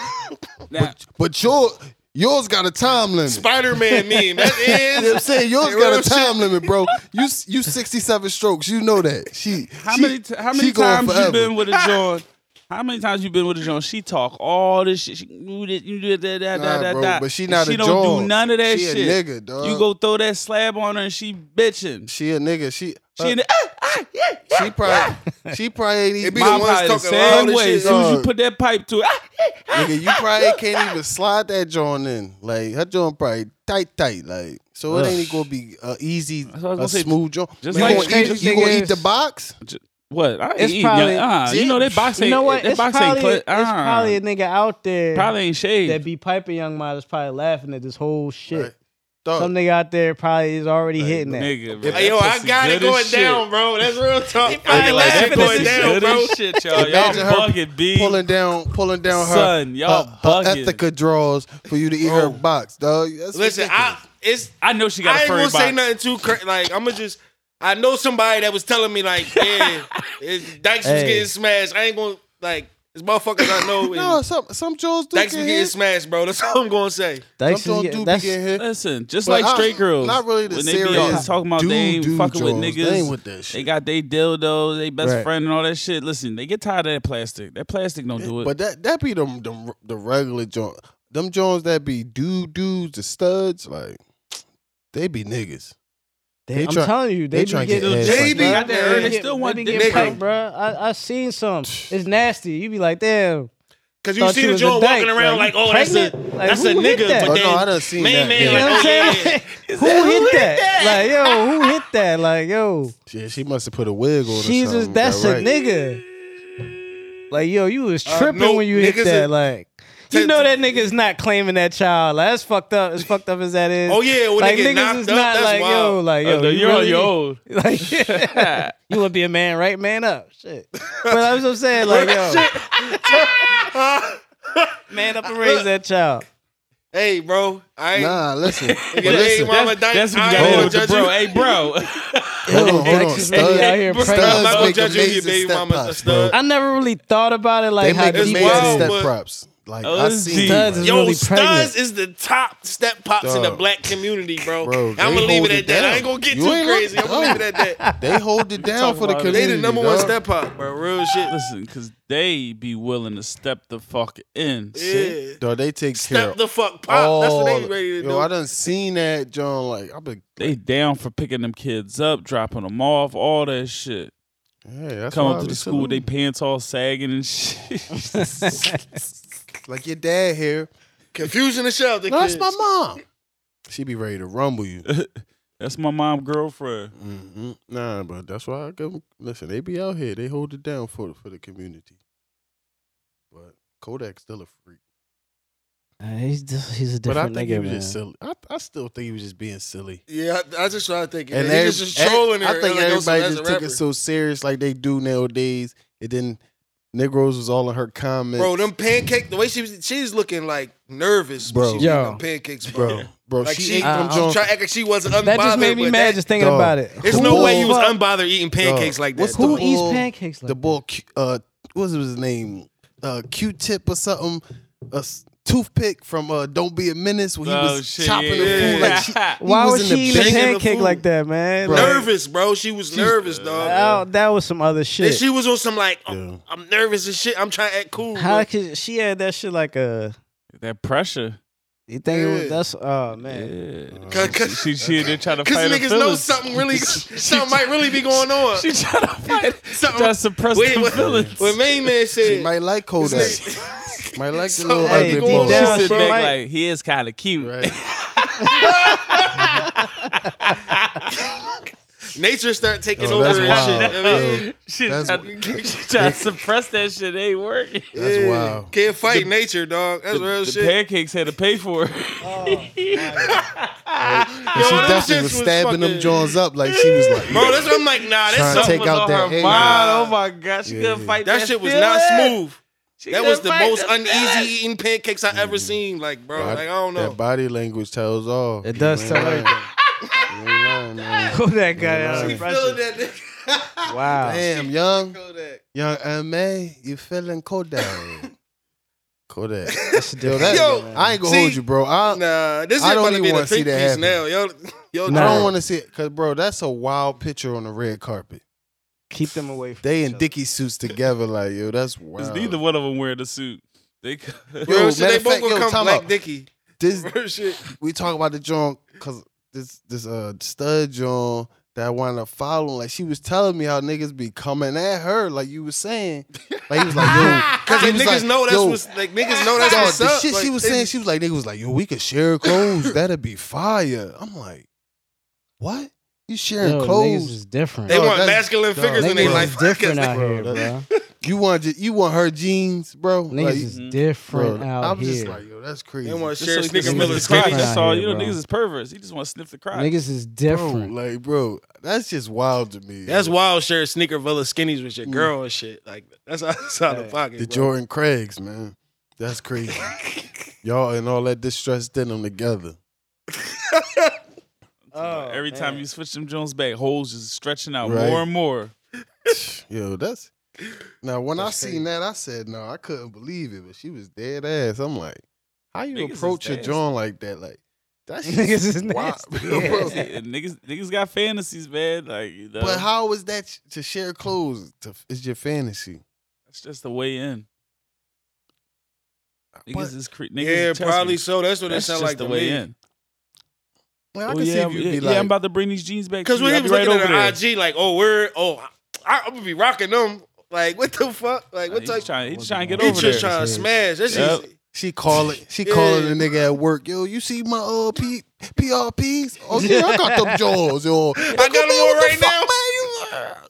S1: Nah.
S2: but your yours got a time limit.
S4: Spider Man meme. That
S2: you know what I'm
S4: is.
S2: saying yours
S4: Real
S2: got a
S4: shit.
S2: time limit, bro. You you 67 strokes. You know that. She
S1: How
S2: she-
S1: many t- how
S2: she
S1: many
S2: going
S1: times you
S2: forever.
S1: been with a John? how many times you been with a John? She talk all this shit. She do this, you do that, that,
S2: Nah,
S1: that,
S2: bro,
S1: that, that.
S2: but she not
S1: she
S2: a
S1: don't
S2: John.
S1: do none of that
S2: She a
S1: shit.
S2: nigga, dog.
S1: You go throw that slab on her and she bitching.
S2: She a nigga. She uh,
S1: She in the, ah, ah, yeah, yeah.
S2: she probably she probably ain't even
S4: be
S1: My
S4: the ones
S1: probably the
S4: talking loud
S1: same
S4: and
S1: way.
S4: shit,
S1: As soon as you
S2: dog.
S1: put that pipe to it, ah, yeah, ah.
S2: Nigga, you probably can't even slide that joint in. Like her joint probably tight, tight. Like so, it
S3: Ugh.
S2: ain't gonna be a easy,
S1: what I was
S2: a
S1: gonna say.
S2: smooth joint.
S1: Just
S2: you
S1: like
S2: gonna, eat,
S3: strange
S2: you
S3: thing
S2: gonna eat
S3: is-
S2: the box?
S1: what? I ain't
S3: It's
S1: eating
S3: probably-
S1: your- uh, you know that box ain't
S3: You know what?
S1: that
S3: It's
S1: box
S3: probably,
S1: ain't clear.
S3: it's probably a nigga out there
S1: probably ain't shaved.
S3: that be piping young mod is probably laughing at this whole shit.
S2: Right. Dog,
S3: Some nigga out there probably is already hitting that.
S1: Nigga,
S2: If-
S1: bro,
S4: Yo,
S1: that
S4: I
S1: pussy
S4: got it
S1: good as
S4: going
S1: shit.
S4: down, bro. That's real talk.
S1: Nigga,
S4: I ain't
S1: like,
S4: laughing
S1: that
S4: it
S1: pussy
S4: going
S1: good
S4: down, bro.
S1: as shit, y'all. Y'all
S2: Imagine her
S1: bugging, B.
S2: pulling down, pulling down her,
S1: Son, y'all
S2: her, her
S1: bugging. Oh.
S2: Ethica draws for you to eat her box, dog. That's
S4: Listen, I
S2: ridiculous.
S4: it's
S1: I know she got
S4: I
S1: a
S4: ain't
S1: furry
S4: gonna
S1: box.
S4: say nothing too cra- like I'ma just I know somebody that was telling me like, yeah, it, Dykes was
S3: Hey.
S4: getting smashed. I ain't gonna like it's motherfuckers I know. and
S2: no, some some Joes do get
S4: Dykes was getting
S2: hit.
S4: smashed, bro. That's all I'm gonna say.
S3: That's,
S2: Some Joes do be
S3: that's,
S2: getting hit.
S1: Listen, just
S2: But
S1: like
S2: I-
S1: straight girls,
S2: not really the
S1: when they be
S2: serious
S1: all talking about
S2: dude,
S1: they ain't
S2: dude
S1: fucking with
S2: Jones.
S1: niggas.
S2: They ain't with that
S1: They
S2: shit.
S1: got they dildos, they best
S3: Right.
S1: friend and all that shit. Listen, they get tired of that plastic. That plastic don't do it.
S2: But that that be them, them the regular joint. Them Jones that be dude dudes, the studs, like they be niggas.
S3: they,
S2: They
S3: I'm
S2: try-
S3: telling you,
S2: they
S3: they,
S2: try to
S3: be
S2: get
S3: getting
S2: ass
S4: They like be that. out
S3: They
S4: there, they
S3: get-
S1: still want
S3: they be
S1: dick
S3: getting
S4: pic.
S3: piped, bro. I, I seen some. It's nasty. You be like, damn.
S4: Cause you
S3: Thought
S4: see
S3: you
S4: the
S3: was a
S4: joint walking
S3: dyke,
S4: around
S3: like,
S4: like,
S3: you
S4: oh, that's
S3: pregnant?
S4: a
S3: Like,
S4: that's
S3: who
S4: a
S3: hit
S4: nigga.
S3: that?
S4: But
S2: Oh, no,
S4: then,
S2: I done seen
S4: main
S2: that,
S4: Man,
S2: yeah.
S3: You know what I'm
S4: like, oh,
S3: saying?
S4: yeah.
S3: Like, who hit that? Like, yo, who hit that? Like, yo,
S2: Yeah, she must have put a wig on. or
S3: Jesus,
S2: something,
S3: that's
S2: right?
S3: a nigga. Like, yo, you was
S4: Uh,
S3: tripping
S4: no,
S3: when you hit
S4: niggas
S3: that.
S4: is-
S3: Like, you
S4: Ten-
S3: know that nigga's not claiming that child. Like, that's fucked up. As fucked up as that is.
S4: Oh, yeah, when they
S3: like
S4: get knocked
S3: niggas is
S4: up,
S3: not
S4: that's
S3: like yo,
S4: wild.
S3: like yo,
S1: Uh,
S3: you
S1: you're
S3: really,
S1: you're old.
S3: Like, you would be a man, right? Man up, shit. But that's what I'm saying, like yo, man up and raise that child.
S4: hey, bro, I ain't.
S2: Nah, listen, but
S4: Hey,
S2: listen.
S4: mama,
S1: That's,
S4: dyke,
S1: that's what
S4: I
S1: you
S4: ain't
S1: got
S4: gonna
S1: with the
S4: judge
S1: bro.
S4: you.
S1: Hey, bro.
S2: Hold on, hold on.
S3: Texas really out
S2: Studs,
S3: here
S1: Studs
S3: pregnant.
S4: I'm not
S2: studs
S4: gonna
S2: make
S4: judge you, you
S2: amazing
S4: baby
S2: step
S4: mama,
S2: props,
S4: stud.
S2: bro.
S3: I never really thought about it,
S2: They
S3: like how
S2: make
S3: deep
S2: amazing
S4: wild,
S2: step
S4: but-
S2: props. Like
S1: Oh,
S2: I
S1: this
S2: seen,
S3: studs
S2: like,
S3: is-
S4: Yo,
S3: really
S4: Stuz
S3: pregnant.
S4: is the top step pops in the
S2: Dog.
S4: black community, bro.
S2: Bro,
S4: I'm
S2: they
S4: gonna leave
S2: hold
S4: it
S2: it
S4: at that. I ain't
S2: down.
S4: gonna get
S2: You
S4: too
S2: ain't
S4: crazy. I'm
S2: lying.
S4: gonna leave it at that.
S2: they hold it down
S1: talking
S2: for the
S1: about it.
S2: community.
S4: They the number one
S2: dog.
S4: step pop, bro. Real shit.
S1: Listen, because they be willing to step the fuck in.
S4: Yeah.
S2: Dog, they take care
S4: Step
S2: of
S4: the fuck pop. That's what
S2: all-
S4: they ready to
S2: Oh, Yo, I
S4: do.
S2: done seen that John. Like I've been.
S1: They down for picking them kids up, dropping them off, all that shit.
S2: Hey, that's
S1: Come
S2: why I
S1: up to
S2: be
S1: the school, they
S2: saluting.
S1: pants all sagging and shit.
S2: like your dad here.
S4: Confusing the shit out the
S2: No, that's
S4: kids.
S2: my mom. She be ready to rumble you.
S1: That's my mom girlfriend.
S2: hmm Nah, but that's why I go. Listen, they be out here. They hold it down for for the community. But Kodak's still a freak.
S3: he's just, he's a
S2: But I
S3: different
S2: think he
S3: nigga,
S2: was
S3: man.
S2: just silly. I, I still think he was just being silly.
S4: Yeah, I, I just try to think.
S2: And
S4: And they just
S2: every- e,
S4: trolling her.
S2: I think
S4: like, yo, so
S2: everybody
S4: that's
S2: just
S4: a
S2: took it
S4: rapper.
S2: so serious like they do nowadays. And then Negroes was all in her comments.
S4: Bro, them pancake. The way she was, she's looking like nervous.
S2: Bro.
S4: Bro, she's
S3: Yo.
S4: yo, them pancakes, bro.
S2: bro, bro,
S4: Like
S2: she,
S4: she,
S2: ate
S3: uh,
S2: them
S3: uh,
S2: joints.
S4: try to act like she wasn't unbothered.
S3: that just made me
S4: with
S3: mad
S4: that.
S3: just thinking
S2: Dog.
S3: about it.
S4: There's
S3: Who
S4: no
S3: the
S4: way you was
S3: fuck-
S4: unbothered eating pancakes
S2: Dog,
S4: like that.
S2: what's
S4: though.
S3: Who
S2: the
S3: eats
S2: bull-
S3: pancakes like
S2: the boy, Q- uh, what was his name? Uh, Q-tip or something. A s- toothpick from uh, Don't Be a Menace when he
S1: Oh,
S2: was
S1: shit,
S2: chopping the
S4: yeah.
S2: food. Like she, he
S3: Why was,
S2: was in
S3: she
S2: the
S3: eating a
S2: bed.
S4: bag of
S3: pancake
S4: food.
S3: like that, man?
S2: Bro.
S3: Like,
S4: nervous, bro. She was nervous, dog.
S3: that, that was some other
S4: Then
S3: shit.
S4: she was on some like, I'm,
S2: Yeah.
S4: I'm nervous and shit. I'm trying to act cool.
S3: How
S4: bro.
S3: could she had that shit like a
S1: That pressure.
S3: You think it
S2: Yeah.
S3: was, that's oh man.
S1: Yeah.
S2: Cause, cause,
S1: She, she, they're trying to
S2: cause
S1: fight her
S2: niggas know
S1: feelings.
S2: something really, something might really be going on.
S1: She trying to fight.
S2: Something-
S1: trying to suppress
S4: Wait,
S1: them
S4: what-
S1: feelings.
S4: What main man said.
S2: might like Kodak. might like the little
S3: Hey,
S2: ugly
S3: deep
S2: boy.
S3: down-
S1: she sit
S3: bro,
S1: back
S3: right.
S1: like he is kind of cute.
S2: Right.
S4: Nature start taking
S2: Oh, that's
S4: over and shit. I mean,
S2: wild.
S1: She
S2: That's-
S1: trying, she trying to suppress that shit. Ain't working.
S2: That's
S4: yeah.
S2: wild.
S4: Can't fight nature, dog. That's real
S1: the
S4: shit.
S1: pancakes had to pay for it.
S2: And she
S4: Yo, them
S2: definitely
S4: shits
S2: was
S4: was
S2: stabbing them
S4: fucking-
S2: Johns up like she was like,
S4: Bro, that's what I'm like, nah, that's
S2: Trying to
S4: something.
S2: take out that anger.
S1: mind. Oh my god, she couldn't fight that.
S4: that shit was
S1: feeling.
S4: not smooth.
S1: She
S4: That
S1: couldn't
S4: was the
S1: fight
S4: most
S1: that
S4: uneasy e- eating pancakes I ever seen. Like, bro, like I don't know.
S2: That body language tells all.
S3: It does tell everything.
S2: You ain't lying, man.
S3: Kodak got it
S2: She
S3: out
S4: We
S3: of pressure.
S4: feeling that nigga.
S3: Wow.
S2: Damn, young,
S4: Kodak.
S2: young MA, you feeling Kodak? Kodak.
S3: That's a
S2: Yo,
S3: different
S2: that,
S4: Yo,
S3: nigga, man.
S2: I ain't gonna
S4: See,
S2: hold you, bro. I,
S4: Nah, this is
S2: I don't
S4: about to
S2: even
S4: be the
S2: wanna see
S4: think
S2: that
S4: piece
S2: happen.
S4: now. Yo, yo,
S2: I
S3: Nah.
S2: don't want to see it because, bro, that's a wild picture on the red carpet.
S3: Keep them away from
S2: They
S3: each
S2: in
S3: other.
S2: Dickie suits together, like yo, that's
S1: Because
S2: wild.
S1: neither one of them wearing the suit. They could.
S2: Yo,
S4: Real
S2: matter
S4: shit, they
S2: of
S4: both
S2: fact,
S4: gonna
S2: yo,
S4: come
S2: time
S4: black
S2: out.
S4: Dicky.
S2: This
S4: Real shit.
S2: we talking about the John because this this uh stud John that wound up following. Like she was telling me how niggas be coming at her, like you was saying. Like he was like, yo,
S4: Cause
S2: he
S4: like,
S2: was
S4: niggas
S2: like,
S4: know that's
S2: yo,
S4: what's like niggas know Oh, that's
S2: dog,
S4: what's
S2: the
S4: up.
S2: shit
S4: Like,
S2: she was
S4: they-
S2: saying, she was like, nigga was like, yo, we could share clothes. That'd be fire. I'm like, what? You sharing
S3: Yo,
S2: clothes?
S3: Niggas is different.
S4: They
S2: Dog,
S4: want
S2: that's-
S4: masculine
S2: dog,
S4: figures in
S2: they
S4: their
S2: niggas
S3: Niggas
S4: life.
S3: is different out
S2: bro,
S3: here, bro.
S2: you want ju- you want her jeans, bro?
S3: Niggas
S2: Like,
S3: is
S1: Mhm.
S3: different
S2: bro,
S3: out
S2: I'm
S3: here.
S2: just like, yo, that's crazy.
S4: They want to
S1: Just so
S4: share
S1: he can
S4: Snicker
S1: sniff
S3: Miller
S1: the
S4: Miller's
S3: Snickers.
S1: crotch.
S4: crack.
S3: Right.
S1: That's all. You know,
S3: Bro.
S1: niggas is perverts. He just want to sniff the crotch.
S3: niggas is
S2: bro,
S3: different.
S2: like, bro, that's just wild to me.
S4: That's
S2: yo.
S4: wild. Share Sneaker Villa skinnies with your girl and shit. Like that's outside
S3: Hey.
S4: of pocket.
S2: the
S4: bro.
S2: Jordan Craigs, man. That's crazy. Y'all and all that distressed denim together.
S3: Oh,
S1: Every time
S3: man.
S1: you switch them Jones back, holes just stretching out
S2: Right.
S1: more and more.
S2: Yo, that's now when
S4: That's
S2: I
S4: crazy.
S2: seen that, I said no, I couldn't believe it, but she was dead ass. I'm like, how you
S1: Niggas is
S2: approach your
S1: nasty.
S2: John like that? Like that's
S3: Niggas is
S2: wild,
S3: nasty.
S2: bro.
S1: Yeah, niggas, niggas got fantasies, man. Like, you know,
S2: But how is that sh- to share clothes? To, it's your fantasy.
S1: that's just the way in. Niggas
S2: But-
S1: is cre- niggas
S4: Yeah,
S1: is- trust
S4: probably
S1: me,
S4: so. That's what it
S1: That's
S4: sounds
S1: just
S4: like
S1: the
S4: to
S1: way
S4: me.
S1: in.
S2: Well, I
S1: Oh,
S2: can see
S1: yeah,
S2: if you'd
S1: yeah,
S2: be
S1: yeah,
S2: like,
S1: I'm about to bring these jeans back.
S4: Because
S1: to you.
S4: when he
S1: I'll
S4: was
S1: be right
S4: looking
S1: over there.
S4: at her IG, like, oh, we're oh, I, I'm gonna be rocking them. Like, what the fuck? Like,
S1: Nah,
S4: what
S1: he
S4: type?
S1: just trying, he just trying to get
S4: He
S1: over there.
S4: just trying to smash. That's
S1: Yep.
S4: just
S2: she calling, she calling
S4: Yeah.
S2: the nigga at work. Yo, you see my uh P, PRPs? Oh yeah, I got them jaws, yo. I
S4: got 'em on right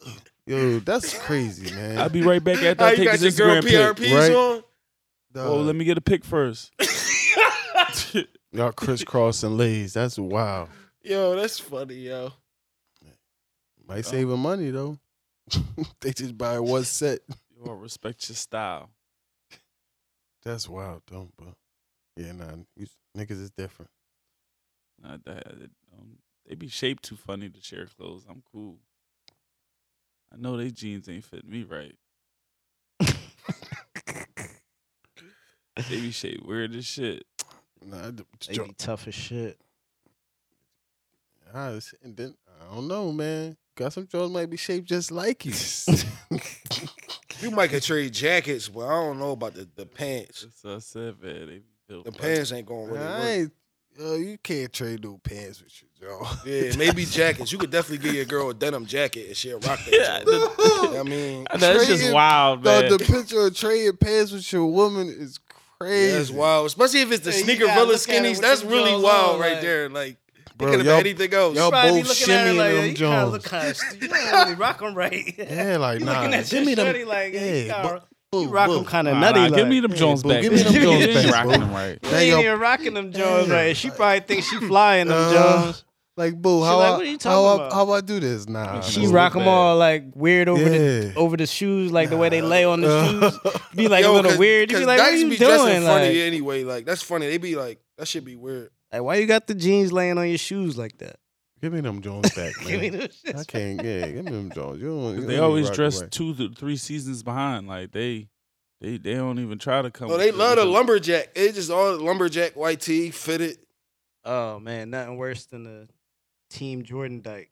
S2: now. yo, that's crazy, man.
S1: I'll be right back after
S4: how
S1: I
S4: you
S1: take
S4: got your
S1: his
S4: girl
S1: Instagram pic.
S4: PRPs
S2: right?
S4: on.
S2: Dog,
S1: Oh, let me get a pic first.
S2: y'all crisscrossing legs. That's wild.
S4: Yo, that's funny, yo.
S2: Might save her money though. they just buy one set.
S1: You all respect your style.
S2: That's wild, though. But yeah, nah, you- niggas is different.
S1: Nah, that- that- um, they be shaped too funny to share clothes. I'm cool. I know they jeans ain't fit me right. they be shaped weird as shit.
S2: Nah, the-
S3: They be tough as shit.
S2: Ah, it's- and then I don't know, man. Got some Jones might be shaped just like you.
S4: You might could trade jackets, but I don't know about the, the pants.
S1: That's what I said, man. They be built
S4: The
S1: like-
S4: pants ain't going really
S2: I
S4: work.
S2: ain't, yo, you can't trade no pants with you, Jones.
S4: Yeah, maybe jackets. You could definitely give your girl a denim jacket and she'll rock that.
S1: Yeah,
S4: joint.
S1: the-
S4: I mean,
S1: I know, it's just
S2: Trading-
S1: wild, man.
S2: Dog, the picture of trading pants with your woman is crazy.
S4: that's wild. Especially if it's the
S3: Yeah, you
S4: sneaker
S3: gotta
S4: villa
S3: look at it
S4: skinnies.
S3: with
S4: That's
S3: them
S4: really
S3: drawers
S4: wild
S3: on,
S4: right
S3: like-
S4: there. Like, it
S2: Bro,
S4: could have
S2: y'all-
S4: been anything else.
S2: y'all-
S3: Probably
S2: both
S3: be looking at her
S2: shimmying
S3: like,
S2: them
S3: yeah, you kind of
S2: Jones.
S3: look kind of stupid. You don't really rock 'em right.
S2: Yeah, like
S3: you
S2: nah.
S3: looking at
S2: give
S3: your
S2: me them.
S3: shorty like, yeah, you
S2: yeah,
S3: kinda-
S2: boo,
S3: you rock
S2: boo.
S3: 'em kind of
S1: Nah,
S3: nutty.
S1: nah, give
S3: like.
S1: me them Jones
S2: bro,
S1: back.
S2: give me them
S1: You
S2: Jones
S1: ain't
S2: back,
S1: rocking
S2: bro.
S1: them right.
S2: Now
S3: They ain't
S2: y'all-
S3: even rocking them Jones
S2: Yeah.
S3: right. She probably thinks she flying them
S2: Uh,
S3: Jones.
S2: Like, boo,
S3: She
S2: how
S3: like,
S2: I,
S3: what are you
S2: how,
S3: talking
S2: I,
S3: about?
S2: how I do this? Nah,
S3: She
S1: Those
S2: bro.
S1: look
S3: rock them
S1: bad.
S3: all like weird over the
S2: Yeah.
S3: over the shoes, like the way they lay on the
S2: Uh,
S3: shoes. Be like
S4: Yo,
S3: a little
S4: 'cause-
S3: weird. You be
S4: 'cause
S3: like, what are
S4: Dykes
S3: you
S4: be dressing
S3: doing? Like,
S4: funny anyway. Like, that's funny. They be like, that should be weird.
S3: like, why you got the jeans laying on your shoes like that?
S2: Give me them Jones back, man.
S3: Give me those shits.
S2: I can't get. Give me them Jones. You don't, you
S1: They
S2: don't
S1: always
S2: rock
S1: dress
S2: away.
S1: two to three seasons behind. Like they, they, they don't even try to come.
S4: No,
S1: with
S4: Oh, they
S1: the-
S4: love
S1: with
S4: the
S1: the-
S4: lumberjack. It's just all lumberjack white tee fitted.
S3: Oh man, nothing worse than the Team Jordan Dyke.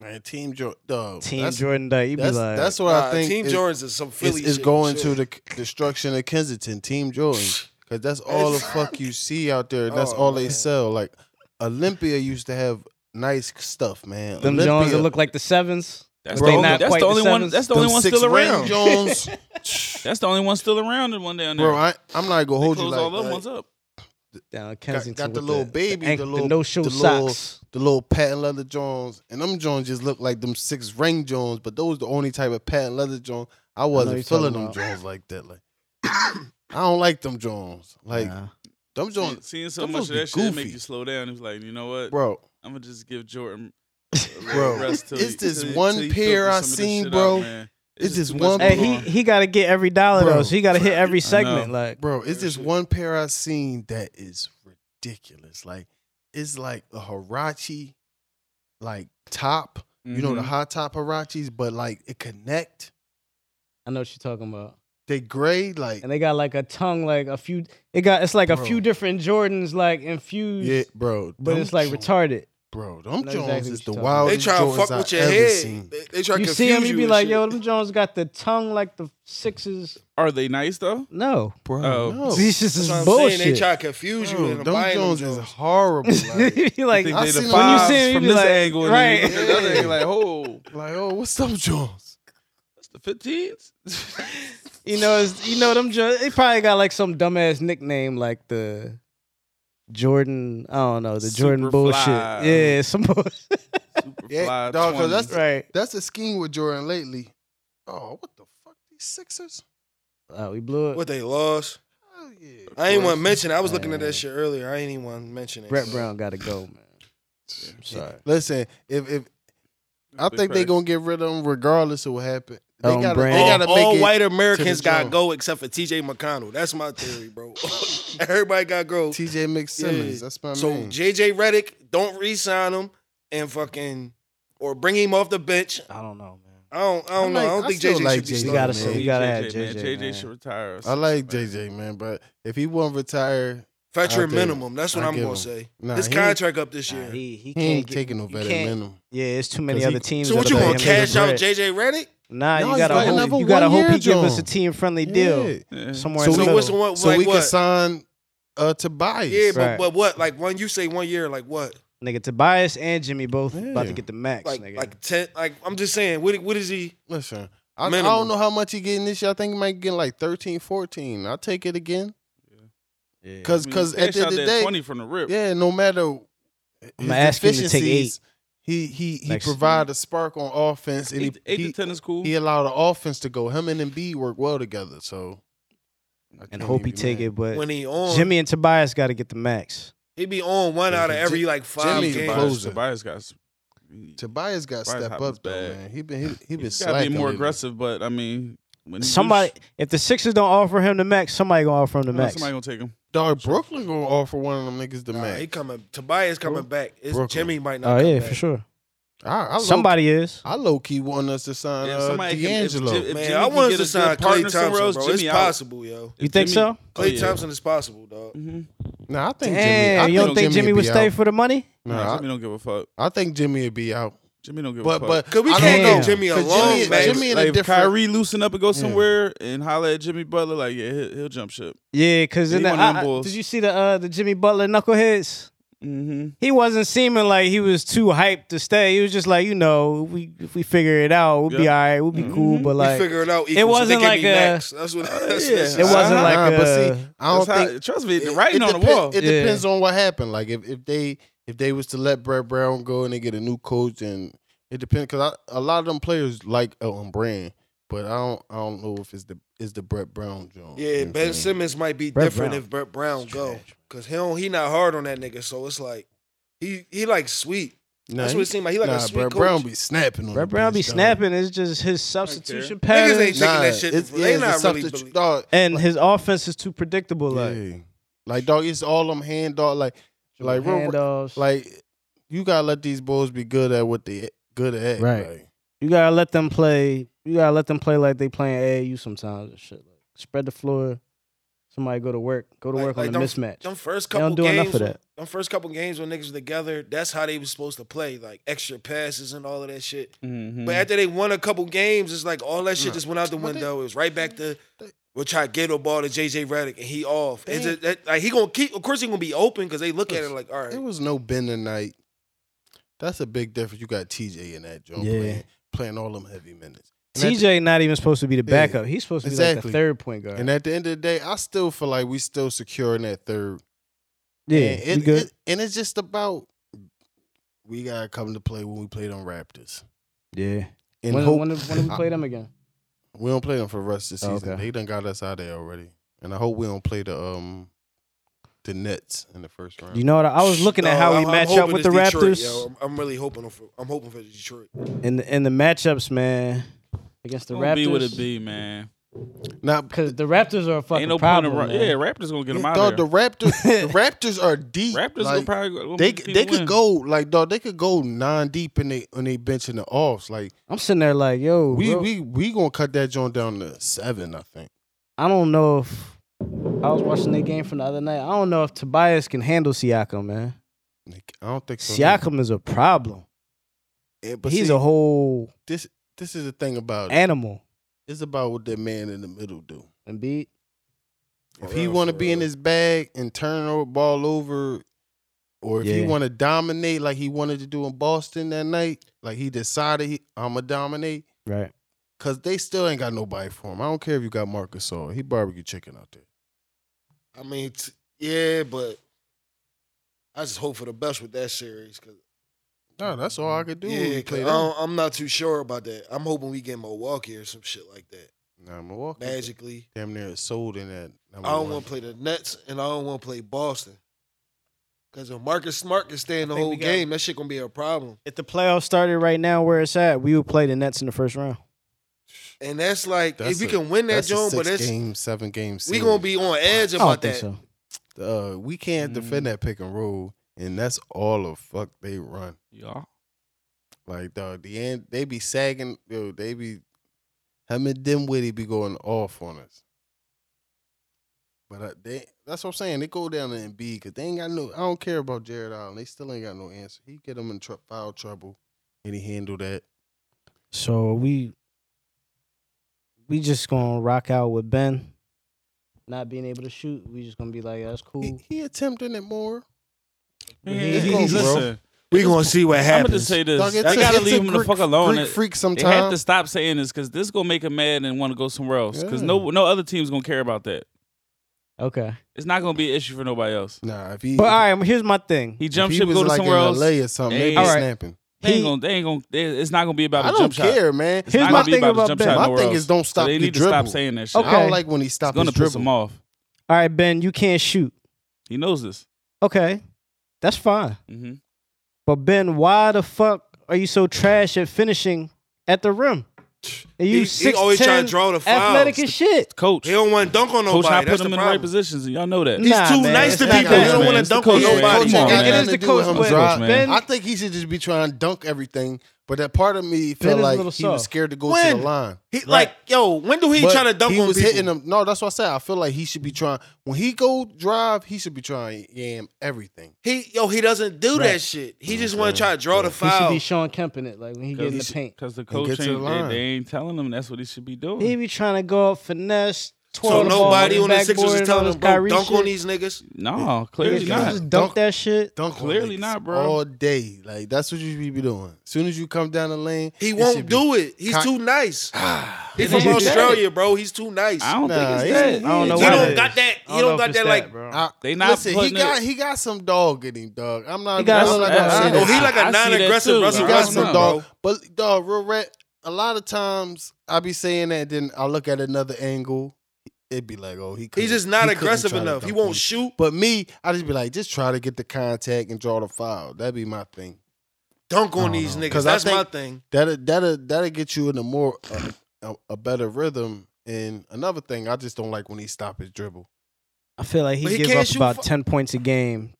S2: Man, Team Jordan. Dog,
S3: Team
S2: that's,
S3: Jordan Dyke. You be
S2: That's,
S3: like,
S2: that's what
S4: Nah,
S2: I think.
S4: Team
S2: is,
S4: Jordans is some
S2: is,
S4: Philly.
S2: is
S4: shit,
S2: going
S4: shit.
S2: to the c- destruction of Kensington. Team Jordan. Cause that's all the fuck you see out there. That's
S4: Oh,
S2: all they
S4: man.
S2: sell. Like Olympia used to have nice stuff, man.
S3: Them
S2: Olympia,
S3: Jones that look like the sevens.
S1: That's
S2: Bro,
S1: the only,
S2: not
S1: that's
S3: quite
S1: the
S3: the
S1: only one.
S3: sevens.
S1: That's the only
S2: them
S1: one
S2: six
S1: still
S2: ring
S1: around.
S2: Jones,
S1: That's the only one still around. The one down there.
S2: bro. I, I'm not gonna
S1: They
S2: hold you
S1: closed
S2: like,
S1: all them
S2: like,
S1: ones up.
S3: Down Kensington
S2: got the
S3: with
S2: little baby,
S3: ank-
S2: the little-
S3: no show
S2: the little-
S3: socks.
S2: the little patent leather Jones, and them Jones just look like them six ring Jones. But those the only type of patent leather Jones I wasn't
S3: you're
S2: feeling them
S3: talking about.
S2: Jones like that. Like I don't like them Jones. Like
S3: Nah.
S2: them Jones,
S1: Seeing so
S2: them
S1: much
S2: must
S1: of
S2: be
S1: that shit it make
S2: goofy.
S1: you slow down. He was like, you know what?
S2: bro.
S1: I'm gonna just give Jordan a little
S2: Bro,
S1: rest till
S2: it's
S1: he-
S2: this
S1: till he-
S2: one
S1: till he filters
S2: pair I
S1: some of this
S2: seen,
S1: shit
S2: bro.
S1: Out, man.
S2: It's
S1: just
S2: this
S1: too
S2: one
S1: much
S2: pair.
S3: Hey,
S1: going
S3: he
S1: on.
S3: he got to get every dollar
S2: Bro.
S3: though, so he got to hit
S1: know.
S3: every segment. Like,
S2: Bro, it's this
S1: shit.
S2: one pair I seen that is ridiculous. Like it's like a Hirachi, like top. You know the
S4: Mm-hmm.
S1: Mhm.
S2: high top Hirachis, but like it connect.
S3: I know what you're talking about.
S2: They gray, like
S3: And they got like a tongue, like a few. It got it's like a
S2: Bro.
S3: few different Jordans, like infused,
S2: yeah, bro.
S3: but
S2: them
S3: it's like
S2: Jones-
S3: retarded.
S2: Bro, them
S3: know
S2: Jones
S3: exactly
S2: is
S3: what
S2: the
S3: you're talking about.
S4: They
S2: wildest
S4: try to
S2: Jordans
S4: fuck
S2: I
S4: with your
S2: ever
S4: head.
S2: seen.
S4: They, they try to
S3: You
S4: confuse
S3: see him, you
S4: you
S3: be
S4: and
S3: like,
S4: shit.
S3: yo, them Jones got the tongue like the sixes.
S1: Are they nice though?
S3: No,
S2: Bro,
S1: Oh.
S2: no.
S3: this is
S4: That's what I'm
S3: bullshit.
S4: saying. They try to confuse you
S2: Bro,
S4: and
S2: them
S4: buying
S2: Jones
S4: them
S2: is
S4: Jones.
S2: horrible. Like,
S3: You like,
S1: think
S2: I
S1: they
S2: seen
S1: the
S2: them- when you
S1: fives
S3: see 'em, you
S1: from
S3: be
S1: this
S3: like-
S1: angle, and then you look at the other
S2: right.
S1: angle, like, oh,
S2: like, oh, what's them Jones?
S1: that's the 15s.
S3: you know, it's, you know them. Jo- They probably got like some dumbass nickname, like the Jordan. I don't know the Jordan
S1: Superfly.
S3: bullshit. Yeah, some bullshit.
S1: Superfly
S2: Yeah, dog, 'cause that's-
S1: 20s.
S3: right.
S2: That's the scheme with Jordan lately. Oh, what the fuck? These Sixers?
S3: Uh, we blew it.
S4: What they lost.
S2: Hell yeah.
S4: I ain't want to mention. it. I was looking at
S3: Man.
S4: that shit earlier. I ain't even want to mention it.
S3: Brett
S4: so.
S3: Brown got to go, man. I'm sorry.
S2: Listen, if if I
S1: Big
S2: think they're
S1: facts.
S2: gonna get rid of them regardless of what happened. They
S3: Um,
S2: gotta,
S3: brand.
S2: they
S4: all,
S2: gotta
S4: all
S2: make
S4: white
S2: to
S4: Americans
S2: the
S4: got
S2: joint.
S4: to go except for T.J. McConnell. That's my theory, bro. Everybody got to go.
S2: it TJ McSimmons. That's my
S4: so
S2: man.
S4: J.J. Reddick, don't re-sign him and fucking or bring him off the bench.
S3: I don't know, man.
S4: I don't. I
S2: I
S4: don't know.
S2: like-
S4: I
S2: I
S4: don't think
S2: still
S4: J.J.
S2: like
S4: should be
S2: JJ,
S3: You
S4: starting.
S3: gotta
S2: man.
S3: say, you gotta have
S1: JJ, man.
S3: JJ.
S1: JJ
S3: man.
S1: should retire. or
S2: I like
S1: something, man.
S2: JJ, man, but if he won't retire, I
S4: Veteran
S2: do.
S4: minimum. That's what
S2: I
S4: I am
S2: give
S4: gonna
S2: him.
S4: say.
S2: Nah,
S4: His
S2: he-
S4: contract up this year.
S3: Nah, he he
S2: he
S3: can't
S2: ain't
S3: get-
S2: taking no
S3: you
S2: veteran
S3: can't-
S2: minimum.
S3: Yeah, it's too many
S2: 'Cause he-
S3: other teams.
S4: so what
S3: that'll
S4: you
S3: pay
S4: gonna
S3: him bigger
S4: cash out
S3: bread.
S4: J.J. Reddick?
S3: Nah,
S2: No,
S3: you
S2: he's
S3: gotta
S2: got
S3: hope
S2: another
S3: you gotta
S2: one
S3: hope he
S2: year,
S3: give us a
S2: John.
S3: team friendly deal.
S2: Yeah.
S1: Yeah.
S3: Somewhere
S2: So we-
S3: in the
S4: So
S3: middle.
S4: what's the one?
S2: So
S4: like
S2: we
S4: what?
S2: can sign uh Tobias.
S4: Yeah, but,
S3: Right.
S4: but what? Like when you say one year, like what?
S3: Nigga, Tobias and Jimmy both
S2: Yeah.
S3: about to get the max,
S4: Like
S3: nigga.
S4: like ten? Like I'm just saying. What? What is he?
S2: Listen. I, I
S4: Minimum.
S2: don't know how much he getting this year. I think he might get like 13, 14. I'll take it again.
S3: yeah.
S2: Cause
S1: I mean,
S2: cause at
S1: cash
S2: the end
S1: out
S2: of the
S1: that
S2: day,
S1: 20 from the rip.
S2: yeah, no matter his
S3: I'ma ask him to take
S2: deficiencies, he he he
S3: Next-
S2: provide a spark on offense and
S1: Eight,
S2: he,
S1: eight
S2: he,
S1: to 10 is cool.
S2: he allowed the offense to go. Him and Embiid work well together, so I
S3: and
S2: can't
S3: hope he
S2: even
S3: take
S2: mad.
S3: it, but
S4: When he on?
S3: Jimmy and Tobias got to get the max.
S4: He be on one
S2: Yeah,
S4: out of
S2: Ji-
S4: every like five
S2: Jimmy
S4: games.
S2: close.
S1: Tobias, Tobias
S2: closer.
S1: got. s- He,
S2: Tobias got to
S1: Tobias
S2: step
S1: Harper's
S2: up though,
S1: bad.
S2: man. He been he, he been
S1: he's got to
S2: slacking.
S1: be more
S2: lately.
S1: aggressive, but I mean, when he
S3: Somebody,
S1: do sh-
S3: if the Sixers don't offer him the max, somebody gonna offer him the
S2: Oh,
S1: I know
S3: max.
S1: Somebody gonna take him.
S2: Dog, Brooklyn gonna offer one of them niggas the
S4: Nah,
S2: max.
S4: he coming. Tobias coming back. It's
S2: Brooklyn.
S4: Jimmy might not.
S3: Oh
S4: come
S3: yeah,
S4: back.
S3: for sure.
S2: I, I Low,
S3: Somebody is.
S2: I low key want us to sign
S1: If
S2: uh,
S1: somebody can- if
S2: D'Angelo.
S1: Jim- if-
S4: Man,
S1: Jimmy
S4: I
S1: can
S4: want us
S1: get a
S4: to
S1: good
S4: sign Clay
S1: partner somewhere
S4: Thompson,
S1: else,
S4: bro.
S1: Jimmy
S4: it's
S1: out.
S4: possible, yo.
S3: You think so?
S4: Clay
S1: Oh, yeah.
S4: Thompson is possible, dog.
S1: Mm-hmm.
S2: nah, I think Jimmy. I
S3: Damn, you don't think Jimmy
S2: would
S3: would
S2: be
S3: stay
S2: out.
S3: for the money?
S2: Nah,
S1: Jimmy don't give a fuck.
S2: I, I think Jimmy would be out.
S1: Jimmy don't give
S2: But
S1: a fuck.
S2: but
S4: 'Cause we
S2: I
S4: can't
S2: don't
S3: go
S2: know.
S4: Jimmy
S2: 'Cause
S4: alone,
S2: Jimmy,
S4: man.
S2: Jimmy in
S1: like
S2: a
S1: if
S2: different.
S1: Kyrie loosen up and go somewhere and holler at Jimmy Butler, like yeah, he'll, he'll jump ship.
S3: Yeah, cause
S1: Yeah,
S3: in
S1: he
S3: the,
S1: one of them
S3: I- I-
S1: boys.
S3: did you see the uh, the Jimmy Butler knuckleheads?
S1: Mm-hmm.
S3: He wasn't seeming like he was too hyped to stay. He was just like, you know, we if we figure it out, we'll be
S1: Yeah.
S3: all right, we'll be cool.
S1: Mhm.
S3: But like,
S4: we Mm-hmm. figure it out. Equals.
S3: wasn't
S4: They can
S3: like
S4: be
S3: a-
S4: next. That's what. That's
S1: yeah.
S4: what
S3: it wasn't
S1: Uh-huh.
S3: like
S2: Nah,
S3: a,
S2: but see, I don't think
S1: trust me, the writing on the
S2: depen-
S1: wall.
S2: It
S3: Yeah.
S2: depends on what happened. Like if, if they if they was to let Brett Brown go and they get a new coach, and it depends because a lot of them players like Elton Brand, but I don't I don't know if it's the it's the Brett Brown Jones. you know
S4: Yeah,
S2: what
S4: Ben
S2: I'm saying?
S4: Simmons might be
S3: Brett
S4: different
S3: Brown.
S4: if Brett Brown go,
S3: trash.
S4: cause he don't, he not hard on that nigga. So it's like he he like sweet.
S2: Nah,
S4: That's
S2: he-
S4: what it seemed like. He like
S2: nah,
S4: a sweet
S2: Brett
S4: coach.
S2: Brown be snapping on.
S3: Brett
S2: the
S3: Brown be
S2: bench, dog.
S3: snapping. It's just his substitution
S4: Niggas
S3: pattern
S4: ain't taking that shit.
S2: it's,
S4: they
S2: yeah,
S4: not
S2: it's
S4: really.
S2: substitu-
S4: believe-
S2: dog.
S3: and his offense is too predictable. Like
S2: Like, like dog, it's all them hand dog. Like like real-
S3: handoffs.
S2: like you gotta let these boys be good at what they good at.
S3: Right.
S2: like.
S3: you gotta let them play. You gotta let them play like they playing AAU sometimes and shit. Like, spread the floor. Somebody go to work. Go to
S4: Like-
S3: work
S4: like
S3: on a
S4: them-
S3: mismatch.
S4: Them first
S3: They don't
S4: couple
S3: do
S4: games.
S3: enough of that.
S4: Them first couple games when niggas were together, that's how they was supposed to play, like extra passes and all of that shit.
S1: Mm-hmm.
S4: But after they won a couple games, it's like all that shit
S2: Mm. Nah.
S4: just went out the
S2: But they-
S4: window. it was right back to
S2: they-
S4: We'll try to get the ball to JJ Redick and he off. Is it that, like he gonna keep? Of course he gonna be open because they look at it like, all
S2: It
S4: right,
S2: was no Ben tonight. That's a big difference. You got TJ in that joint
S3: Yeah.
S2: playing, playing all them heavy minutes. And at the-
S3: TJ not even supposed to be the
S2: Yeah,
S3: backup. He's supposed to be like the
S2: exactly.
S3: third point guard.
S2: And at the end of the day, I still feel like we still securing that third.
S3: yeah,
S2: and,
S3: we
S2: it,
S3: good.
S2: it- and it's just about we gotta come to play when we play them Raptors.
S3: yeah.
S2: And
S3: when,
S2: hope
S3: when, when do we play them again?
S2: we don't play them for the rest of the
S3: Oh,
S2: season.
S3: okay.
S2: They done got us out of there already. And I hope we don't play the um the Nets in the first round.
S3: You know what? I was looking at
S4: No,
S3: how we
S4: I'm- I'm
S3: match up
S4: hoping
S3: with the
S4: it's Detroit,
S3: Raptors
S4: yo. I'm, I'm really hoping for. I'm hoping for Detroit.
S3: and the, and the matchups, man, against the
S1: Gonna
S3: Raptors.
S1: Be what it be, man.
S2: now
S3: Because the Raptors are a fucking
S1: Ain't no
S3: problem.
S1: point in run.
S3: man.
S1: Yeah, Raptors gonna get them out
S2: dog,
S1: of
S2: the
S1: there.
S2: Raptors the Raptors are deep.
S1: Raptors
S2: like,
S1: gonna probably gonna
S2: they
S1: be the team
S2: they
S1: to
S2: could
S1: win.
S2: go like dog, they could go nine deep in they on they bench in the offs. Like
S3: I'm sitting there like, yo,
S2: we
S3: bro,
S2: we we gonna cut that joint down to seven, I think.
S3: I don't know if I was watching that game from the other night. I don't know if Tobias can handle Siakam, man.
S2: Like, I don't think so.
S3: Siakam is a problem.
S2: Yeah, but
S3: He's
S2: see,
S3: a whole
S2: this this is the thing about it.
S3: animal.
S2: It's about what that man in the middle do.
S3: Embiid,
S2: If
S4: For
S2: he
S4: real,
S2: want to
S4: Oh, for
S2: be in
S4: real.
S2: his bag and turn the ball over, or if he
S3: Yeah.
S2: want to dominate like he wanted to do in Boston that night, like he decided he I'ma dominate,
S3: right?
S2: cause they still ain't got nobody for him. I don't care if you got Marcus or he barbecue chicken out there.
S4: I mean, t- yeah, but I just hope for the best with that series. Cause,
S2: No, that's all I could do.
S4: yeah,
S2: Yeah,
S4: cause
S2: play
S4: um, I
S2: them.
S4: don't- I'm not too sure about that. I'm hoping we get Milwaukee or some shit like that.
S2: Nah, Milwaukee
S4: Magically,
S2: damn near is sold in that. number
S4: I don't
S2: one.
S4: want to play the Nets and I don't want to play Boston. Cause if Marcus Smart can stay in the
S3: I think
S4: whole
S3: we got-
S4: game, that shit gonna be a problem.
S3: If the playoffs started right now, where it's at, we would play the Nets in the first round.
S4: And that's like
S2: That's
S4: if we
S2: a-
S4: can win that
S2: that's
S4: joint,
S2: a
S4: but
S2: six
S4: that's
S2: game, seven game.
S4: we
S2: series.
S4: gonna be on edge
S3: I don't
S4: about
S3: think
S4: that.
S3: so.
S2: uh, we can't
S4: Mm.
S2: defend that pick and roll, and that's all the fuck they run.
S1: Yeah.
S2: Like dog, the end they be sagging, yo, they be Hammond Dimwitty be going off on us. But uh, they that's what I'm saying. They go down to Embiid because they ain't got no. I don't care about Jared Allen. They still ain't got no answer. He get them in tr- foul trouble, and he handle that.
S3: So we we just gonna rock out with Ben not being able to shoot. We just gonna be like, that's cool.
S2: He, he attempting it more.
S1: Man,
S3: He-
S2: he- he's-
S1: listen,
S4: We gonna see what
S1: I'm gonna just say this.
S2: Dog, it's
S1: they
S2: a-
S1: gotta
S2: it's
S1: leave
S2: a
S1: him the
S2: Greek-
S1: fuck alone.
S2: Greek
S1: It-
S2: freak
S1: They have to
S2: sometimes.
S1: stop saying this because this gonna make him mad and want to go somewhere else. Because
S2: Yeah.
S1: no, no other team's gonna care about that.
S3: Okay.
S1: It's not gonna be an issue for nobody else.
S2: Nah, if he
S3: But all right, here's my thing.
S1: He
S2: if
S1: jump
S2: he
S1: ship,
S2: was
S1: go to
S2: like
S1: somewhere
S2: in
S1: else.
S2: LA or something. They
S1: Hey.
S2: be
S1: All
S3: right.
S2: snapping.
S1: They
S3: He-
S1: ain't gonna. They ain't gonna. they- it's not gonna be about
S2: I
S1: a
S2: don't
S1: jump shot.
S2: care, man.
S1: It's
S3: Here's
S1: not
S3: my
S1: gonna be
S3: thing
S1: about the
S3: about
S1: jump
S3: Ben.
S1: shot
S2: My
S1: nowhere
S2: thing
S1: else.
S2: is don't stop
S1: So they
S2: the
S1: need to stop
S2: dribble.
S1: saying that shit.
S2: I
S3: Okay.
S2: don't like when he
S1: It's
S2: stops
S1: gonna
S2: his dribble.
S1: piss him off.
S3: All right, Ben, you can't shoot.
S1: He knows this.
S3: Okay. That's fine.
S1: hmm
S4: Mm-hmm.
S3: But Ben, why the fuck are you so trash at finishing at the rim? And
S4: He-
S3: you
S4: he
S3: six,
S4: always try to draw the fouls.
S3: athletic as shit.
S1: Coach,
S4: He don't want to dunk
S1: coach,
S4: on nobody.
S1: not put
S4: That's
S1: him in
S4: the
S1: the right
S4: problem.
S1: positions. Y'all know that.
S4: He's
S3: Nah,
S4: too
S3: man.
S4: nice to
S3: It's not
S4: people. He
S1: coach,
S4: don't
S1: man.
S4: want to
S1: It's the
S4: dunk on
S1: coach, man.
S4: nobody.
S1: Come on,
S3: it
S1: man.
S3: is the coach,
S1: him
S3: but
S1: drive, man.
S3: Ben,
S2: I think he should just be trying to dunk everything. But that part of me
S3: Ben
S2: felt
S3: is a
S2: like
S3: little
S2: he was
S3: soft.
S2: scared to go to
S4: When?
S2: the line.
S4: He, Like, yo, when do he
S2: But
S4: try to dunk
S2: he
S4: on
S2: was
S4: people?
S2: hitting them. No, that's what I said. I feel like he should be trying. When he go drive, he should be trying to yam everything.
S4: He yo, he doesn't do that shit. He just want to try to draw the
S3: he should
S4: foul.
S3: be Sean Kemp in it, like when he get in the paint.
S1: Because the coach
S2: get
S1: ain't,
S2: to the
S1: they-
S2: line.
S1: they, ain't telling him that's what he should be doing.
S3: He be trying to go up finesse. twirl
S4: So
S3: the ball
S4: nobody on
S3: with
S4: the Sixers
S3: backboard
S4: is
S3: and
S4: telling
S3: all
S4: him,
S3: this
S4: bro,
S3: Kyrie
S4: dunk on
S3: shit.
S4: these niggas.
S1: no,
S3: Niggas
S1: clearly
S2: He's
S1: not.
S3: Just dunk
S2: Dunk-
S3: that shit.
S2: Dunk on
S1: Clearly
S2: niggas
S1: not, bro.
S2: All day, like that's what you should be doing. As soon as you come down the lane,
S4: He
S2: it
S4: won't
S2: should be-
S4: do it. He's
S2: Con-
S4: too nice. He's
S1: It
S4: from
S1: is that.
S4: Australia, bro. He's too nice.
S1: I don't
S2: Nah,
S1: think
S2: he-
S1: it's that.
S2: I don't know
S4: He
S2: why
S4: don't
S2: that
S4: got that. He don't got that like.
S3: bro.
S2: I-
S1: They not
S2: listen. He
S1: putting
S2: got
S1: it-
S2: he got some dog in him, dog. I'm not.
S3: He got
S2: I'm
S3: some-
S2: not
S3: I-
S2: gonna
S3: I-
S2: say
S4: Oh,
S2: that.
S4: he like a
S1: I see that
S4: non-aggressive
S1: too,
S4: Russell
S2: You
S1: bro.
S2: got
S1: I
S2: some
S1: don't know.
S2: dog. But dog, real rap. A lot of times I be saying that, then I look at another angle. It'd be like, oh, he.
S4: He's
S2: couldn't-
S4: just not
S2: he couldn't
S4: aggressive
S2: try to
S4: enough. He
S2: dunk
S4: won't
S2: on-
S4: shoot.
S2: But me, I just be like, just try to get the contact and draw the foul. That'd be my thing.
S4: Dunk
S2: I
S4: on
S2: don't
S4: these
S2: know.
S4: niggas.
S2: 'Cause I
S4: That's
S2: think-
S4: my thing.
S2: That'll that'll that'll get you in a more uh, a, a better rhythm. And another thing, I just don't like when he stop his dribble.
S3: I feel like he,
S4: But he
S3: gives
S4: can't
S3: up
S4: shoot
S3: about
S4: fu-
S3: ten points a game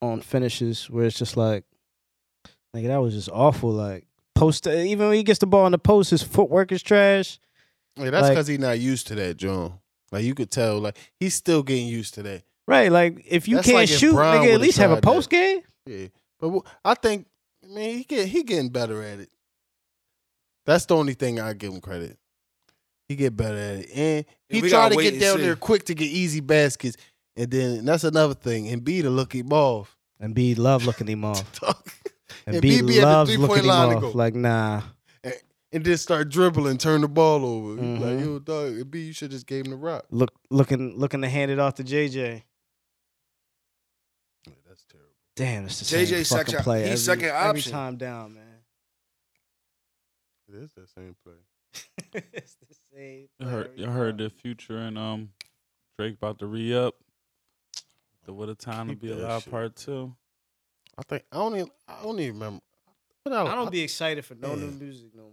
S3: on finishes, where it's just like, nigga, that was just awful. Like post, even when he gets the ball in the post, his footwork is trash.
S2: Yeah, that's
S3: Like-
S2: because he not used to that, John. Like you could tell, like he's still getting used to that.
S3: Right, like if you
S2: That's
S3: can't
S2: like if
S3: shoot,
S2: Brown
S3: nigga, at
S2: would've
S3: least have a
S2: tried that.
S3: post game.
S2: Yeah, but wh- I think man, he get he getting better at it. That's the only thing I give him credit. He get better at it, and he
S4: We
S2: try
S4: gotta
S2: to
S4: wait
S2: get
S4: and
S2: down
S4: see.
S2: there quick to get easy baskets, and then that's another thing. And B to look him off.
S3: And B love looking him off. And,
S2: And
S3: B,
S2: B be at the
S3: loves
S2: three-point
S3: looking him
S2: line to
S3: off.
S2: go.
S3: Like nah.
S2: and then start dribbling, turn the ball over. You Like
S4: Mm-hmm.
S3: Mhm.
S2: yo, dog, it be you should just gave him the rock.
S3: Look looking looking to hand it off to JJ.
S2: that's terrible.
S3: Damn, it's the
S4: JJ
S3: same fucking
S4: second-
S3: play.
S4: he's
S3: every,
S4: second
S3: every
S4: option.
S3: time down, man.
S2: It is that same play.
S3: it's the same.
S1: I
S3: play
S1: heard,
S3: every
S1: I heard
S3: time.
S1: the future and um Drake about to re up. The what a time to
S2: Keep
S1: be
S2: that
S1: alive
S2: shit,
S1: part two.
S2: I think I don't even I don't even remember. But
S3: I don't be excited for no new
S2: Yeah.
S3: music no more.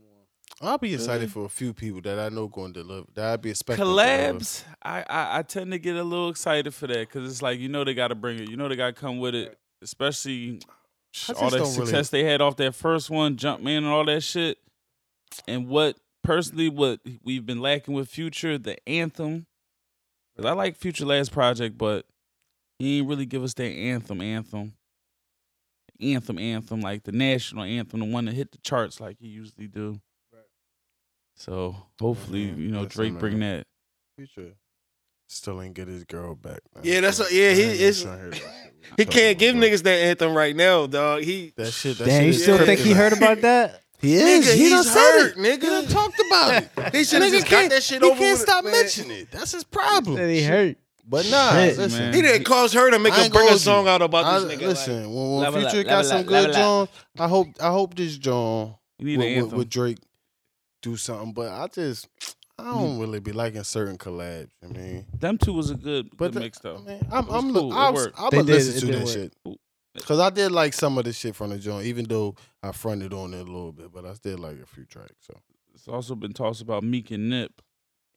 S2: I'll be excited for a few people that I know going to deliver. That I'd be expecting to deliver.
S1: Collabs, I, I I tend to get a little excited for that because it's like you know they got to bring it, you know they got to come with it, especially all
S2: just
S1: that
S2: don't really-
S1: success they had off that first one, Jumpman and all that shit. And what personally what we've been lacking with Future, the anthem. Cause I like Future last project, but he ain't really give us that anthem, anthem, anthem, anthem, like the national anthem, the one that hit the charts like he usually do.
S3: Right.
S1: So hopefully,
S2: Mhm.
S1: you know,
S2: That's
S1: Drake bring that.
S2: Future still ain't get his girl back. man.
S4: Yeah, that's a- yeah, he
S2: I ain't
S4: is-
S2: tryna hear that shit.
S4: He can't give niggas that anthem right now, dog. He
S2: that shit. That
S3: Damn,
S2: shit
S3: you
S2: is
S3: still think he
S2: kryptonite.
S3: heard about that?
S2: He is.
S4: nigga,
S2: he done
S4: he's
S2: said it.
S4: hurt,
S2: He done
S4: nigga.
S2: talked about it.
S4: He should have
S2: Nigga
S4: just got
S2: can't-
S4: that shit
S2: he
S4: over
S2: can't
S4: with,
S2: stop
S4: man.
S2: mentioning it. That's his problem.
S3: That he hurt.
S2: But nah,
S3: Shit,
S2: listen.
S1: man.
S4: He didn't cause her to make
S2: I
S4: him
S2: ain't
S4: bring
S2: gonna
S4: a song
S2: lie.
S4: out about
S2: I-
S4: this nigga.
S2: listen, when, when
S1: Level up,
S2: Future got
S1: level
S2: some
S1: up,
S2: good
S1: level
S2: John, I hope I hope this John
S1: You
S2: with,
S1: need an
S2: with-
S1: anthem.
S2: with Drake do something. But I just I don't
S1: Mm.
S2: really be liking certain collabs. I mean,
S1: Them two was a good,
S2: But
S1: good
S2: the-
S1: mix though.
S2: I mean, I'm
S1: was
S2: I'm
S1: cool. It
S2: I'm, I'm,
S1: worked.
S2: I'm
S3: They
S2: gonna
S3: did-
S2: listen
S3: it
S2: to
S3: did
S2: that
S3: work.
S2: shit because I did like some of the shit from the joint, even though I fronted on it a little bit. But I still like a few tracks. So
S1: It's also been tossed about Meek and Nip.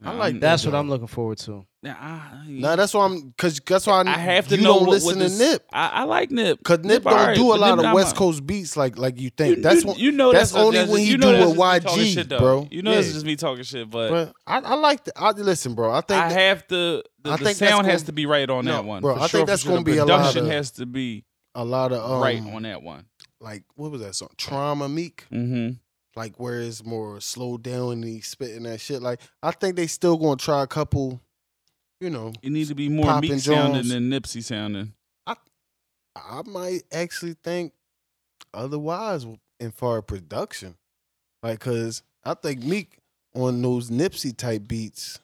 S2: I
S1: Now,
S2: like
S1: I'm-
S2: that.
S3: That's what I'm looking forward to.
S1: Now, I,
S2: now that's why I'm because that's why I,
S1: I have to
S2: you
S1: know
S2: don't
S1: what- what
S2: listen
S1: this-
S2: to Nip.
S1: I, I like Nip
S2: Cause Nip don't
S1: alright,
S2: do a
S1: but
S2: lot
S1: Nip
S2: of
S1: not
S2: West
S1: my-
S2: Coast beats like like you
S1: You-
S2: think. that's
S1: you,
S2: one,
S1: you know
S2: that's
S1: that's,
S2: only
S1: that's
S2: when
S1: just-
S2: he
S1: you know
S2: do
S1: that's
S2: with
S1: just me talking
S2: YG,
S1: shit, though.
S2: bro.
S1: You know that's
S2: Yeah.
S1: just me talking shit, but,
S2: but I, I like the. I listen, bro. I think
S1: I
S2: that-
S1: have to. The,
S2: I
S1: the
S2: think that's
S1: sound has
S2: gonna-
S1: to be right on
S2: No,
S1: that one.
S2: bro,
S1: for
S2: I think
S1: sure, for
S2: that's
S1: sure.
S2: gonna be
S1: the
S2: a lot
S1: production
S2: of-
S1: has to be
S2: a lot of um,
S1: right on that one.
S2: like what was that song? Trauma Meek,
S1: Mm-hmm.
S2: like where it's more slow down and he's spitting that shit. Like I think they still gonna try a couple. You know,
S1: It needs to be more
S2: Poppin'
S1: Meek sounding
S2: Jones.
S1: than Nipsey sounding.
S2: I might actually think otherwise in far as production, like because I think Meek on those Nipsey type beats,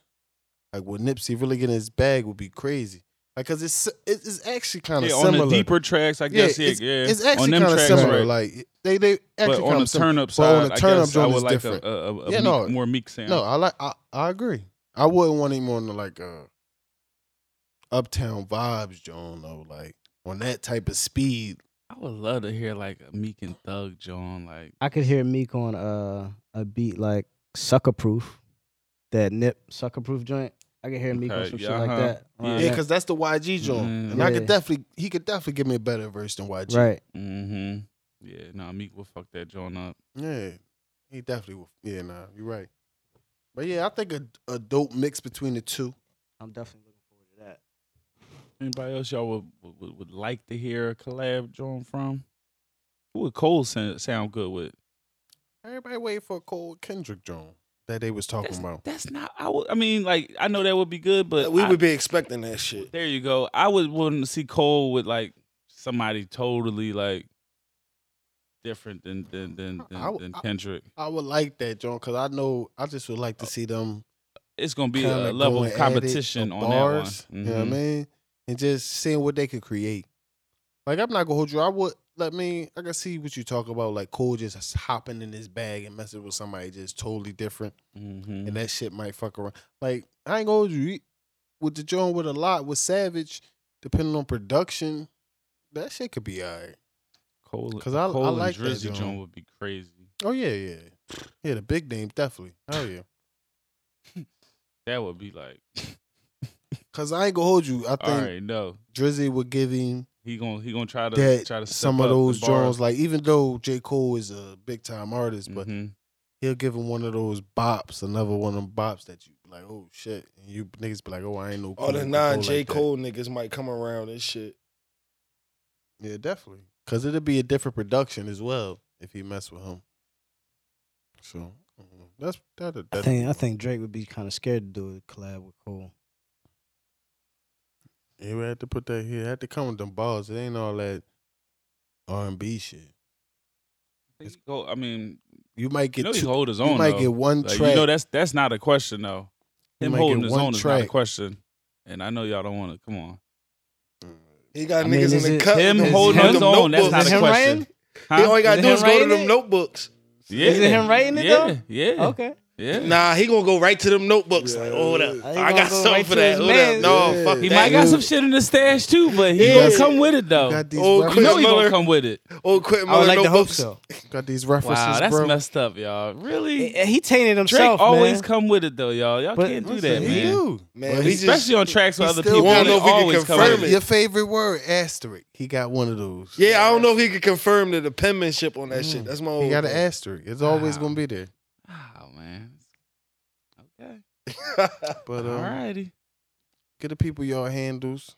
S2: like when Nipsey really get in his bag would be crazy. Like because it's it's it's actually kind of
S1: Yeah, on
S2: similar.
S1: the deeper tracks, I guess. Yeah,
S2: it's,
S1: yeah.
S2: it's
S1: on
S2: actually
S1: them
S2: kind of
S1: tracks,
S2: similar.
S1: right.
S2: Like they they
S1: but
S2: actually
S1: on
S2: kind
S1: the
S2: of similar.
S1: turn up
S2: But
S1: side,
S2: on the turn
S1: I,
S2: up
S1: guess I
S2: joint
S1: would
S2: is
S1: like uh,
S2: different.
S1: a, a, a, a
S2: Yeah,
S1: Meek-
S2: no.
S1: more Meek sound.
S2: No, I like I, I agree. I wouldn't want him on the like uh uptown vibes, John. Though, like on that type of speed,
S1: I would love to hear like a Meek and Thug John. Like
S3: I could hear Meek on uh, a beat like Sucker Proof, that Nip Sucker Proof joint. I could hear Meek on
S1: Okay,
S3: some
S1: yeah,
S3: shit like
S1: uh-huh.
S3: that. around
S2: Yeah,
S3: that.
S2: because that's the YG joint,
S1: Mm.
S2: and I could
S3: Yeah.
S2: definitely he could definitely give me a better verse than YG.
S3: right.
S1: Mm-hmm. Yeah, no, Meek will fuck that joint up.
S2: Yeah, he definitely. Will. Yeah, nah, you're right. But yeah, I think a, a dope mix between the two.
S3: I'm definitely looking forward to that.
S1: Anybody else y'all would would, would, would like to hear a collab joint from? Who would Cole sound, sound good with?
S2: Everybody waiting for a Cole Kendrick joint that they was talking
S1: That's,
S2: about.
S1: that's not. I would. I mean, like I know that would be good, but
S4: we
S1: I-
S4: would be expecting that shit.
S1: there you go. I would want to see Cole with like somebody totally like different than than than than,
S2: I w-
S1: than
S2: I-
S1: Kendrick.
S2: I would like that joint because I know I just would like to see them
S1: It's gonna be
S2: kinda
S1: a level
S2: going
S1: of
S2: at it,
S1: competition
S2: the
S1: on
S2: bars,
S1: that one.
S2: You know
S1: Mhm.
S2: what I mean? And just seeing what they could create. Like I'm not gonna hold you. I would let me. I can see what you talk about. Like Cole just hopping in his bag and messing with somebody just totally different,
S1: Mhm.
S2: and that shit might fuck around. Like I ain't gonna hold you. He- With the joint with a lot with Savage, depending on production, that shit could be alright.
S1: Cole,
S2: 'Cause I- I
S1: Cole
S2: like that
S1: and Drizzy
S2: joint.
S1: joint would be crazy.
S2: Oh yeah, yeah, yeah. The big name definitely. Oh yeah.
S1: That would be like,
S2: Cause I ain't gonna hold you. I think
S1: all right, no.
S2: Drizzy would give him
S1: He gonna he gonna try to
S2: that
S1: try to step
S2: some of
S1: up the
S2: those
S1: bar.
S2: Jones, like even though J. Cole is a big time artist, but
S1: Mhm.
S2: he'll give him one of those bops, another one of them bops that you be like, oh shit. And you niggas be like, oh, I ain't no
S4: All the
S2: Cole
S4: non
S2: like
S4: J
S2: that.
S4: Cole niggas might come around and shit.
S2: Yeah, definitely. Cause it'll be a different production as well if he mess with him. So mm-hmm. That's that. that,
S3: I think I think Drake would be kind of scared to do a collab with Cole.
S2: he would have to put that. He had to come with them balls. It ain't all that R and B shit.
S1: He go- I mean,
S2: You might
S1: you
S2: get
S1: know he's
S2: two,
S1: hold his
S2: you
S1: own.
S2: might
S1: though.
S2: get one
S1: Like,
S2: track.
S1: You know that's that's not a question though.
S2: You
S1: Him
S2: might
S1: holding
S2: get
S1: his
S2: one
S1: own is not a
S2: track.
S1: question, and I know y'all don't want to. Come on,
S4: He got
S3: I mean,
S4: niggas
S3: is
S4: in the
S3: it-
S4: cut. with
S1: Him
S4: them-
S1: holding
S4: with
S1: his
S4: them
S1: own, that's
S4: notebooks.
S1: not a
S3: him
S1: question.
S3: writing?
S4: He all he gotta
S3: Is
S4: do
S3: him
S4: is go to
S3: writing
S4: them
S3: it?
S4: notebooks.
S1: Yeah,
S3: Is it him writing it,
S1: yeah,
S3: though?
S1: Yeah,
S3: Okay.
S1: yeah.
S4: Nah, he gonna go right to them notebooks. Like, oh, hold up.
S3: He
S4: I
S3: gonna
S4: got
S3: go
S4: something
S3: right
S4: for
S3: to
S4: that.
S3: his
S4: Hold up.
S3: man.
S4: No,
S2: Yeah.
S4: fuck
S1: he
S4: that.
S1: might got
S4: You-
S1: some shit in the stash too, but he
S4: Yeah.
S1: gonna come with it though.
S2: You got these,
S4: Oh,
S2: refer-
S1: you know he
S4: Miller.
S1: gonna come with it.
S4: Old Quentin
S3: I
S4: Miller
S3: would like to hope
S4: notebooks.
S3: so.
S2: got these references,
S1: Wow, that's
S2: bro.
S1: messed up, y'all. Really,
S3: He, he tainted
S1: Drake
S3: himself,
S1: always
S3: man.
S1: come with it though, y'all. Y'all
S3: But-
S1: can't do
S2: He
S1: that, man.
S2: do.
S4: Man,
S2: But
S4: we
S2: he's-
S4: just-
S1: Especially on tracks with
S2: he
S1: other
S2: still
S1: people.
S2: won't
S1: They
S2: know if
S4: he can
S1: always come
S4: confirm
S1: with
S4: it.
S1: it.
S2: your favorite word asterisk. He got one of those.
S4: Yeah, I don't know if he could confirm the, the penmanship on that
S2: Mm.
S4: shit. That's my
S2: He
S4: old.
S2: got an asterisk. It's always
S1: Wow.
S2: gonna be there.
S1: Oh man. Okay.
S2: But um,
S1: All righty.
S2: get the people your handles.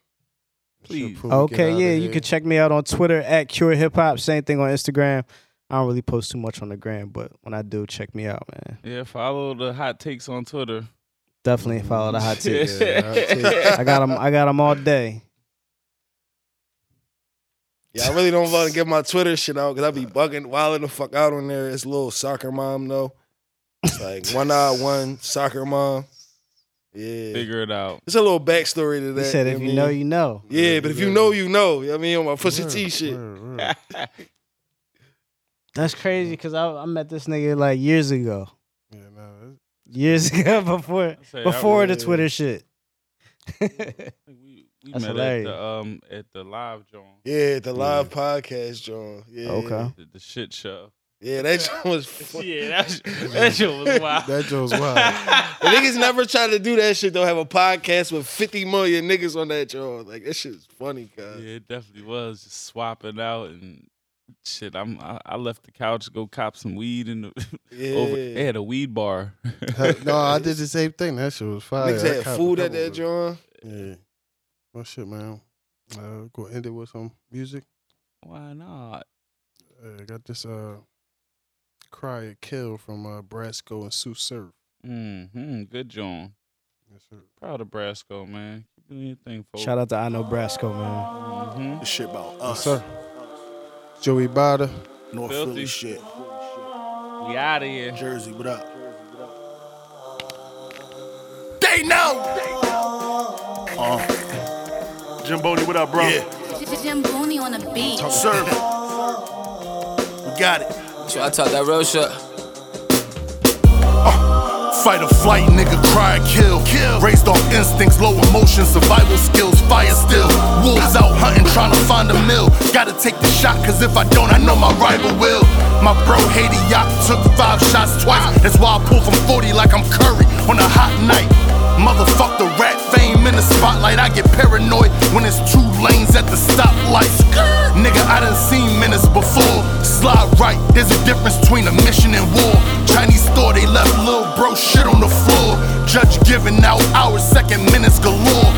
S1: Please.
S2: Before we get
S3: Okay,
S2: outta
S3: yeah, you
S2: here.
S3: can check me out on Twitter at Cure Hip Hop. Same thing on Instagram. I don't really post too much on the gram, but when I do, check me out, man.
S1: Yeah, follow the hot takes on Twitter.
S3: Definitely follow the hot tips.
S2: Yeah, hot takes.
S3: I got them. I got them all day.
S4: Yeah, I really don't want to get my Twitter shit out because I be bugging, wilding the fuck out on there. It's little soccer mom though. It's like one eye, one soccer mom. Yeah,
S1: Figure it out.
S4: it's a little backstory to
S3: He
S4: that.
S3: said, "If
S4: what
S3: you
S4: I
S3: know,
S4: mean?
S3: you know."
S4: Yeah, but if you know, you know. You know what I mean, on my Pusha
S2: Word,
S4: T shit.
S2: word, word.
S3: That's crazy because I, I met this nigga like years ago,
S2: Yeah, no,
S3: years ago before
S1: I Oh. say, I
S3: before the
S1: really-
S3: Twitter shit.
S1: We, we
S3: That's
S1: met
S3: hilarious.
S1: at the um at the live joint.
S4: Yeah, the live podcast, John. Yeah,
S3: Okay.
S1: The, the shit show.
S4: Yeah, that joint was. Fun.
S1: Yeah, that, that shit was wild.
S2: that joke's wild.
S4: The niggas never try to do that shit. Don't have a podcast with fifty million niggas on that joint. Like that shit's funny,
S1: yeah,
S4: cuz.
S1: it definitely was just swapping out and shit. I'm I, I left the couch to go cop some weed in the
S4: Yeah.
S1: over. They had a weed bar.
S2: no, I did the same thing. That shit was fire.
S4: Niggas
S2: I
S4: had
S2: caught a
S4: food at
S2: couple
S4: that
S2: of-
S4: joint.
S2: Yeah. Well, shit, man. Uh, go end it with some music.
S1: Why not?
S2: Uh, got this uh, "Cry or Kill" from uh, Brasco and Sue Surf.
S1: hmm Good joint.
S2: Yes, sir.
S1: Proud of Brasco, man. Keep doing your thing, folks. Mm-hmm,
S3: Shout out to I know Brasco, man.
S5: This shit about
S2: Yes,
S5: us.
S2: sir. Joey Bada.
S5: North
S1: Filthy.
S5: Philly shit.
S1: We out of here.
S5: Jersey, what up? They know. Uh. Jimboni, what up, bro? Yeah.
S6: Jim Booney on the beat.
S5: Serve it. We got it.
S7: So I talk that real shit.
S5: Fight or flight, nigga, cry, or kill. kill. Raised off instincts, low emotion, survival skills, fire still. Wolves out hunting, tryna find a mill. Gotta take the shot, cause if I don't, I know my rival will. My bro Haiti Yacht took five shots twice. That's why I pull from 40 like I'm Curry on a hot night. Motherfuck the rat fame in the spotlight. I get paranoid when it's two lanes at the stoplight. Nigga, I done seen minutes before. Slide right, there's a difference between a mission and war. Chinese store, they left lil bro shit on the floor. Judge giving out hours, second minutes galore.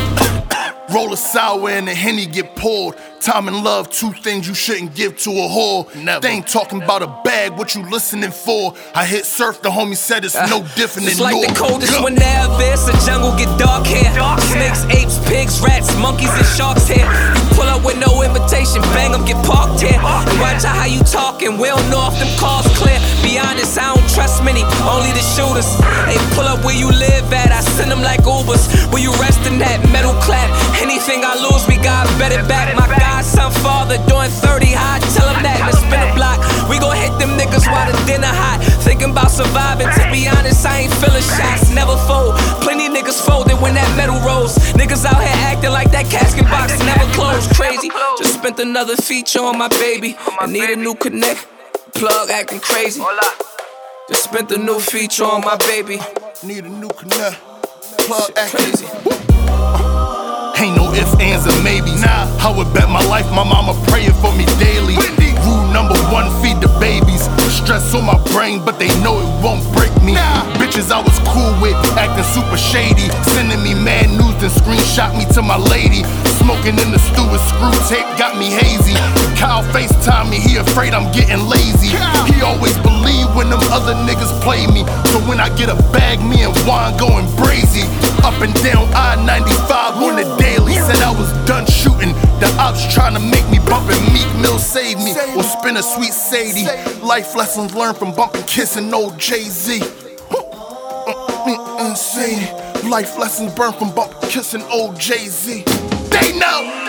S5: Roll a sour and a henny get poured. Time and love, two things you shouldn't give to a whore. They ain't talking about a bag, what you listening for? I hit surf, the homie said it's no different
S7: It's
S5: than
S7: like the
S5: yours.
S7: coldest
S5: Go.
S7: winter ever. It's a jungle, get dark here. Snakes, apes, pigs, rats, monkeys, and sharks here. You pull up with no invitation, bang 'em, get parked here. And watch out how you talking, we don't know if them cars clear. Be honest, I don't trust many, only the shooters. They pull up where you live at, I send them like Ubers. Where you resting that metal clap? Anything I lose, we got better back. My godson father doing 30 high, tell him that. Let's spin a block. We gon' hit them niggas while the dinner hot. Thinking about surviving. To be honest, I ain't feeling shots. Never fold. Plenty niggas folded when that metal rolls. Niggas out here acting like that casket box never closed. Crazy. Just spent another feature on my baby. I need a new connect. Plug acting crazy. Just spent a new feature on my baby.
S5: Need a new connect. Plug
S7: Shit
S5: acting.
S7: crazy.
S5: Ain't no ifs, ands, or maybes. Nah, I would bet my life my mama praying for me daily. Rule number one, feed the babies. Stress on my brain, but they know it won't break me. Bitches I was cool with, acting super shady. Sending me mad news, then screenshot me to my lady. Smoking in the stew with screw tape got me hazy. Kyle FaceTime me, he afraid I'm getting lazy. He always believe when them other niggas play me. So when I get a bag, me and Juan going brazy. Up and down I-95 on the daily. Said I was done shooting. The ops trying to make me bump and Meek Mill save me. Or spin a sweet Sadie. Life lessons learned from bumping, kissing old Jay-Z. Mm, insane. Life lessons burned from bump kissing old Jay Z. They know.